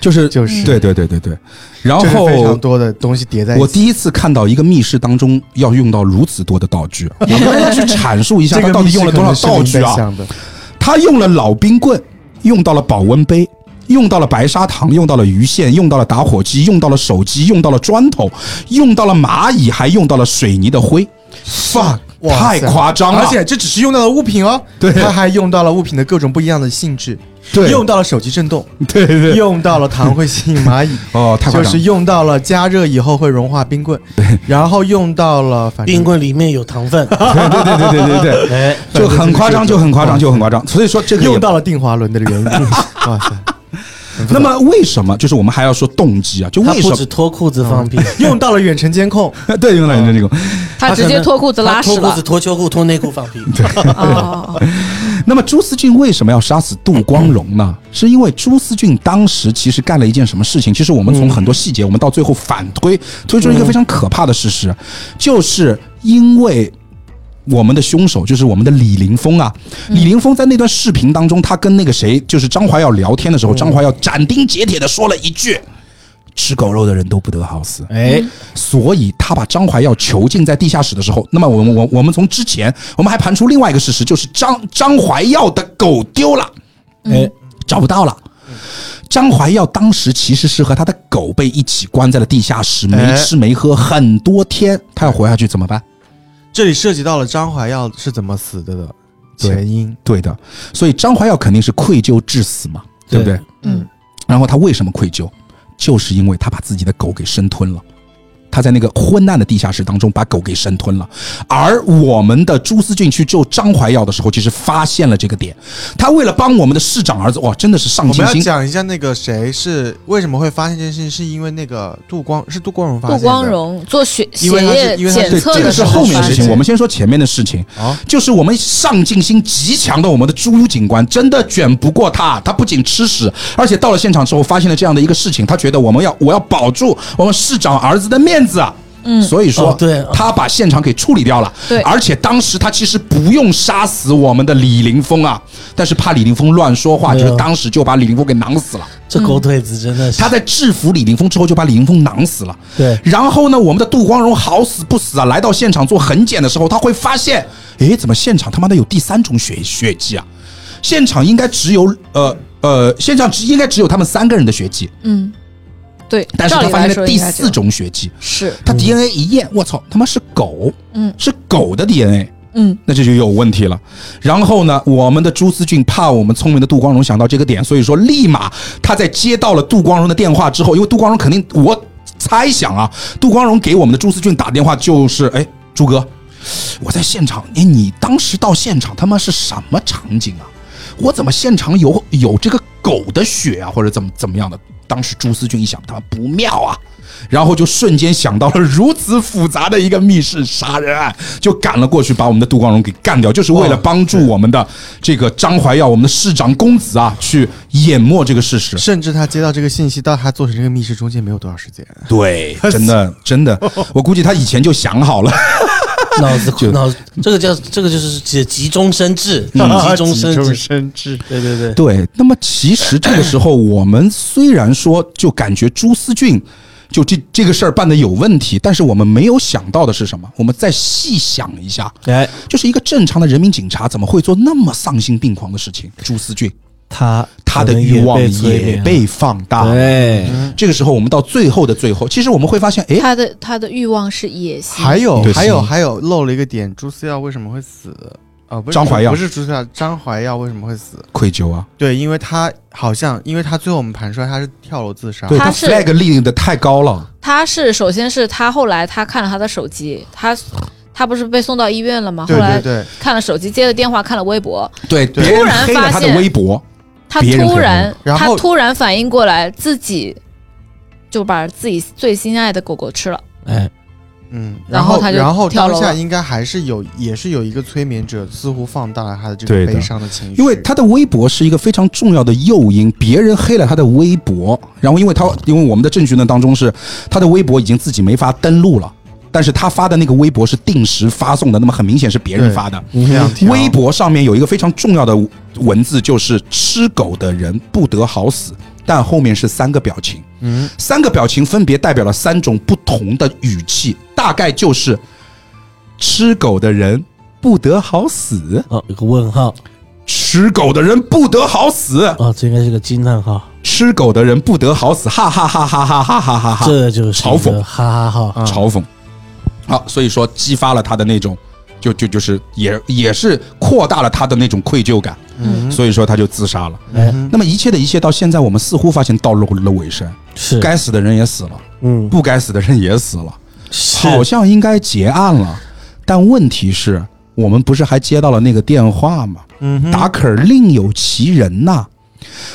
就是
就是
对对对对对。然
就是非常
后
多的东西叠在一起。
我第一次看到一个密室当中要用到如此多的道 具，啊我要去阐述一下
这
他
个
到
密
底
室
用了多少
可能是
道具
林
啊
在？想的
他用了老冰棍，用到了保温杯，用到了白砂糖，用到了鱼线，用到了打火机，用到了手机，用到了砖头，用到了蚂蚁，还用到了水泥的灰。fuck，
哇
太
塞
夸张了！
而且这只是用到了物品哦，
对
他还用到了物品的各种不一样的性质，
对
用到了手机震动，
对对对
用到了糖会吸引蚂蚁，
哦，太夸
就
张
是
了！
用到了加热以后会融化冰棍，然后用到了反正
冰棍里面有 糖分，
对对对对对对对。
哎，
就很夸张，就很夸张，就很夸张。所以说这个也
用嗯到了定滑轮的原 因，哇塞！
那么为什么？就是我们还要说动机啊？就
他
为什
不止
么？
脱裤子放屁，
用到了远程监控，
对，用到你的这个。
他 直接脱裤子拉
他
屎
脱裤
了
子、。脱秋裤、脱内 裤放屁。
哦，
那么朱思俊为什么要杀死杜光荣呢？是因为朱思俊当时其实干了一件什么事情？其实我们从很多细节，我们到最后反推，推出一个非常可怕的事实，就是因为。我们的凶手就是我们的李凌峰啊！李凌峰在那段视频当中，他跟那个谁，就是张华耀聊天的时候，张华耀斩钉截铁的说了一句：“吃狗肉的人都不得好死。”
哎，
所以他把张怀耀囚禁在地下室的时候，那么我们我我们从之前我们还盘出另外一个事实，就是张张怀耀的狗丢了，哎，找不到了。张怀耀当时其实是和他的狗被一起关在了地下室，没
哎
吃没喝很多天，他要活下去怎么办？
这里涉及到了张怀耀是怎么死的的
对
前因，
对的，所以张怀耀肯定是愧疚致死嘛，对不对？
嗯，
然后他为什么愧疚？就是因为他把自己的狗给生吞了。他在那个昏暗的地下室当中把狗给生吞了，而我们的朱思俊去救张怀耀的时候，其实发现了这个点。他为了帮我们的市长儿子，哇，真的是上
我们
进
要
心。
讲一下那个谁是为什么会发现这件事情，是因为那个杜光是杜光荣发现
杜
的，
光荣做血血
因为他是
液
因为他是
检
对，
测
这
的
个
时
是
候
后面
发
的事
现
情，我们先说前面的事情。
哦
就是我们上进心极强的我们的朱警官，真的卷不过他。他不仅吃屎，而且到了现场之后发现了这样的一个事情，他觉得我们要我要保住我们市长儿子的面子啊。嗯，所以说，
哦对
他把现场给处理掉了。
对
而且当时他其实不用杀死我们的李凌峰啊，但是怕李凌峰乱说话，
对
就
啊
是当时就把李凌峰给囊死了。
这
嗯
狗腿子真的是
他在制服李凌峰之后，就把李凌峰囊死了。
对
然后呢，我们的杜光荣好死不死啊，来到现场做痕检的时候，他会发现，诶，怎么现场他妈的有第三种血血迹啊？现场应该只有呃呃，现场只应该只有他们三个人的血迹，
嗯，对，
但是
照
他
理
发现
来说
了第
应该这
四
样
种血迹，
是，
他 DNA 一验，我操，他妈是狗，
嗯
是狗的 DNA。
嗯，
那这就有问题了。然后呢，我们的朱思俊怕我们聪明的杜光荣想到这个点，所以说立马他在接到了杜光荣的电话之后，因为杜光荣肯定我猜想啊，杜光荣给我们的朱思俊打电话就是，哎，朱哥，我在现场，哎，你当时到现场他妈是什么场景啊？我怎么现场有有这个狗的血啊，或者怎么怎么样的？当时朱思俊一想，他妈不妙啊，然后就瞬间想到了如此复杂的一个密室杀人案，就赶了过去，把我们的杜光荣给干掉，就是为了帮助我们的这个张怀耀，我们的市长公子啊，去淹没这个事实。
甚至他接到这个信息到他做成这个密室中间没有多少时间，
对，真的真的，我估计他以前就想好了。
脑子脑子，这个叫这个就是集集中生智，
嗯
集中生智，
生智，
对对对，
对，那么其实这个时候，我们虽然说就感觉朱思俊就这这个事儿办的有问题，但是我们没有想到的是什么？我们再细想一下，
哎，
就是一个正常的人民警察怎么会做那么丧心病狂的事情？朱思俊。
他
他的欲望也
被
被放大。
对，
这个时候，我们到最后的最后，其实我们会发现，哎，
他的他的欲望是野心，
还有
对
还有
是
还有漏了一个点，朱思耀为什么会死？啊，不是
张怀耀
不是朱思耀，张怀耀为什么会死？
愧疚啊，
对，因为他好像，因为他最后我们盘出来他是跳楼自杀，
对
他
他
是
flag 立的太高了，
他是首先是他后来他看了他的手机，他他不是被送到医院了吗？后
对对
来
对，
看了手机，接了电话，看了微博，
对，
对
别人
突然
黑了他
发
的
现
微博，
他
别人
突
可
然
能然
他
后
突然反应过来，自己就把自己最心爱的狗狗吃了。
哎，
嗯，
然后
后
他就
然后
跳
当
楼
下
了
应该还是有，也是有一个催眠者，似乎放大了他的这
对
个
的
悲伤的情绪，
因为他的微博是一个非常重要的诱因，别人黑了他的微博，然后因为他因为我们的证据呢当中是他的微博已经自己没法登录了，但是他发的那个微博是定时发送的，那么很明显是别人发的。
两条
微博上面有一个非常重要的文字，就是“吃狗的人不得好死”，但后面是三个表情，
嗯
三个表情分别代表了三种不同的语气，大概就是“吃狗的人不得好死
哦，有个问号，”，“
吃狗的人不得好死”，
哦，这应该是个惊叹号，
吃狗的人不得好死，哈哈哈哈哈哈哈哈哈！
这就是
嘲讽
一个哈哈哈。
嗯
嘲讽。好，所以说激发了他的那种，就就就是也也是扩大了他的那种愧疚感，
嗯
所以说他就自杀了。
哎，
嗯
那么一切的一切，到现在我们似乎发现到了了尾声，
是，
该死的人也死了，
嗯，
不该死的人也死了，
是
好像应该结案了，但问题是。我们不是还接到了那个电话吗？
嗯哼
达克尔另有其人呐、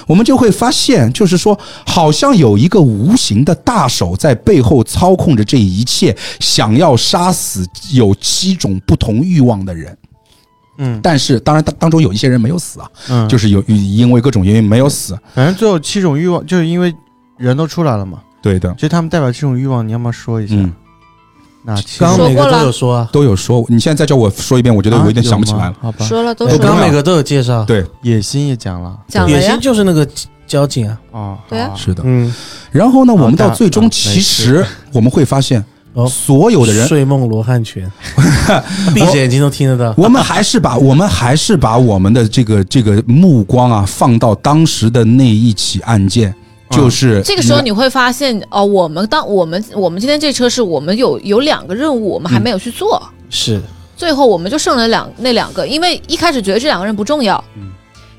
我们就会发现，就是说，好像有一个无形的大手在背后操控着这一切，想要杀死有七种不同欲望的人。
嗯
但是，当然当当中有一些人没有死啊，
嗯，
就是是有因为各种原因没有死。
反正最后七种欲望，就是因为人都出来了嘛，
对的，
所以他们代表七种欲望，你要不要说一下？
嗯，
哪七
刚
种？
刚每
说过
个
了
都有说啊，
都有说。你现在再叫我说一遍，我觉得我有点想不起来
啊有
了
吗。好吧，
说了都
我
说
对
刚
了，
刚每个都有介绍，
对，
野心也讲了
讲了
野
呀
心，就是那个交警啊，
哦，
对啊
好
是的。
嗯，
然后呢，我们
好
到
大
最
啊
终
没
其
事
实我们会发现，
哦
所有的人
睡梦罗汉拳，闭着眼睛都听得到。
我们还是把我们还是把我们的这个这个目光啊放到当时的那一起案件，就是、
这个
嗯
时候你会发现哦，我们当我们我们今天这车是我们有有两个任务，我们还没有去做，
嗯
是，
最后我们就剩了两那两个，因为一开始觉得这两个人不重要，
嗯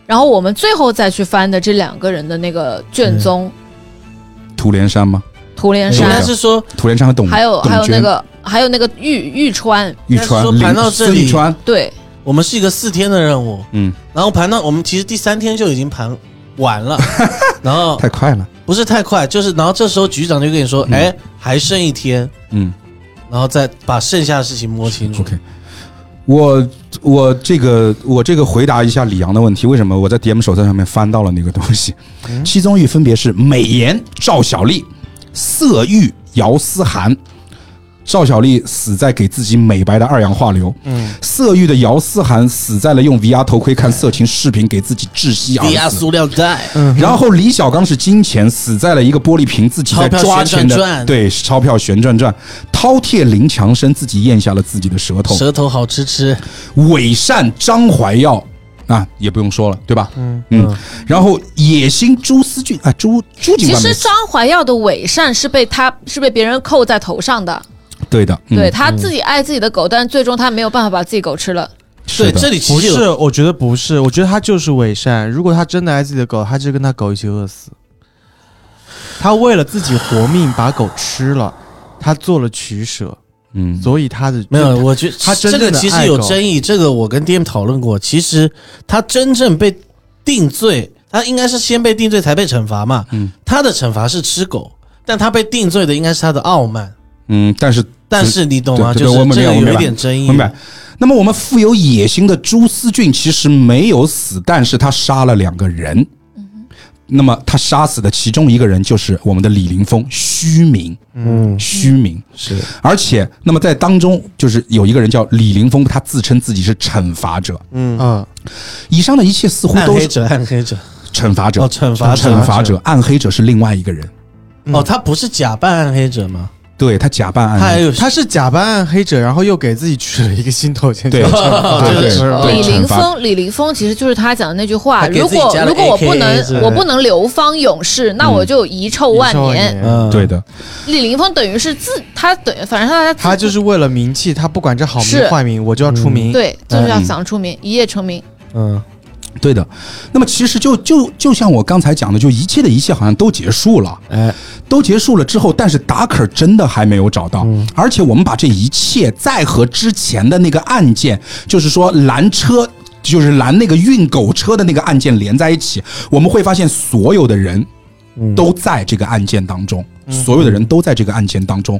然后我们最后再去翻的这两个人的那个
嗯
卷宗，
涂连山吗？
涂连
应该
山，
是说
涂连山和董
还有
董
还有那
娟
个还有那个玉玉川，
玉川
应该是说盘到这里
孙立川，
对，
我们是一个四天的任务，
嗯，
然后盘到我们其实第三天就已经盘完了，然后
太快了，
不是太快，就是然后这时候局长就跟你说，
嗯
哎，还剩一天，
嗯
然后再把剩下的事情摸清楚。
，OK。我我这个我这个回答一下李阳的问题，为什么我在 DM 手册上面翻到了那个东西？
嗯
七宗欲分别是美颜赵小丽、色欲姚思涵。赵小丽死在给自己美白的二氧化硫，
嗯，
色欲的姚思涵死在了用 VR 头盔看色情视频给自己窒息
低压
而死。嗯
塑料袋，
然后李小刚是金钱死在了一个玻璃瓶，自己在抓钱
嗯钞票旋转
的，
转
对，钞票旋转转，饕餮林强生自己咽下了自己的舌头，
舌头好吃吃，
伪善张怀耀啊，也不用说了，对吧？嗯然后野心朱思俊啊，朱朱警
其
官没
实
死，
张怀耀的伪善是被他是被别人扣在头上的，
对的，嗯、
对他自己爱自己的狗，但最终他没有办法把自己狗吃了。
对，
是
这
的，
里
不
其实有
是，我觉得不是，我觉得他就是伪善。如果他真的爱自己的狗，他就跟他狗一起饿死。他为了自己活命，把狗吃了，他做了取舍，
嗯，
所以他的
没有，我觉得
他真
这
正
个
的
其实
爱
有
狗
争议，这个我跟 DM 讨论过。其实他真正被定罪，他应该是先被定罪才被惩罚嘛。
嗯
他的惩罚是吃狗，但他被定罪的应该是他的傲慢。
嗯，但是
但是你懂吗？
对对
就
我
是
明白
这个
我明白
有一点争议。
明白。那么我们富有野心的朱思俊其实没有死，但是他杀了两个人。
嗯
那么他杀死的其中一个人就是我们的李林峰，虚名，
嗯，
虚名。
是
而且，那么在当中就是有一个人叫李林峰，他自称自己是惩罚者。
嗯
以上的一切似乎
暗
都
黑
是
者，暗黑者。
惩罚者，
哦惩罚者
惩罚者，暗黑者是另外一个人，
哦，他不是假扮暗黑者吗？
对他假扮嗯暗
他还
黑。
有
他是假扮暗黑者，然后又给自己取了一个新头衔，
对
叫
对对
是吧
对
李林
惩罚
峰，李林峰其实就是他讲的那句话：
他给
如
自己
果
加了
如果我不
AKA 是
能
吧
我不能流芳永世，那我就遗臭万
遗臭
年。
嗯，
对，的，
李林峰等于是自他等于反正他
他就是嗯为了名气，他不管这好
是
名坏名，我就要出名。
对就是要想出名，一夜成名。
嗯，
对的。那么其实就就就像我刚才讲的，就一切的一切好像都结束了。
哎，
都结束了之后，但是达克尔真的还没有找到，
嗯
而且我们把这一切再和之前的那个案件，就是说拦车，就是拦那个运狗车的那个案件连在一起，我们会发现所有的人都在这个案件当中，所有的人都在这个案件当中，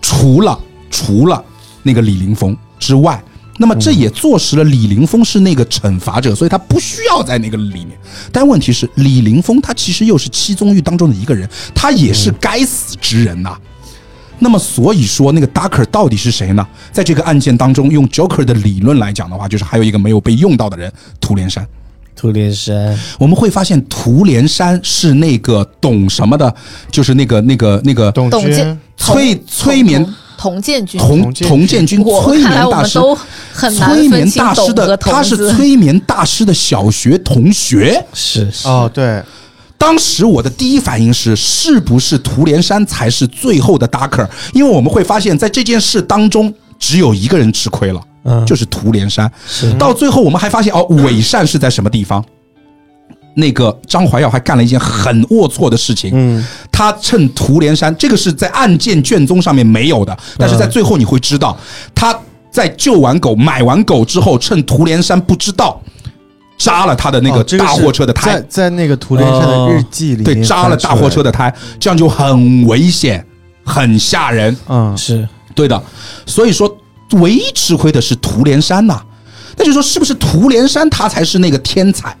除了。除了那个李林峰之外。那么这也坐实了李林峰是那个惩罚者，所以他不需要在那个里面。但问题是，李林峰他其实又是七宗狱当中的一个人，他也是该死之人呐、那么所以说，那个 Ducker 到底是谁呢？在这个案件当中，用 Joker 的理论来讲的话，就是还有一个没有被用到的人——涂连山。
涂哦连山，
我们会发现，涂连山是那个懂什么的，就是那个那个那个
董
董
娟
监，
催催眠
童建军，
童童建军
我
催
看来
眠
我
大
们
师。
都很难
催
分
眠
清
大师
董
的
和
他
童
是
子。
催眠大师的小学同学。
是是
哦，对，
当时我的第一反应是，是不是涂连山才是最后的 Darker？因为我们会发现，在这件事当中，只有一个人吃亏了，
嗯
就是涂连山。
是
到最后，我们还发现哦，伪善是在什么地方？那个张怀耀还干了一件很龌龊的事情，
嗯，
他趁涂连山，这个是在案件卷宗上面没有的，但
嗯
是在最后你会知道，他在救完狗、买完狗之后，趁涂连山不知道，扎了他的那
哦
个
这
大
是
货车的胎，
在在那个涂连山的日记里面
对，扎了
翻出来
大货车，的胎，这样就很危险，很吓人。
嗯，
是
对的，所以说唯一吃亏的是涂连山呐、那就说是不是涂连山他才是那个天才，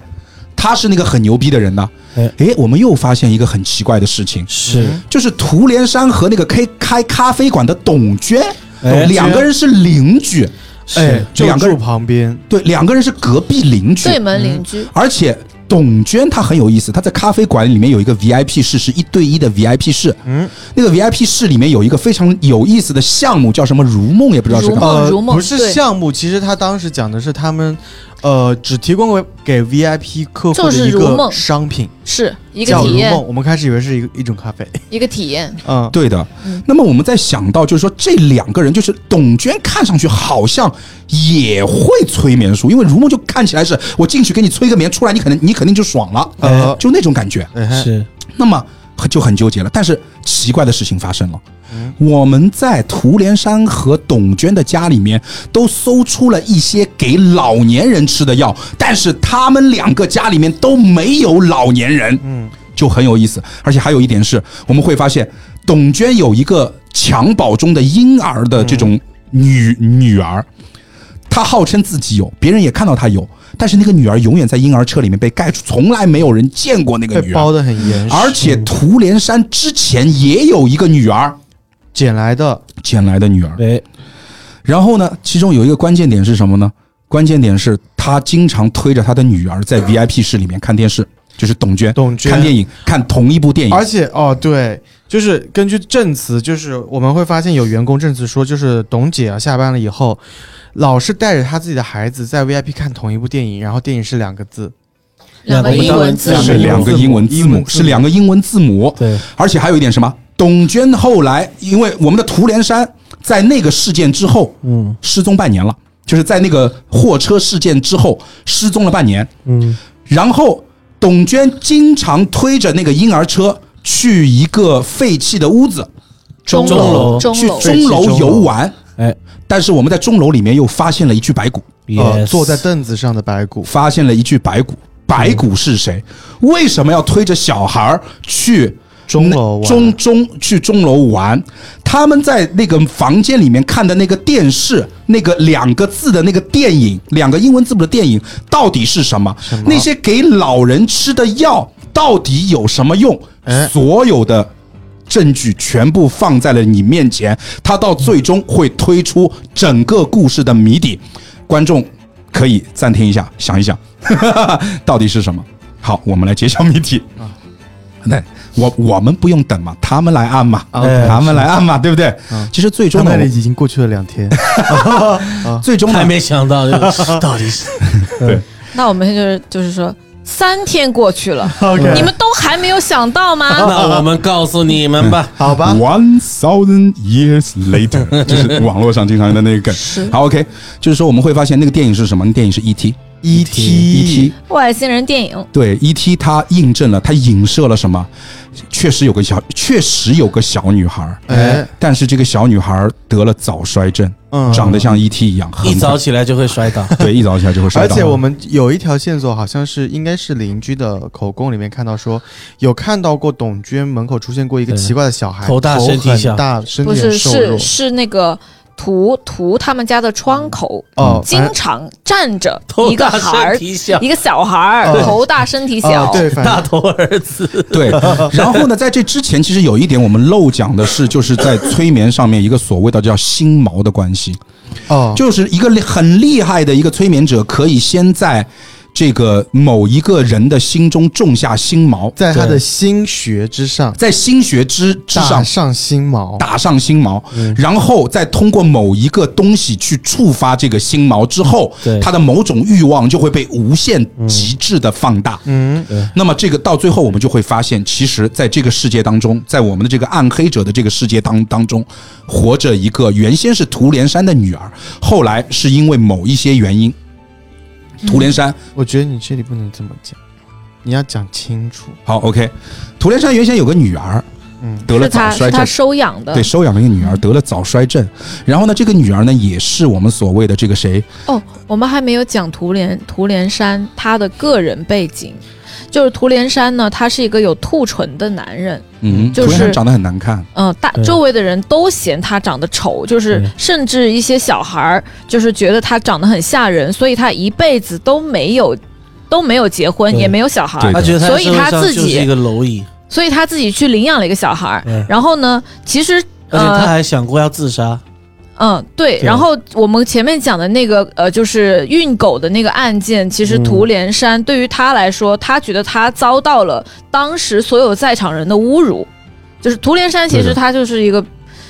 他是那个很牛逼的人呢、
哎
诶，我们又发现一个很奇怪的事情，
是，
就是涂连山和那个开开咖啡馆的董娟
哎，
两个人是邻居，
哎
是，
就
两个
住
人
旁边，
对，两个人是隔壁邻居，
对门邻居，
而且董娟她很有意思，她在咖啡馆里面有一个 VIP 室，是一对一的 VIP 室。嗯，那个 VIP 室里面有一个非常有意思的项目，叫什么“如梦”，也不知道是干
如
嘛。
梦
呃，
如梦
不是
对
项目，其实他当时讲的是他们，呃，只提供给给 VIP 客户
就
的
是
一
如
个
梦
商品，
是一个
叫
体
如
验
梦。，我们开始以为是一个一种咖啡，
一个体验。
嗯，
对的，那么我们在想到，就是说这两个人，就是董娟看上去好像也会催眠术，因为如梦就看起来是我进去给你催个眠，出来你可能你肯定就爽了，
呃
就那种感觉。
哎嗨
是
那么就很纠结了。但是奇怪的事情发生了，我们在涂连山和董娟的家里面都搜出了一些给老年人吃的药，但是他们两个家里面都没有老年人，嗯，就很有意思。而且还有一点是，我们会发现董娟有一个襁褓中的婴儿的这种女、女儿。她号称自己有，别人也看到她有，但是那个女儿永远在婴儿车里面被盖住，从来没有人见过那个
被
女儿。
包的很严实，
而且涂连山之前也有一个女儿，
捡来的，
捡来的女儿。
哎
然后呢，其中有一个关键点是什么呢？关键点是他经常推着他的女儿在 VIP 室里面看电视，就是董娟，
董娟
看电影，看同一部电影
而。且哦，对，就是根据证词，就是我们会发现有员工证词说，就是董姐啊，下班了以后，老是带着她自己的孩子在 VIP 看同一部电影，然后电影是两个字，
两个
我们
英
当
文
然
字
知道
母
是两个英文字
英文
母，
字母
是两个英文字母。
对
而且还有一点什么？董娟后来，因为我们的涂连山在那个事件之后，
嗯
失踪半年了，就是在那个货车事件之后失踪了半年。
嗯
然后董娟经常推着那个婴儿车去一个废弃的屋子，
钟
钟楼
钟
去
楼
钟楼游玩。
哎
但是我们在钟楼里面又发现了一具白骨，
呃，
，yes，
坐在凳子上的白骨，
发现了一具白骨。白骨是谁？为什么要推着小孩儿去
钟楼玩
钟钟去钟楼玩？他们在那个房间里面看的那个电视，那个两个字的那个电影，两个英文字母的电影到底是什么？
什么
那些给老人吃的药到底有什么用？
哎
所有的证据全部放在了你面前，他到最终会推出整个故事的谜底。观众可以暂停一下，想一想， 到底是什么？好，我们来揭晓谜题。那我我们不用等嘛，他们来按嘛，
哎
他们来按嘛，对不对？其实最
他
终呢
那，里已经过去了两 天，
最终呢
还，没想到这 个到底是
那我们就是就是说，三天过去了你们都还没有想到
啊
吗？
那我们告诉你们吧，
好吧，
One thousand years later，就是网络上经常用的那个梗。好，OK，就是说我们会发现那个电影是什么？那电影是 E E.T. E.T.
外星人电影
对 E.T. 它印证了，它影射了什么？确实有个小，确实有个小女孩儿，
哎
但是这个小女孩儿得了早衰症，
嗯
长得像 E.T. 一样，很
一早起来就会摔倒，
对一早起来就会摔
而
倒。
且我们有一条线索，好像是应该是邻居的口供里面看到说，有看到过董娟门口出现过一个
对
奇怪的小孩，
头大身体
很
小
大，身
不
体很
是
瘦
是
弱，
是那个涂涂他们家的窗口，
哦，
经
反
常站着
头
一个
大
孩儿
身，体小，
一个小孩儿，
哦
头大身体小
哦，对，反
大头儿子，
对，然后呢，在这之前，其实有一点我们漏讲的是，就是在催眠上面一个所谓的叫心锚的关系，
哦，
就是一个很厉害的一个催眠者，可以先在这个某一个人的心中种下心锚，
在他的心学之上，
在心学之之
打
上
上心锚，
打上心锚，
嗯
然后再通过某一个东西去触发这个心锚之后
对，
他的某种欲望就会被无限极致的放大。
嗯，
那么这个到最后我们就会发现，其实在这个世界当中，在我们的这个暗黑者的这个世界当当中，活着一个原先是涂连山的女儿，后来是因为某一些原因，
嗯
涂连山
我觉得你这里不能这么讲，你要讲清楚。
好 OK，涂连山原先有个女儿，
嗯
得了
是
早
他
衰
是他
症。
收养的
对，，收养了一个女儿，得了早衰症。然后呢，这个女儿呢，也是我们所谓的这个谁，
哦，我们还没有讲涂连涂连山他的个人背景，就是涂连山呢，他是一个有兔唇的男人，
嗯，
就是
涂连山长得很难看，
嗯、大
对啊
周围的人都嫌他长得丑，就是
对
甚至一些小孩儿就是觉得他长得很吓人，所以他一辈子都没有都没有结婚，
对
也没有小孩
对
儿
的，
他觉得他
所以
社会
他
上
自
就是
己
一个蝼蚁，
所以他自己去领养了一个小孩儿
对，
然后呢，其实
而且他
呃
还想过要自杀，
嗯，对。
对
然后我们前面讲的那个呃，就是运狗的那个案件，其实
嗯
涂连山对于他来说，他觉得他遭到了当时所有在场人的侮辱。就是涂连山，其
对
实
的
他就是一个，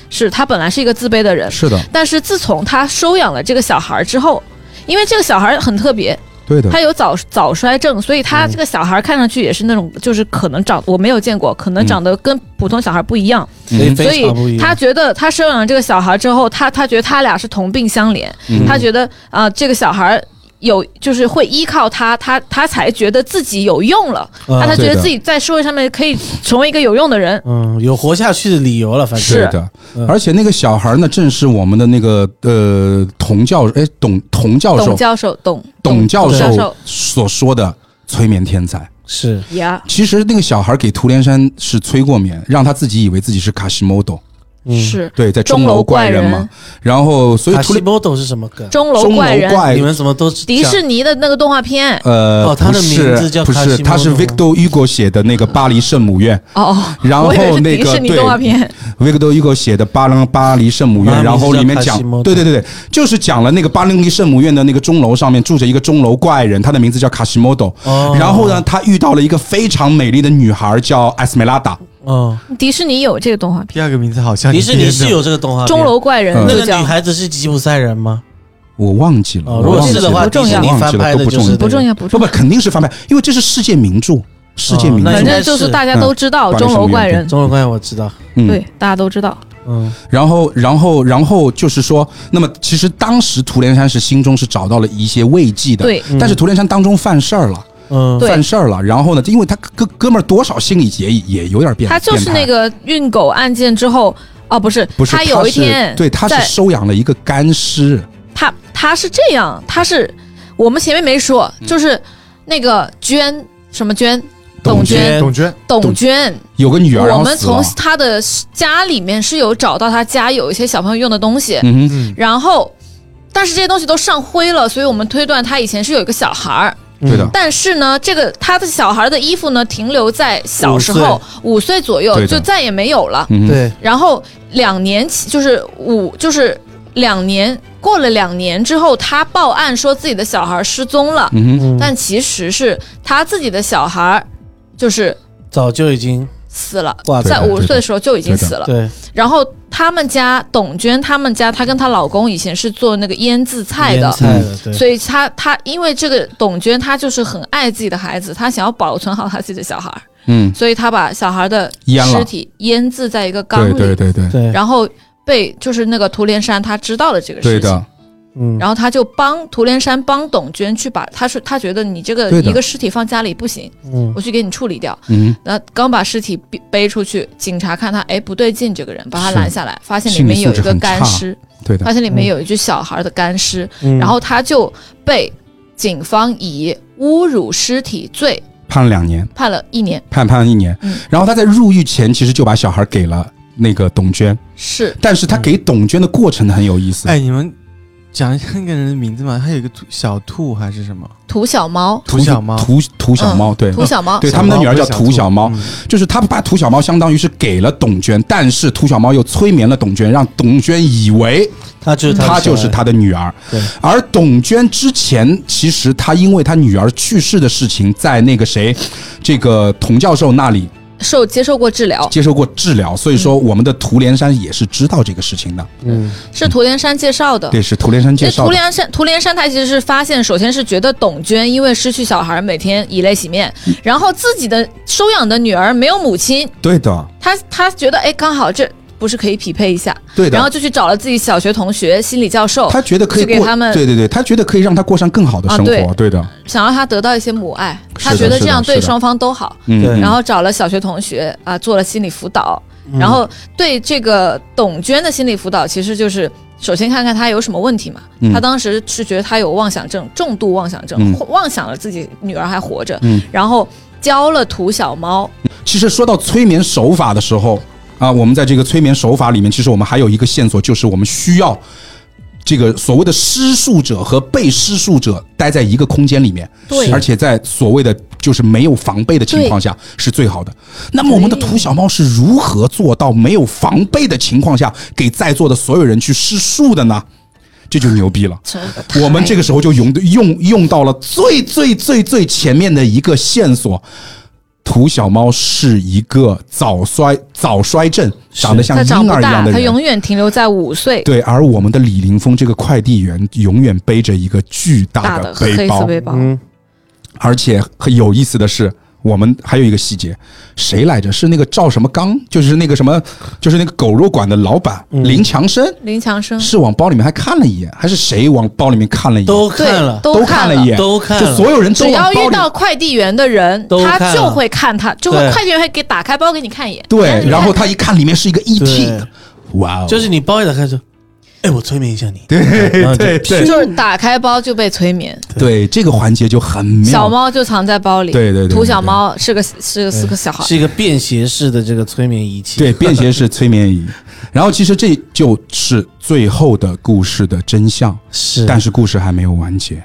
是他本来是一个自卑的人，
是的，
但呃是自从他收养了这个小孩之后，因为这个小孩很特别，
对的，
他有早早衰症，所以他这个小孩看上去也是那种，就是可能长我没有见过，可能长得跟普通小孩不一样。
所以
嗯
所
非
以
常不一
他
样。
觉得他收养了这个小孩之后，他他觉得他俩是同病相怜，
嗯
他觉得啊、这个小孩。有就是会依靠他，他他才觉得自己有用了，
嗯
他才觉
啊对
得
的
自己在社会上面可以成为一个有用的人。
嗯，有活下去的理由了，反正
是的，而且那个小孩呢，正是我们的那个呃童教哎董童教
董
授
教授，董
董教
教
授
授
所说的催眠天才。
是
呀，
其实那个小孩给涂连山是催过眠，让他自己以为自己是卡西莫多，
嗯
是
对，在
钟
钟楼
楼
怪
怪
人
人
嘛。然后所以
卡
涂
西
连
莫斗是什么梗？
钟楼
钟楼
怪人，
怪
你们怎么都
迪
讲
士尼的那个动画片。
呃，
哦他的
不是
名字叫
不是，
Kashimoto
他是 Victor Hugo 写的那个《巴黎圣母院
哦，》，
呃然后
我以为是
那
迪
个
士尼
对
动画片。
Victor Hugo 写的《巴黎巴黎圣母院
啊》，
然后里面
名字叫
讲
卡西莫，
对对对对，就是讲了那个巴黎圣母院的那个钟楼上面住着一个钟楼怪人，他的名字叫卡西莫多。
哦
然后呢，他遇到了一个非常美丽的女孩，叫艾斯梅拉达。
嗯，
迪士尼有这个动画片，
第二个名字好像
迪士尼是
编的
有这个动画
《
片
钟楼怪人
嗯》
啊那
就
个
叫
女孩子是吉普赛人吗？
我忘记了，
哦
我
如
忘
果
记
是的
了，
话，
不
迪
重
士
要
尼翻拍的
不重
就
要
是
不重要，不
不
重
不，
要，
肯定是翻拍，因为这是世界名著，世界名
哦那
著
反
应。该
正就是
是
大家都知道
嗯
《钟楼怪人》，
中文观我知道，
嗯
对，大家都知道。
嗯，
然后，然后，然后就是说，那么其实当时涂连山是心中是找到了一些慰藉的，
对
但是涂连山当中犯事儿了，
嗯，
对
犯事儿了。然后呢，因为他哥哥们儿多少心里也也有点变，
他就是那
变态。
个运狗案件之后，哦，不是，
不是，
他有一
是
天，
对，他是
在
收养了一个干尸，
他他是这样，他是我们前面没说，
嗯
就是那个娟什么娟，
董
董
娟
娟，
董娟，
董娟，
有个女儿，然
我
后
们
死了
从。他的家里面是有找到他家有一些小朋友用的东西，
嗯哼，
嗯，
然后。但是这些东西都上灰了，所以我们推断他以前是有一个小孩儿。
对
嗯
的，
但是呢，这个他的小孩儿的衣服呢停留在小时候五岁左右
对，的
就再也没有了。
嗯哼，
对，
然后两年起就是五就是两年过了两年之后，他报案说自己的小孩失踪了，
嗯哼，
嗯，
但其实是他自己的小孩就是
早就已经
死了。
挂
对
在
在
的
五十岁的时候就已经
对的
死了，
对
然后他们家董娟他们家，她跟她老公以前是做那个腌制菜
腌
的，
菜的，对，
所以她她因为这个董娟她就是很爱自己的孩子，她想要保存好她自己的小孩，
嗯，
所以她把小孩的
腌了
尸体腌制在一个缸
对
里，
对对对，
对，
然后被就是那个涂连山他知道了这个
对
事情，
的，
嗯，
然后他就帮涂连山帮董娟去把，他说他觉得你这个
对的
一个尸体放家里不行，
嗯
我去给你处理掉。
嗯，
那刚把尸体背背出去，警察看他哎不对劲，这个人把他
是
拦下来，发现里
心理
面有
素质
一个
很
干
差
尸，
对的，
发现里面有一具小孩的干尸，
嗯，
然后他就被警方以侮辱尸体罪
判了两年，
判了一年。
判判了一年
嗯。
然后他在入狱前其实就把小孩给了那个董娟，
是
但是他给董娟的过程很有意思。
哎，你们讲一下那个人的名字嘛？他有一个兔小兔还是什么？
土小猫，
涂
涂小猫
涂涂小猫，对，
嗯土小猫
对
小
他们的
猫
女儿
不
叫
是
涂小
兔
猫，
嗯
就是他把涂小猫相当于是给了董娟，但是涂小猫又催眠了董娟，让董娟以为
他就是
她嗯就是
他
她的女儿。
对
而董娟之前，其实她因为她女儿去世的事情，在那个谁，这个童教授那里
受接受过治疗，
接受过治疗，所以说
嗯
我们的涂连山也是知道这个事情的。
的小孩，嗯，
是涂连山介绍的。
对，是涂连山
这
介绍
涂
的。
连山，涂连山他其实是发现，首先是觉得董娟因为失去小孩，每天以泪洗面，
嗯
然后自己的收养的女儿没有母亲，
对的，
他他觉得哎，刚好这不是可以匹配一下，
对的。
然后就去找了自己小学同学心理教授，
他觉得可以
去给
过
他们，
对对对，他觉得可以让她过上更好的
啊
生活。
对
对的，
想让他得到一些母爱，
是的
他觉得
是的
这样对
是的
双方都好。
嗯，
对
嗯
然后找了小学同学啊，做了心理辅导，然后对这个董娟的心理辅导，其实就是首先看看她有什么问题嘛。
嗯
她当时是觉得她有妄想症，重度妄想症，
嗯
或妄想了自己女儿还活着，
嗯
然后教了涂小猫，
其实说到催眠手法的时候啊，我们在这个催眠手法里面，其实我们还有一个线索，就是我们需要这个所谓的施术者和被施术者待在一个空间里面，
对
而且在所谓的就是没有防备的情况下是最好的。那么我们的涂小猫是如何做到没有防备的情况下给在座的所有人去施术的呢？这就牛逼了。
真的太
我们这个时候就用用用到了最最最最前面的一个线索。涂小猫是一个早衰早衰症，长得像
她长
婴儿
不
一样
大，
的
她
人。
永远停留在五岁。
对，而我们的李凌峰这个快递员永远背着一个巨
大
大
的
的
黑色
啊包，嗯
背包，
而且很有意思的是，我们还有一个细节，谁来着？是那个赵什么刚，就是那个什么，就是那个狗肉馆的老板、林强生，
林强生
是往包里面还看了一眼，还是谁往包里面看了一眼？
都
对
看了，
都
都看了一眼，
都看了
就所有人都
只要
往包
遇
里
到快递员的人，
都看
啊
他就
了
会看他，就会
对
快递员会给打开包给你嗯看一眼。
对，然后他一看里面是一个 ET，
对
哇哦，
就是你包一打开说，哎，我催眠一下你，
对
然后就
对对
就是打开包就被催眠，
对，这个环节就很妙。
小猫就藏在包里。
对对对
土小猫是个是个是个小孩，
是一个便携式的这个催眠仪器，
对，便携式催眠仪。然后其实这就是最后的故事的真相，
是，
但是故事还没有完结，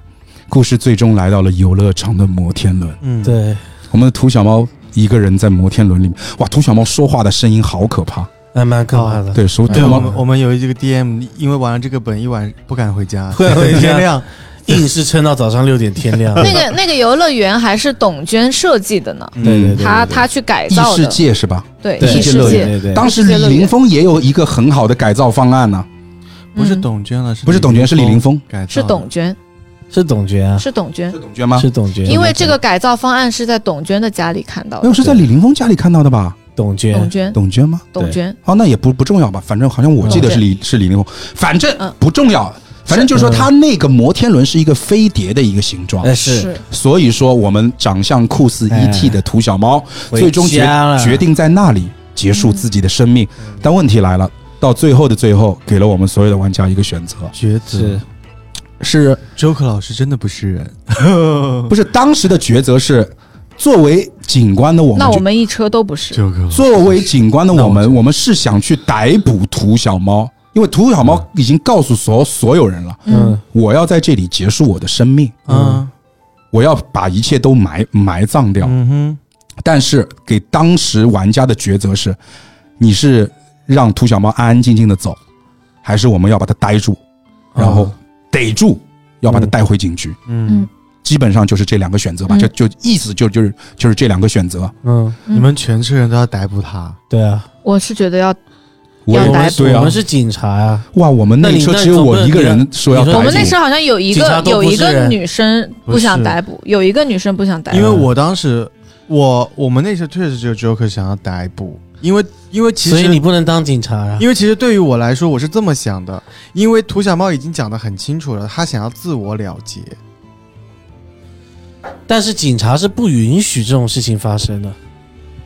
故事最终来到了游乐场的摩天轮。
嗯，
对，
我们的涂小猫一个人在摩天轮里面，哇，涂小猫说话的声音好可怕。
还蛮可怕的。
对，说涂
对，
小
我
猫
们我们有一个 DM，因为玩了这个本一晚不敢 回家，
不敢回家
天亮。
硬是撑到早上六点天亮。
那个那个游乐园还是董娟设计的呢，
对对对对
他他去改
异
造
世
的，
界是吧？
对
嗯对嗯
异
世界乐
世
园
界。
对对，
当时李凌峰也有一个很好的改造方案呢、
不是董啊娟了，是
嗯不是董娟是李凌峰
改造
是
的
董娟，
是董娟啊，
是董娟
是，董娟吗？
是董啊娟，
因为这个改造方案是在董娟的家里看到
没
的
有，。哎是在李凌峰家里看到的吧？
董啊
董
娟，
娟，
董娟吗？
嗯董娟，
哦，那也不不重要吧，反正好像我记得是李是李凌峰，反正
嗯
不重要，反正就是说
嗯
他那个摩天轮是一个飞碟的一个形状，
哎是，
所以说我们长相酷似
哎
ET 的涂小猫，最终决
回家了
决定在那里结束自己的生命，但问题来了。到最后的最后，给了我们所有的玩家一个选择，
抉择
是。
是
Joker 老师真的不是人，嗯
不是当时的抉择是，作为警官的我们
那
就
我们一车都不是。
Joker 老师
作为警官的我们，我们是想去逮捕涂小猫，因为涂小猫已经告诉所所有人了，
嗯，
嗯，
我要在这里结束我的生命，
嗯
我要把一切都埋埋葬掉。
嗯哼，
但是给当时玩家的抉择是，你是让涂小猫安安静静的走，还是我们要把它逮住，然后逮住，要把它带回警局？
嗯，
基本上就是这两个选择吧，
嗯
就就意思就就是就是这两个选择。
嗯，
嗯
你们全车人都要逮捕他，
对啊，
我是觉得要
我
要
也
逮
对
我
啊
们，是警察啊，
哇，我们
那
那
你
车
那
只有
总不
我
能
一个
你
人说要
你
逮
说
住。
我们那时候好像有一
警察
个
都
有
不
一
是
个
人
女生不想
不是
逮捕，有一个女生不想
嗯
逮捕，
因为我当时我我们那时候确实只有 Joker 想要逮捕，因为因为其
所以
实
你不能当警察啊。
因为其实对于我来说我是这么想的，因为涂小猫已经讲得很清楚了，他想要自我了结，
但是警察是不允许这种事情发生的，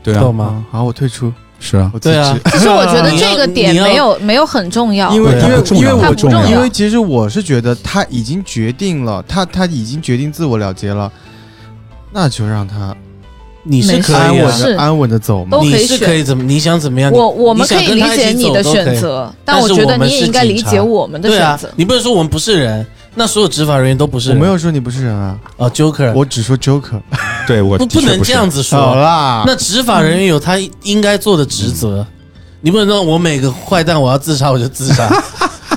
对啊
懂，吗？
好，我退出，
是啊，
我辞
嗯对 啊
职。
其实我觉得
你要
这个点
你要
没有没有很重要，
因为
对
啊
因
它
为
不重
因为
要
我
它不啊重要
因为其实我是觉得他已经决定了，他他已经决定自我了结了，那就让他
你是可
安
以
稳
啊，
是
的安稳的走嘛
都。
你
可以
是
选
可以怎么你想怎么样？你
我我们可
你
以
想跟
理
他一
解
起
你
走
的
都可以
选择，但
但是
觉得
我们
你也
是
应该
警
理
察
解我们的
对
选
啊
择，。
你不能说我们不是人，那所有执法人员都不是
我
人。
没有说你不是人啊，
哦，Joker，
我只说 Joker。
对我
不
的确
不能
是
这样子
好
说。
啦，
那执法人员有他应该做的职责，你不能让我每个坏蛋我要自杀我就自杀，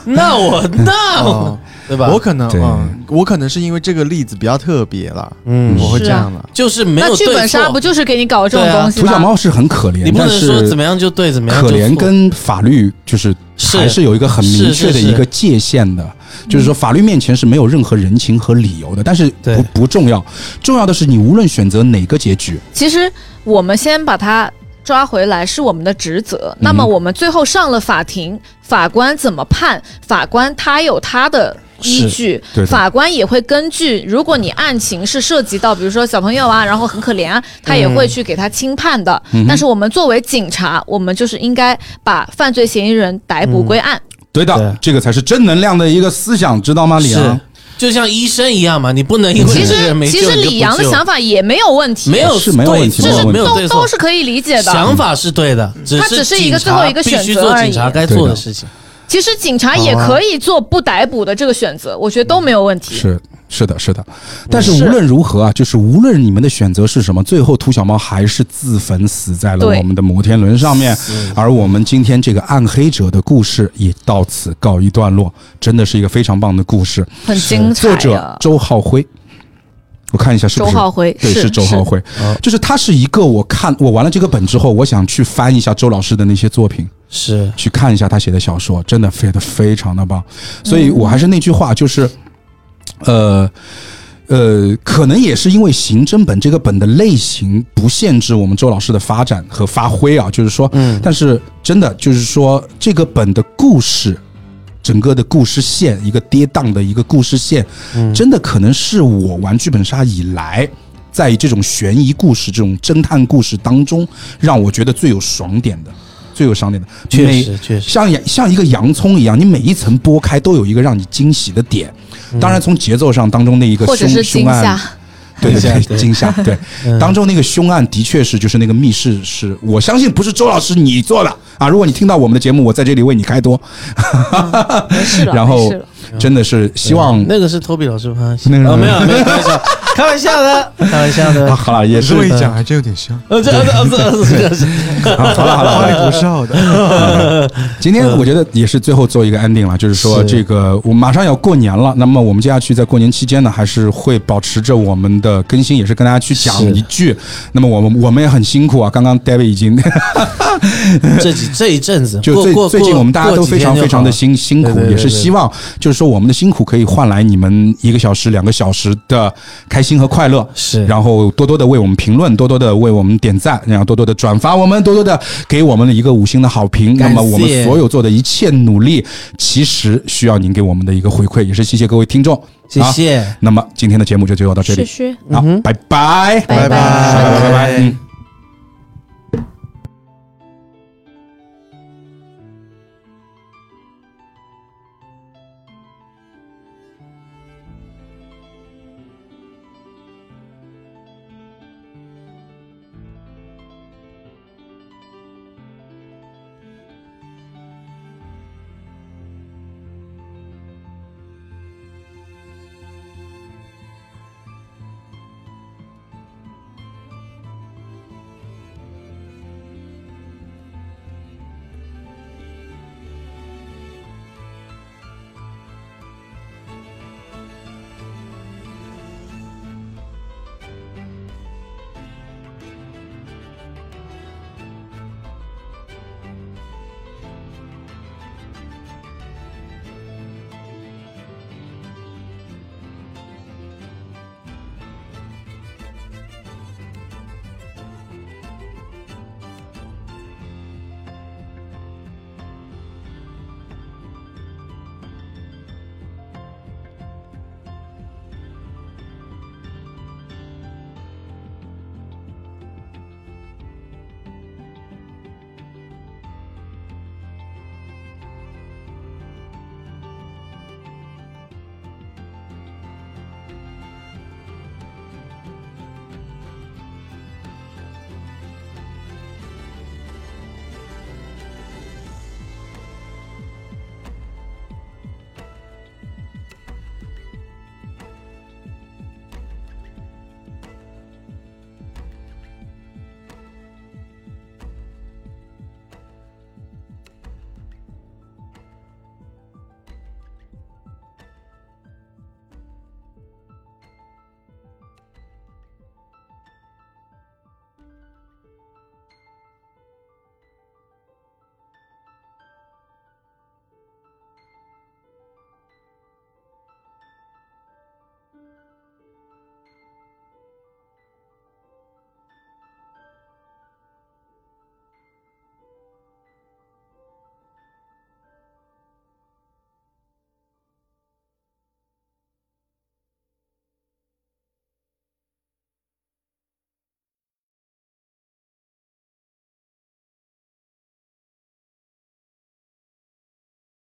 那我那我
哦
对吧？
我可能
对
嗯，我可能是因为这个例子比较特别啦，
嗯
我会
是啊
这样的。
就是没有
那
对
剧
错。
本杀不就是给你搞这种
对啊
东西
土小
吗？
猫是很可怜，
你不能
但是
说怎么样就对，怎么样就
可
错
怜跟法律就是
是嗯
还是有一个很明确的一个界限的，就是说法律面前是没有任何人情和理由的，但是
对
不不重要，重要的是你无论选择哪个结局，
其实我们先把它抓回来是我们的职
嗯
责。那么我们最后上了法庭，法官怎么判？法官他有他的。依据
对，的
法官也会根据，如果你案情是涉及到，比如说小朋友啊，然后很可怜啊，他
嗯
也会去给他轻判的。
嗯
但是我们作为警察，我们就是应该把犯罪嫌疑人逮
嗯
捕归案。
对的，
对
这个才是正能量的一个思想，知道吗，李
是
阳？
就像医生一样嘛，你不能因为
其
这个人
实，
没
其
救
实
你就
李
不
阳的
救
想法也没有问题，
没有
是没有
对
问题
错
就是
没有
没有
都
对
都
错
是。可以理解的。
想法是对的，只
它只是一个
警
最后
察
一个
必
选
须
择
做
而
警察
已
该
对
做的
的
事情。
其实警察也
啊
可以做不逮捕的这个选择，我觉得都没有问题。
是是的，是的，但是
嗯是
无论如何啊，就是无论你们的选择是什么，最后土小猫还是自焚死在了
对
我们的摩天轮上面。而我们今天这个暗黑者的故事也到此告一段落，真的是一个非常棒的故事。
很精彩
作
的。
者周浩辉，我看一下是不
周
是
浩辉
对，是周浩，辉，就是他是一个我看我完了这个本之后，我想去翻一下周老师的那些作品，
是
去看一下他写的小说，真的写的非常的棒。所
嗯
以我还是那句话，就是，呃。呃，可能也是因为刑侦本这个本的类型不限制我们周老师的发展和发挥啊，就是说，嗯，但是真的就是说，这个本的故事，整个的故事线，一个跌宕的一个故事线，
嗯
真的可能是我玩剧本杀以来，在这种悬疑故事、这种侦探故事当中，让我觉得最有爽点的，最有爽点的。
确
每
实确实
像洋像一个洋葱一样，你每一层剥开都有一个让你惊喜的点。
嗯
当然，从节奏上当中那一个
或者
凶
是
凶
惊
案
吓，，
对对
惊吓
对，
对
惊吓，对，
嗯
当中那个凶案的确是就是那个密室是，我相信不是周老师你做的啊。如果你听到我们的节目，我在这里为你开脱。
嗯没事了，
然后
没事了
真的是希望
那个是托比老师吗？
嗯那个
啊，没有没有， 开玩笑，开玩笑的，开玩笑
啊，
的。
好了，也是
这 么一讲，还真有点像。
呃，这呃这呃这这这
啊好了好了好
花
了
里，
嗯
胡哨的，
今天我觉得也是最后做一个 ending 了，就是说
是
这个我马上要过年了，那么我们接下去在过年期间呢，还是会保持着我们的更新，也是跟大家去讲
是
一句。那么我们我们也很辛苦啊，刚刚 David 已经
这几这一阵子，
就
过
最
过
最近
过
我们大家
过
都
几
非
天
常
就
非常
好
的辛辛苦
对，对
也是
对对
希望就是说我们的辛苦可以换来你们一个小时、两个小时的开心和快乐。
是
然后多多的为我们评论，多多的为我们点赞，然后多多的转发我们，多多的给我们一个五星的好评。那
感谢
么我们所有做的一切努力，其实需要您给我们的一个回馈，也是谢谢各位听众，
谢
啊
谢。
那么今天的节目就就到这里
嗯
是，是，
好，拜拜，
拜拜
拜拜拜拜，嗯。